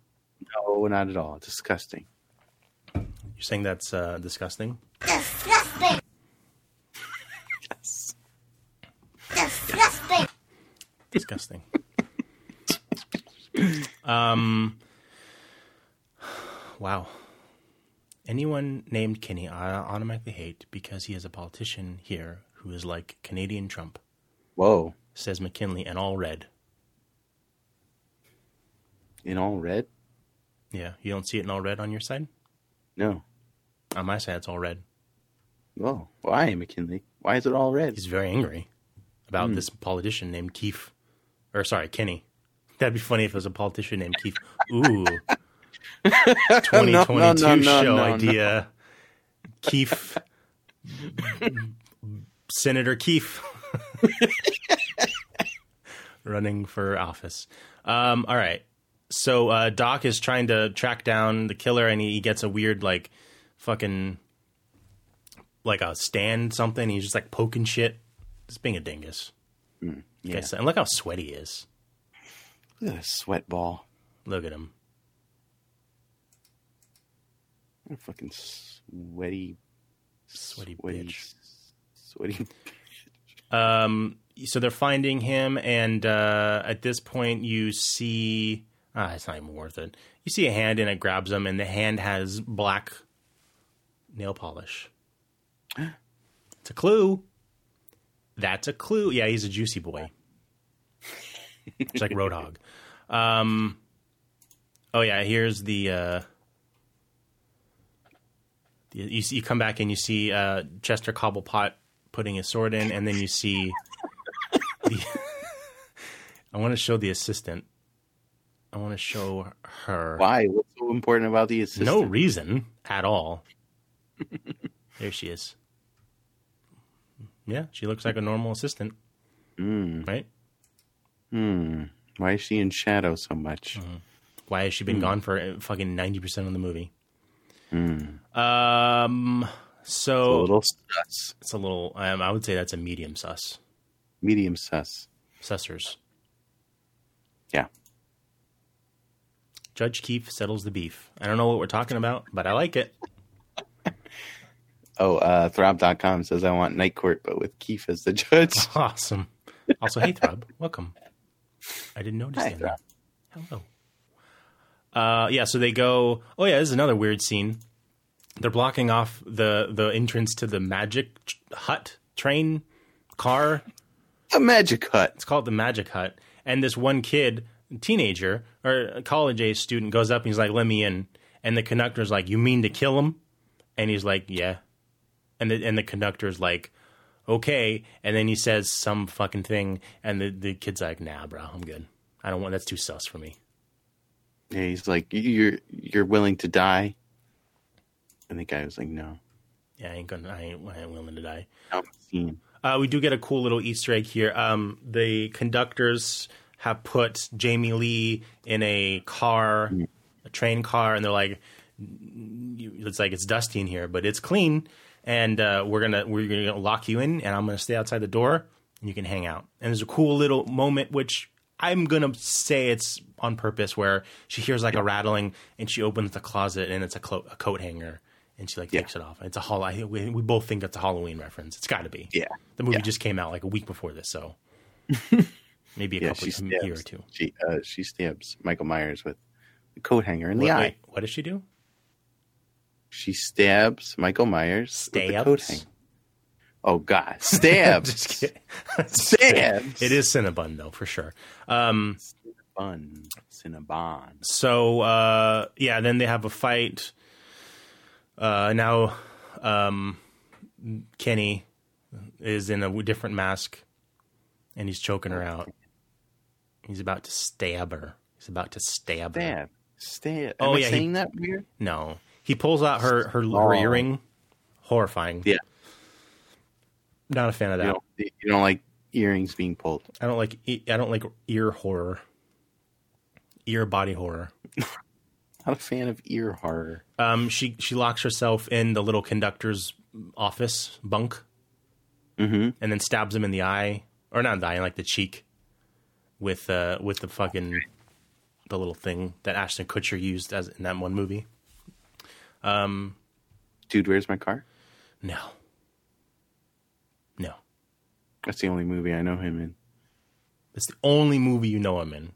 Speaker 1: No, not at all. Disgusting.
Speaker 2: You're saying that's uh, disgusting. disgusting. um, wow. Anyone named Kinney, I automatically hate because he is a politician here who is like Canadian Trump.
Speaker 1: Whoa.
Speaker 2: Says McKinley, and all red.
Speaker 1: In all red?
Speaker 2: Yeah, you don't see it in all red on your side.
Speaker 1: No.
Speaker 2: On my side, it's all red.
Speaker 1: Whoa. Why, McKinley? Why is it all red?
Speaker 2: He's very angry about
Speaker 1: Hmm.
Speaker 2: this politician named Keefe, or sorry, Kenny. That'd be funny if it was a politician named Keefe. Ooh, 2022
Speaker 1: no, no, no,
Speaker 2: show
Speaker 1: no,
Speaker 2: idea. Keefe Senator Keefe running for office. Um, all right. So uh, Doc is trying to track down the killer, and he, he gets a weird like fucking like a stand something. He's just like poking shit, just being a dingus.
Speaker 1: Mm,
Speaker 2: Like I said, and look how sweaty he is.
Speaker 1: Look at a sweat ball.
Speaker 2: Look at him.
Speaker 1: What a fucking sweaty,
Speaker 2: sweaty,
Speaker 1: sweaty bitch. Sweaty.
Speaker 2: Um, so they're finding him, and uh, at this point, you see. Ah, it's not even worth it. You see a hand, and it grabs him, and the hand has black nail polish. It's a clue. That's a clue. Yeah, he's a juicy boy. it's like Roadhog. Um, oh yeah, here's the. Uh, you, you, see, you come back and you see uh, Chester Cobblepot putting his sword in, and then you see. the, I want to show the assistant. I want to show her.
Speaker 1: Why? What's so important about the assistant?
Speaker 2: No reason at all. there she is. Yeah, she looks like a normal assistant.
Speaker 1: Mm.
Speaker 2: Right?
Speaker 1: Hmm. Why is she in shadow so much?
Speaker 2: Why has she been
Speaker 1: Hmm.
Speaker 2: gone for uh, fucking ninety percent of the movie?
Speaker 1: Mm.
Speaker 2: Um. So
Speaker 1: It's a little
Speaker 2: sus. It's a little. Um, I would say that's a medium sus.
Speaker 1: Medium sus.
Speaker 2: Sussers.
Speaker 1: Yeah.
Speaker 2: Judge Keefe settles the beef. I don't know what we're talking about, but I like it.
Speaker 1: Oh, uh, Throb.com says I want Night Court, but with Keefe as the judge.
Speaker 2: Awesome. Also, hey Throb, welcome. I didn't notice
Speaker 1: Hi,
Speaker 2: that. Hello. Uh, yeah, so they go. Oh yeah, this is another weird scene. They're blocking off the the entrance to the magic ch- hut train car.
Speaker 1: The magic hut.
Speaker 2: It's called the magic hut. And this one kid, teenager or college age student, goes up and he's like, "Let me in." And the conductor's like, "You mean to kill him?" And he's like, "Yeah." And the and the conductor's like, "Okay." And then he says some fucking thing, and the the kid's like, "Nah, bro, I'm good. I don't want. That's too sus for me."
Speaker 1: Yeah, he's like, "You're you're willing to die," and the guy was like, "No."
Speaker 2: Yeah, I ain't gonna. I ain't, I ain't willing to die.
Speaker 1: Scene.
Speaker 2: Uh, we do get a cool little Easter egg here. Um, the conductors have put Jamie Lee in a car, a train car, and they're like, you- "It's like it's dusty in here, but it's clean, and uh, we're gonna we're gonna lock you in, and I'm gonna stay outside the door, and you can hang out." And there's a cool little moment which. I'm gonna say it's on purpose, where she hears like a rattling, and she opens the closet, and it's a, clo- a coat hanger, and she like takes it off. It's a hol. I, we, we both think that's a Halloween reference. It's got to be.
Speaker 1: Yeah.
Speaker 2: The movie just came out like a week before this, so maybe a
Speaker 1: Yeah,
Speaker 2: couple
Speaker 1: she
Speaker 2: of a year or
Speaker 1: stabs.
Speaker 2: two.
Speaker 1: She uh, she stabs Michael Myers with the coat hanger in
Speaker 2: Wait,
Speaker 1: the eye.
Speaker 2: wait, what does she do?
Speaker 1: She stabs Michael Myers with the coat
Speaker 2: Stabs?
Speaker 1: hanger. Oh God, stabs.
Speaker 2: Just kidding.
Speaker 1: Stabs.
Speaker 2: It is Cinnabon though, for sure. Um,
Speaker 1: Cinnabon. Cinnabon.
Speaker 2: So uh, yeah, then they have a fight. Uh, now, um, Kenny is in a different mask, and he's choking her out. He's about to stab her. He's about to stab, her.
Speaker 1: Stab. Stab.
Speaker 2: Oh,
Speaker 1: Am I
Speaker 2: yeah, he-
Speaker 1: saying that weird?
Speaker 2: No, he pulls out her her, her
Speaker 1: Oh.
Speaker 2: earring. Horrifying.
Speaker 1: Yeah.
Speaker 2: Not a fan of
Speaker 1: You
Speaker 2: that.
Speaker 1: don't, you don't like earrings being pulled.
Speaker 2: I don't like e- I don't like ear horror. Ear body horror.
Speaker 1: Not a fan of ear horror.
Speaker 2: Um, she she locks herself in the little conductor's office bunk,
Speaker 1: Mhm.
Speaker 2: and then stabs him in the eye, or not the eye, like the cheek, with uh with the fucking the little thing that Ashton Kutcher used as in that one movie. Um,
Speaker 1: Dude, where's my car?
Speaker 2: no, no,
Speaker 1: That's the only movie I know him in.
Speaker 2: it's the only movie you know him in.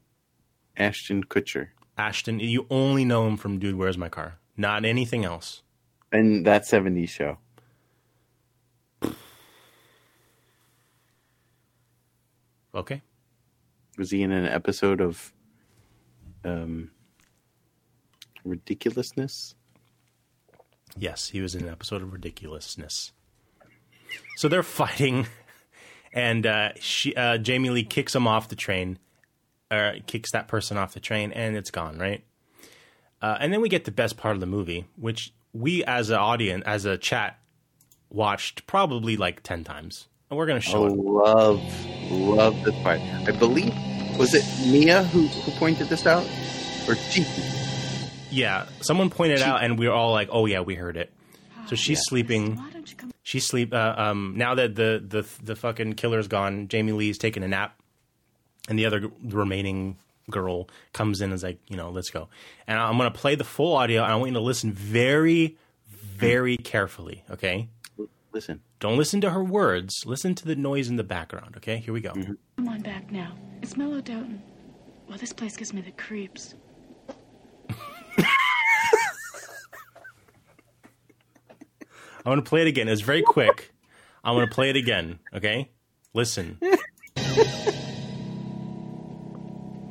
Speaker 1: Ashton Kutcher.
Speaker 2: Ashton, you only know him from Dude, Where's My Car? Not anything else.
Speaker 1: And that 70s show.
Speaker 2: Okay.
Speaker 1: Was he in an episode of um, Ridiculousness?
Speaker 2: Yes, he was in an episode of Ridiculousness. So they're fighting, and uh, she, uh, Jamie Lee kicks him off the train, or kicks that person off the train, and it's gone, right? Uh, and then we get the best part of the movie, which we as an audience, as a chat, watched probably like 10 times. And we're going to
Speaker 1: I
Speaker 2: show it.
Speaker 1: Oh, love, love this part. I believe, was it Mia who, who pointed this out? Or Cheeky?
Speaker 2: Yeah. Someone pointed out, and we were all like, oh, yeah, we heard it. So she's sleeping. She's sleep. Uh, um, now that the, the, the fucking killer's gone, Jamie Lee's taking a nap. And the other g- remaining girl comes in and is like, you know, let's go. And I'm going to play the full audio, and I want you to listen very, very carefully, okay?
Speaker 1: Listen.
Speaker 2: Don't listen to her words. Listen to the noise in the background, okay? Here we go.
Speaker 12: Come on back now. It's Mellow Doughton. Well, this place gives me the creeps.
Speaker 2: I want to play it again. It's very quick. I want to play it again. Okay, listen.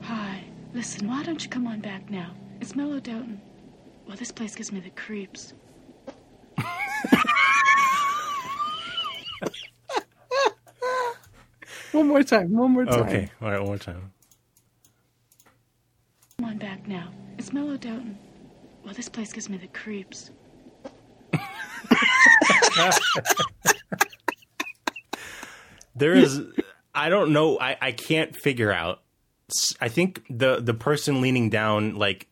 Speaker 12: Hi. Listen, why don't you come on back now? It's Mellow Doughton. Well, this place gives me the creeps.
Speaker 1: One more time. One more time.
Speaker 2: Okay, all right, one more time.
Speaker 12: Come on back now. It's Mellow Doughton. Well, this place gives me the creeps.
Speaker 2: There is, I don't know, I, I can't figure out. S- I think the the person leaning down, like,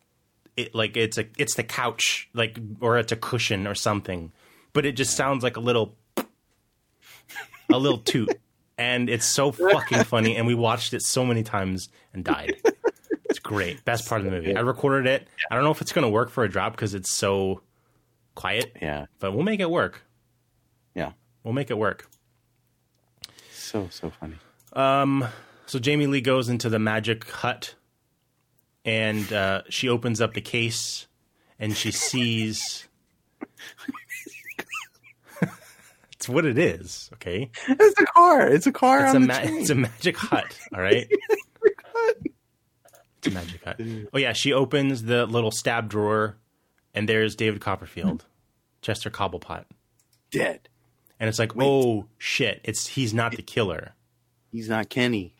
Speaker 2: it like it's a it's the couch, like, or it's a cushion or something, but it just sounds like a little, a little toot, and it's so fucking funny. And we watched it so many times and died. It's great, best part of the movie. I recorded it. I don't know if it's gonna work for a drop because it's so quiet.
Speaker 1: Yeah,
Speaker 2: but we'll make it work.
Speaker 1: Yeah.
Speaker 2: we'll make it work.
Speaker 1: So, so funny.
Speaker 2: Um, so Jamie Lee goes into the magic hut, and uh, she opens up the case, and she sees. it's what it is, okay?
Speaker 1: It's a car. It's a car
Speaker 2: It's
Speaker 1: on
Speaker 2: a
Speaker 1: the
Speaker 2: ma-
Speaker 1: train.
Speaker 2: it's a magic hut. All right. it's a magic hut. Oh yeah, she opens the little stab drawer, and there's David Copperfield, Chester Cobblepot,
Speaker 1: Dead.
Speaker 2: and it's like, oh shit, it's he's not the killer.
Speaker 1: He's not Kenny.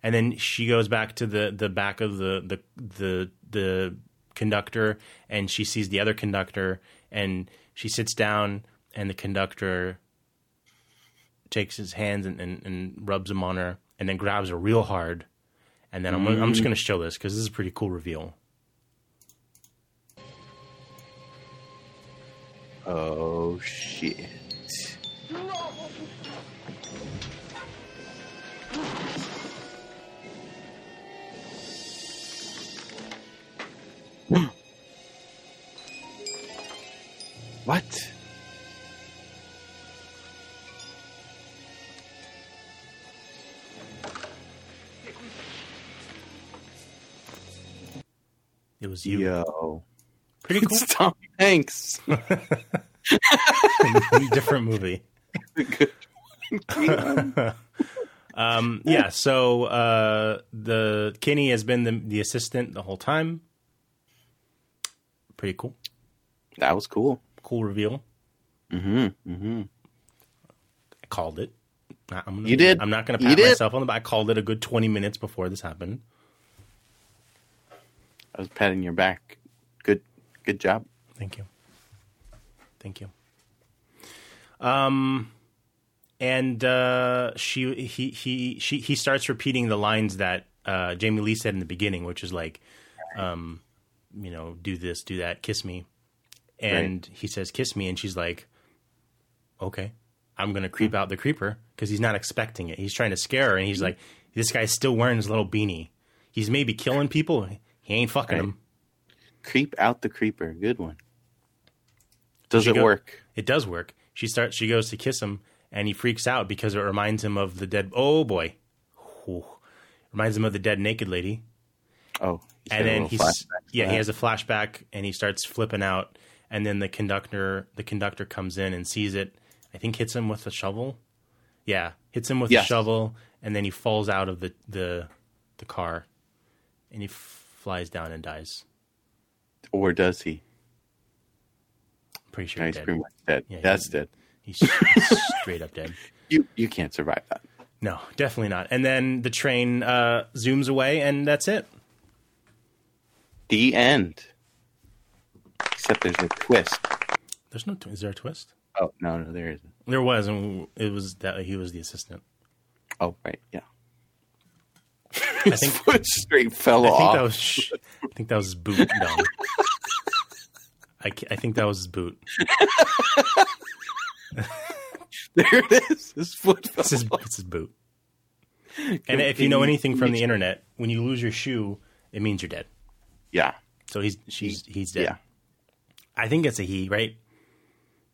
Speaker 2: and then she goes back to the the back of the the the the conductor and she sees the other conductor and she sits down and the conductor takes his hands and, and, and rubs them on her and then grabs her real hard and then I'm, gonna- I'm just
Speaker 17: Mm.
Speaker 2: going to show this because this is a pretty cool reveal
Speaker 1: Oh shit! What?
Speaker 2: it was you
Speaker 1: Yo.
Speaker 2: pretty cool
Speaker 1: Tom Hanks
Speaker 2: different movie um, yeah, so uh, the Kenny has been the, the assistant the whole time. Pretty cool.
Speaker 1: That was cool.
Speaker 2: Cool reveal.
Speaker 1: Mm-hmm. Mm-hmm.
Speaker 2: I called it. I- I'm gonna,
Speaker 1: You did.
Speaker 2: I'm not going to
Speaker 1: You
Speaker 2: pat
Speaker 1: did.
Speaker 2: myself on the back. I called it a good 20 minutes before this happened.
Speaker 1: I was patting your back. Good, good job.
Speaker 2: Thank you. Thank you. Um, and uh, she he he she he starts repeating the lines that uh, Jamie Lee said in the beginning, which is like, um, you know, do this, do that, kiss me, and he says, "Kiss me," and she's like, "Okay, I'm gonna creep out the creeper because he's not expecting it. He's trying to scare her, and he's like, this guy's still wearing his little beanie. He's maybe killing people. He ain't fucking them."
Speaker 1: Creep out the creeper. Good one. Does
Speaker 2: She
Speaker 1: it
Speaker 2: go-
Speaker 1: work?
Speaker 2: It does work. She starts. She goes to kiss him, and he freaks out because it reminds him of the dead. Oh boy, Whew. reminds him of the dead naked lady.
Speaker 1: Oh, he's got
Speaker 2: and
Speaker 1: a
Speaker 2: then
Speaker 1: little
Speaker 2: he's
Speaker 1: flashback to
Speaker 2: yeah, he
Speaker 1: that.
Speaker 2: has a flashback, and he starts flipping out. And then the conductor, the conductor comes in and sees it. I think hits him with a shovel. Yeah, hits him with a
Speaker 1: Yes.
Speaker 2: shovel, and then he falls out of the the the car, and he f- flies down and dies.
Speaker 1: Or does he?
Speaker 2: Pretty
Speaker 1: sure he's pretty much dead.
Speaker 2: Yeah,
Speaker 1: That's
Speaker 2: he-
Speaker 1: dead.
Speaker 2: He's, he's straight up dead.
Speaker 1: You you can't survive that.
Speaker 2: No, definitely not. And then the train uh, zooms away, and that's it.
Speaker 1: The end. Except there's a twist.
Speaker 2: There's no. tw- Is there a twist?
Speaker 1: Oh no, no, there isn't.
Speaker 2: There was, and it was that he was the assistant.
Speaker 1: Oh right, yeah.
Speaker 2: I think
Speaker 1: foot straight fell
Speaker 2: I
Speaker 1: off.
Speaker 2: Think that was, sh- I think that was his boot. No. I, ca- I think that was his boot.
Speaker 1: there it is. His foot.
Speaker 2: It's his, it's his boot. And if you know anything from the internet, when you lose your shoe, it means you're dead.
Speaker 1: Yeah.
Speaker 2: So he's she's he's dead. I think it's a he, right?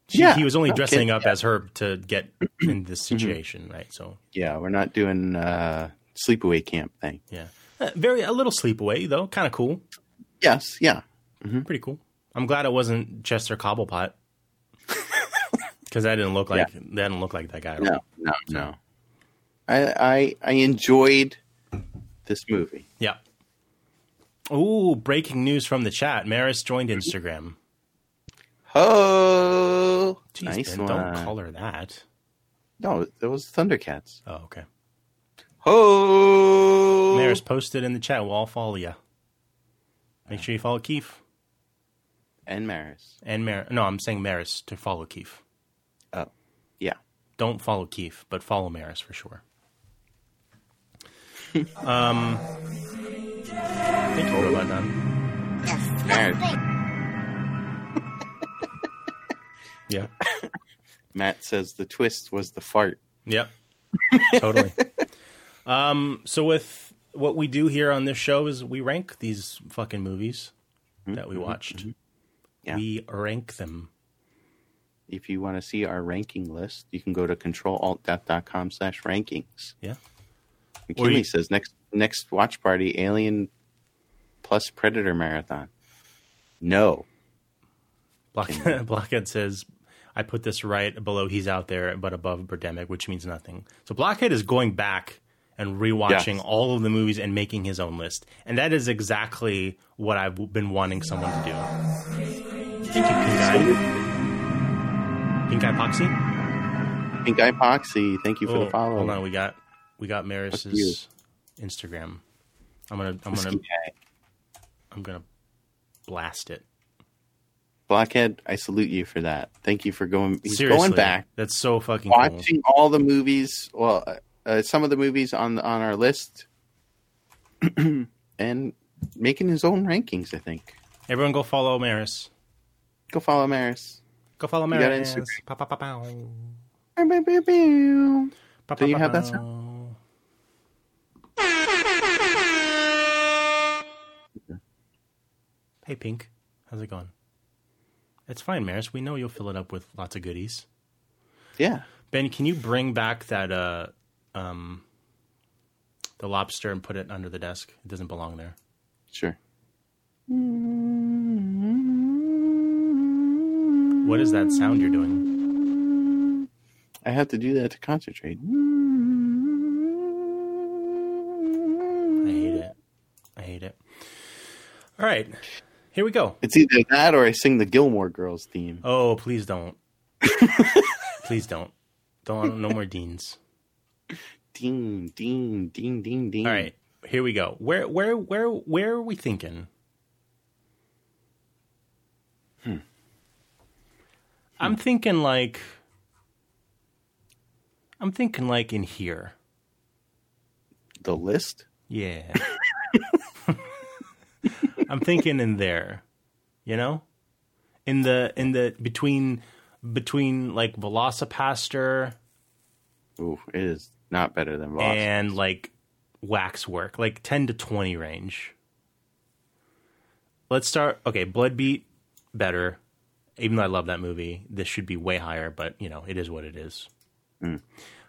Speaker 2: She,
Speaker 1: Yeah.
Speaker 2: He was only
Speaker 1: No
Speaker 2: dressing
Speaker 1: kidding.
Speaker 2: up as her to get in this situation, right? So
Speaker 1: Yeah, we're not doing uh, sleepaway camp thing.
Speaker 2: Yeah. uh, very a little sleepaway though, kind of cool.
Speaker 1: Yes. Yeah. Mm-hmm.
Speaker 2: Pretty cool. I'm glad it wasn't Chester Cobblepot because that didn't look like that didn't look like that guy. At
Speaker 1: No,
Speaker 2: all.
Speaker 1: no, no. I I I enjoyed this movie.
Speaker 2: Yeah. Ooh, breaking news from the chat. Maris joined
Speaker 1: Mm-hmm.
Speaker 2: Instagram.
Speaker 1: Oh,
Speaker 2: Jeez,
Speaker 1: nice
Speaker 2: Ben, don't
Speaker 1: one.
Speaker 2: call her that.
Speaker 1: No, it was Thundercats.
Speaker 2: Oh, okay.
Speaker 1: Oh,
Speaker 2: Maris posted in the chat. We'll all follow you. Make sure you follow Keef.
Speaker 1: And Maris.
Speaker 2: And Maris. No, I'm saying Maris to follow Keef.
Speaker 1: Oh, yeah.
Speaker 2: Don't follow Keef, but follow Maris for sure. um, thank you, Robot Nun. Yeah.
Speaker 1: Matt says the twist was the fart.
Speaker 2: Yep. totally. Um, so with what we do here on this show is we rank these fucking movies that we watched. We rank them.
Speaker 1: If you want to see our ranking list, you can go to controlaltdeath.com slash rankings.
Speaker 2: Yeah. Or
Speaker 1: McKinley
Speaker 2: you-
Speaker 1: says next next watch party Alien plus Predator marathon. No.
Speaker 2: Block, Blockhead says, I put this right below he's out there, but above Birdemic, which means nothing. So Blockhead is going back and rewatching
Speaker 1: Yes.
Speaker 2: all of the movies and making his own list. And that is exactly what I've been wanting someone to do. Thank you, Pink Eye. Pink Eye Poxy?
Speaker 1: Pink Eye Poxy, thank you for
Speaker 2: Oh,
Speaker 1: the follow.
Speaker 2: Hold on, we got we got
Speaker 1: Fuck you.
Speaker 2: Maris's Instagram. I'm gonna I'm gonna I'm gonna blast it.
Speaker 1: Blockhead, I salute you for that. Thank you for going he's
Speaker 2: Seriously,
Speaker 1: going back
Speaker 2: That's so fucking cool.
Speaker 1: watching all the movies, well uh, uh, some of the movies on on our list and making his own rankings, I think.
Speaker 2: Everyone go follow Maris.
Speaker 1: Go follow Maris.
Speaker 2: Go follow
Speaker 1: You got
Speaker 2: Maris.
Speaker 1: Instagram?
Speaker 2: Pow, pow, pow, pow.
Speaker 1: Do
Speaker 2: Pow,
Speaker 1: you
Speaker 2: pow,
Speaker 1: have that
Speaker 2: pow.
Speaker 1: sound?
Speaker 2: um. Hey Pink, how's it going? It's fine, Maris. We know you'll fill it up with lots of goodies.
Speaker 1: Yeah.
Speaker 2: Ben, can you bring back that uh um the lobster and put it under the desk? It doesn't belong there.
Speaker 1: Sure.
Speaker 2: What is that sound you're doing?
Speaker 1: I have to do that to concentrate.
Speaker 2: I hate it. I hate it. All right. Here we go.
Speaker 1: It's either that or I sing the Gilmore Girls theme.
Speaker 2: Oh, please don't. please don't. Don't no more deans.
Speaker 1: Ding, ding, ding, ding, ding.
Speaker 2: All right. Here we go. Where where where where are we thinking? I'm thinking like I'm thinking like in here.
Speaker 1: The list?
Speaker 2: Yeah. I'm thinking in there. You know? In the in the between between like Velocipaster
Speaker 1: Ooh, it is not better than Voss.
Speaker 2: and like waxwork, like 10 to 20 range. Let's start. Okay, Bloodbeat, better. Even though I love that movie, this should be way higher, but you know, it is what it is.
Speaker 1: Mm.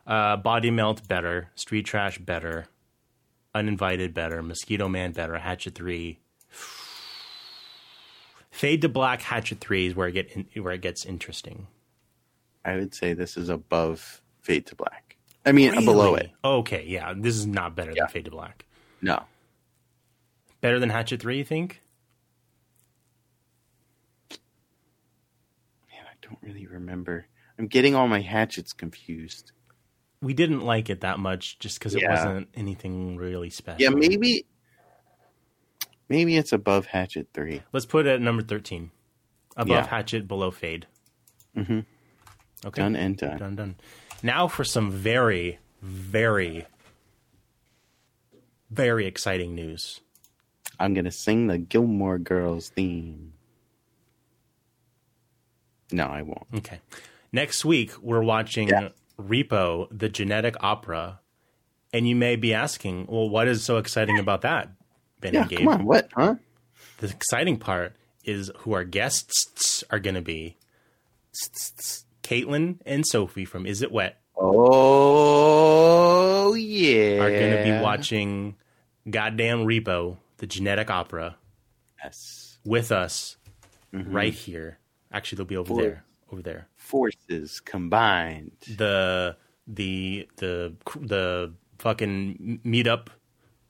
Speaker 2: Uh, Body Melt, better. Street Trash, better. Uninvited, better. Mosquito Man, better. Hatchet 3. Fade to Black, Hatchet 3 is where it, get in, where it gets interesting.
Speaker 1: I would say this is above Fade to Black. I mean, below
Speaker 2: Really?
Speaker 1: it.
Speaker 2: Okay, yeah. This is not better than Fade to Black.
Speaker 1: No.
Speaker 2: Better than Hatchet 3, you think?
Speaker 1: I don't really remember. I'm getting all my hatchets confused.
Speaker 2: we didn't like it that much just because it
Speaker 1: Yeah.
Speaker 2: wasn't anything really special.
Speaker 1: Yeah, maybe. Maybe it's above Hatchet 3.
Speaker 2: Let's put it at number 13. Above
Speaker 1: Yeah.
Speaker 2: Hatchet, below Fade.
Speaker 1: Mm-hmm.
Speaker 2: Okay.
Speaker 1: Done and done.
Speaker 2: Done, done. Now for some very, very, very exciting news.
Speaker 1: I'm gonna sing the Gilmore Girls theme. No, I won't.
Speaker 2: Okay. Next week, we're watching Repo, the genetic opera. And you may be asking, well, what is so exciting about that, Ben
Speaker 1: Yeah,
Speaker 2: and Gabe?
Speaker 1: come on, what, huh?
Speaker 2: The exciting part is who our guests are going to be Caitlin and Sophie from Is It Wet?
Speaker 1: Oh, yeah.
Speaker 2: Are going to be watching Goddamn Repo, the genetic opera.
Speaker 1: Yes.
Speaker 2: With us
Speaker 1: Mm-hmm.
Speaker 2: right here. Actually, they'll be over
Speaker 1: Four-
Speaker 2: there. Over there.
Speaker 1: Forces combined.
Speaker 2: the the the the fucking meetup.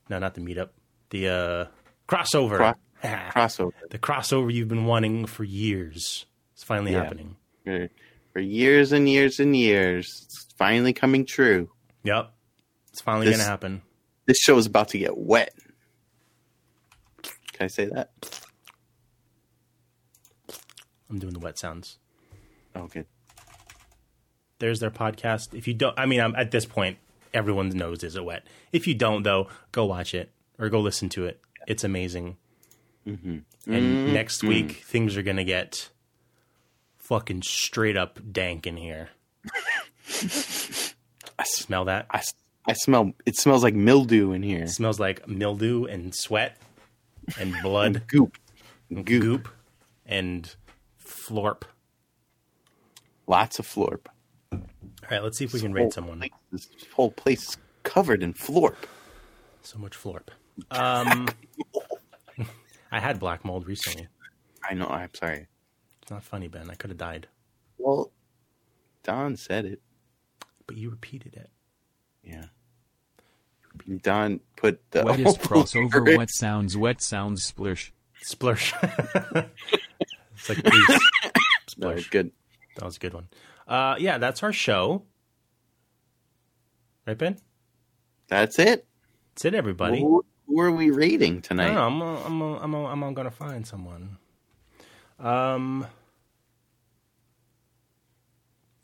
Speaker 2: No, not the meetup. The uh, crossover. Ah.
Speaker 1: crossover.
Speaker 2: The crossover you've been wanting for years. It's finally
Speaker 1: Yeah.
Speaker 2: happening.
Speaker 1: For, for years and years and years, it's finally coming true.
Speaker 2: Yep. It's finally
Speaker 1: This-
Speaker 2: gonna happen.
Speaker 1: This show is about to get wet. Can I say that?
Speaker 2: I'm doing the wet sounds.
Speaker 1: Okay.
Speaker 2: There's their podcast. If you don't, I mean, I'm, at this point, everyone knows is it wet. If you don't, though, go watch it or go listen to it. It's amazing.
Speaker 1: Mm-hmm. Mm.
Speaker 2: And next week, things are gonna get fucking straight up dank in here. I smell that.
Speaker 1: I, I smell. It smells like mildew in here.
Speaker 2: smells like mildew and sweat and blood,
Speaker 1: goop,
Speaker 2: goop. and florp.
Speaker 1: Lots of florp.
Speaker 2: All right, let's see if we can rate someone.
Speaker 1: This whole place is covered in florp.
Speaker 2: So much florp. Um, I had black mold recently.
Speaker 1: I know. I'm sorry.
Speaker 2: It's not funny, Ben. I could have died,
Speaker 1: Well, Don said it.
Speaker 2: but you repeated it.
Speaker 1: Yeah. Don put the
Speaker 14: Wettest crossover. Wet sounds. Wet sounds. Splish.
Speaker 2: Splurge. it's like peace.
Speaker 1: No, it's good.
Speaker 2: That was a good one. Uh, yeah, that's our show. Right, Ben?
Speaker 1: That's it.
Speaker 2: That's it, everybody.
Speaker 1: Who, who are we rating
Speaker 2: I
Speaker 1: tonight?
Speaker 2: don't know. I'm i I'm i I'm i I'm i gonna find someone. Um,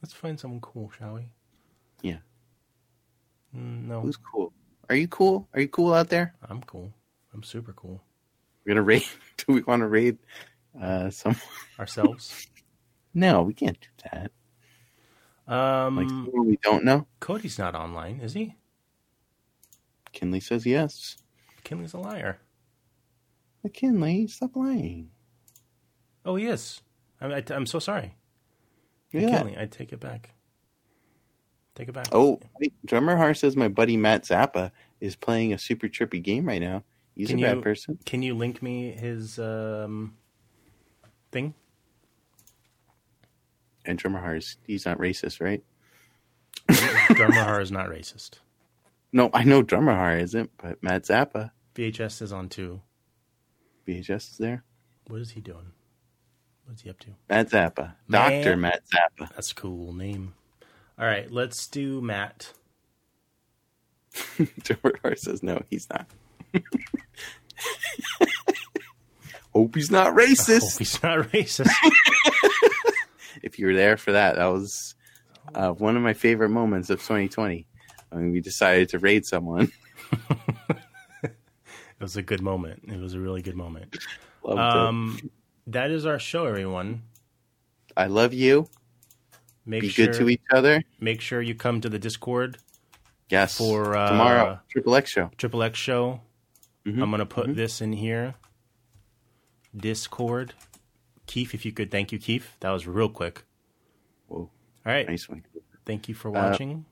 Speaker 2: let's find someone cool, shall we?
Speaker 1: Yeah.
Speaker 2: Mm, no,
Speaker 1: Who's cool? Are you cool? Are you cool out there?
Speaker 2: I'm cool. I'm super cool.
Speaker 1: We're gonna raid. Do we want to raid uh, someone?
Speaker 2: Ourselves?
Speaker 1: no, we can't do that.
Speaker 2: Um,
Speaker 1: Like someone we don't know.
Speaker 2: Cody's not online, is he?
Speaker 1: Kinley says yes.
Speaker 2: Kinley's a liar.
Speaker 1: McKinley, stop lying.
Speaker 2: Oh, he is. I, I, I'm so sorry.
Speaker 1: Yeah.
Speaker 2: Kinley, I take it back. Take it back.
Speaker 1: Oh, wait, drummer Har says my buddy Matt Zappa is playing a super trippy game right now. He's
Speaker 2: Can
Speaker 1: a bad
Speaker 2: you-
Speaker 1: person.
Speaker 2: Can you link me his um, thing?
Speaker 1: And drummer Har is he's not racist, right?
Speaker 2: Dharmahar is not racist.
Speaker 1: No, I know drummer Har isn't, but Matt Zappa
Speaker 2: VHS is on too.
Speaker 1: VHS is there.
Speaker 2: What is he doing? What is he up to?
Speaker 1: Matt Zappa,
Speaker 2: Man.
Speaker 1: Doctor Matt Zappa.
Speaker 2: That's a cool name. All right, let's do Matt.
Speaker 1: drummer Har says no, he's not. Hope he's not racist.
Speaker 2: I hope he's not racist.
Speaker 1: if you were there for that, that was uh, one of my favorite moments of 2020 when we decided to raid someone.
Speaker 2: It was a good moment. It was a really good moment.
Speaker 1: Loved it.
Speaker 2: um, that is our show, everyone.
Speaker 1: I love you.
Speaker 2: Make
Speaker 1: Be
Speaker 2: sure
Speaker 1: good to each other.
Speaker 2: make sure you come to the Discord
Speaker 1: Yes.
Speaker 2: for uh,
Speaker 1: tomorrow, Triple X show.
Speaker 2: Triple X show.
Speaker 1: Mm-hmm.
Speaker 2: I'm gonna put this in here. Discord. Keith, if you could, thank you, Keith. That was real quick.
Speaker 1: Whoa.
Speaker 2: All right.
Speaker 1: Nice one.
Speaker 2: Thank you for
Speaker 1: Uh,
Speaker 2: watching.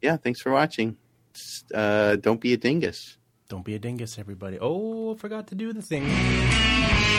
Speaker 1: Yeah, thanks for watching. Just, Uh, don't be a dingus.
Speaker 2: Don't be a dingus, everybody. Oh, I forgot to do the thing.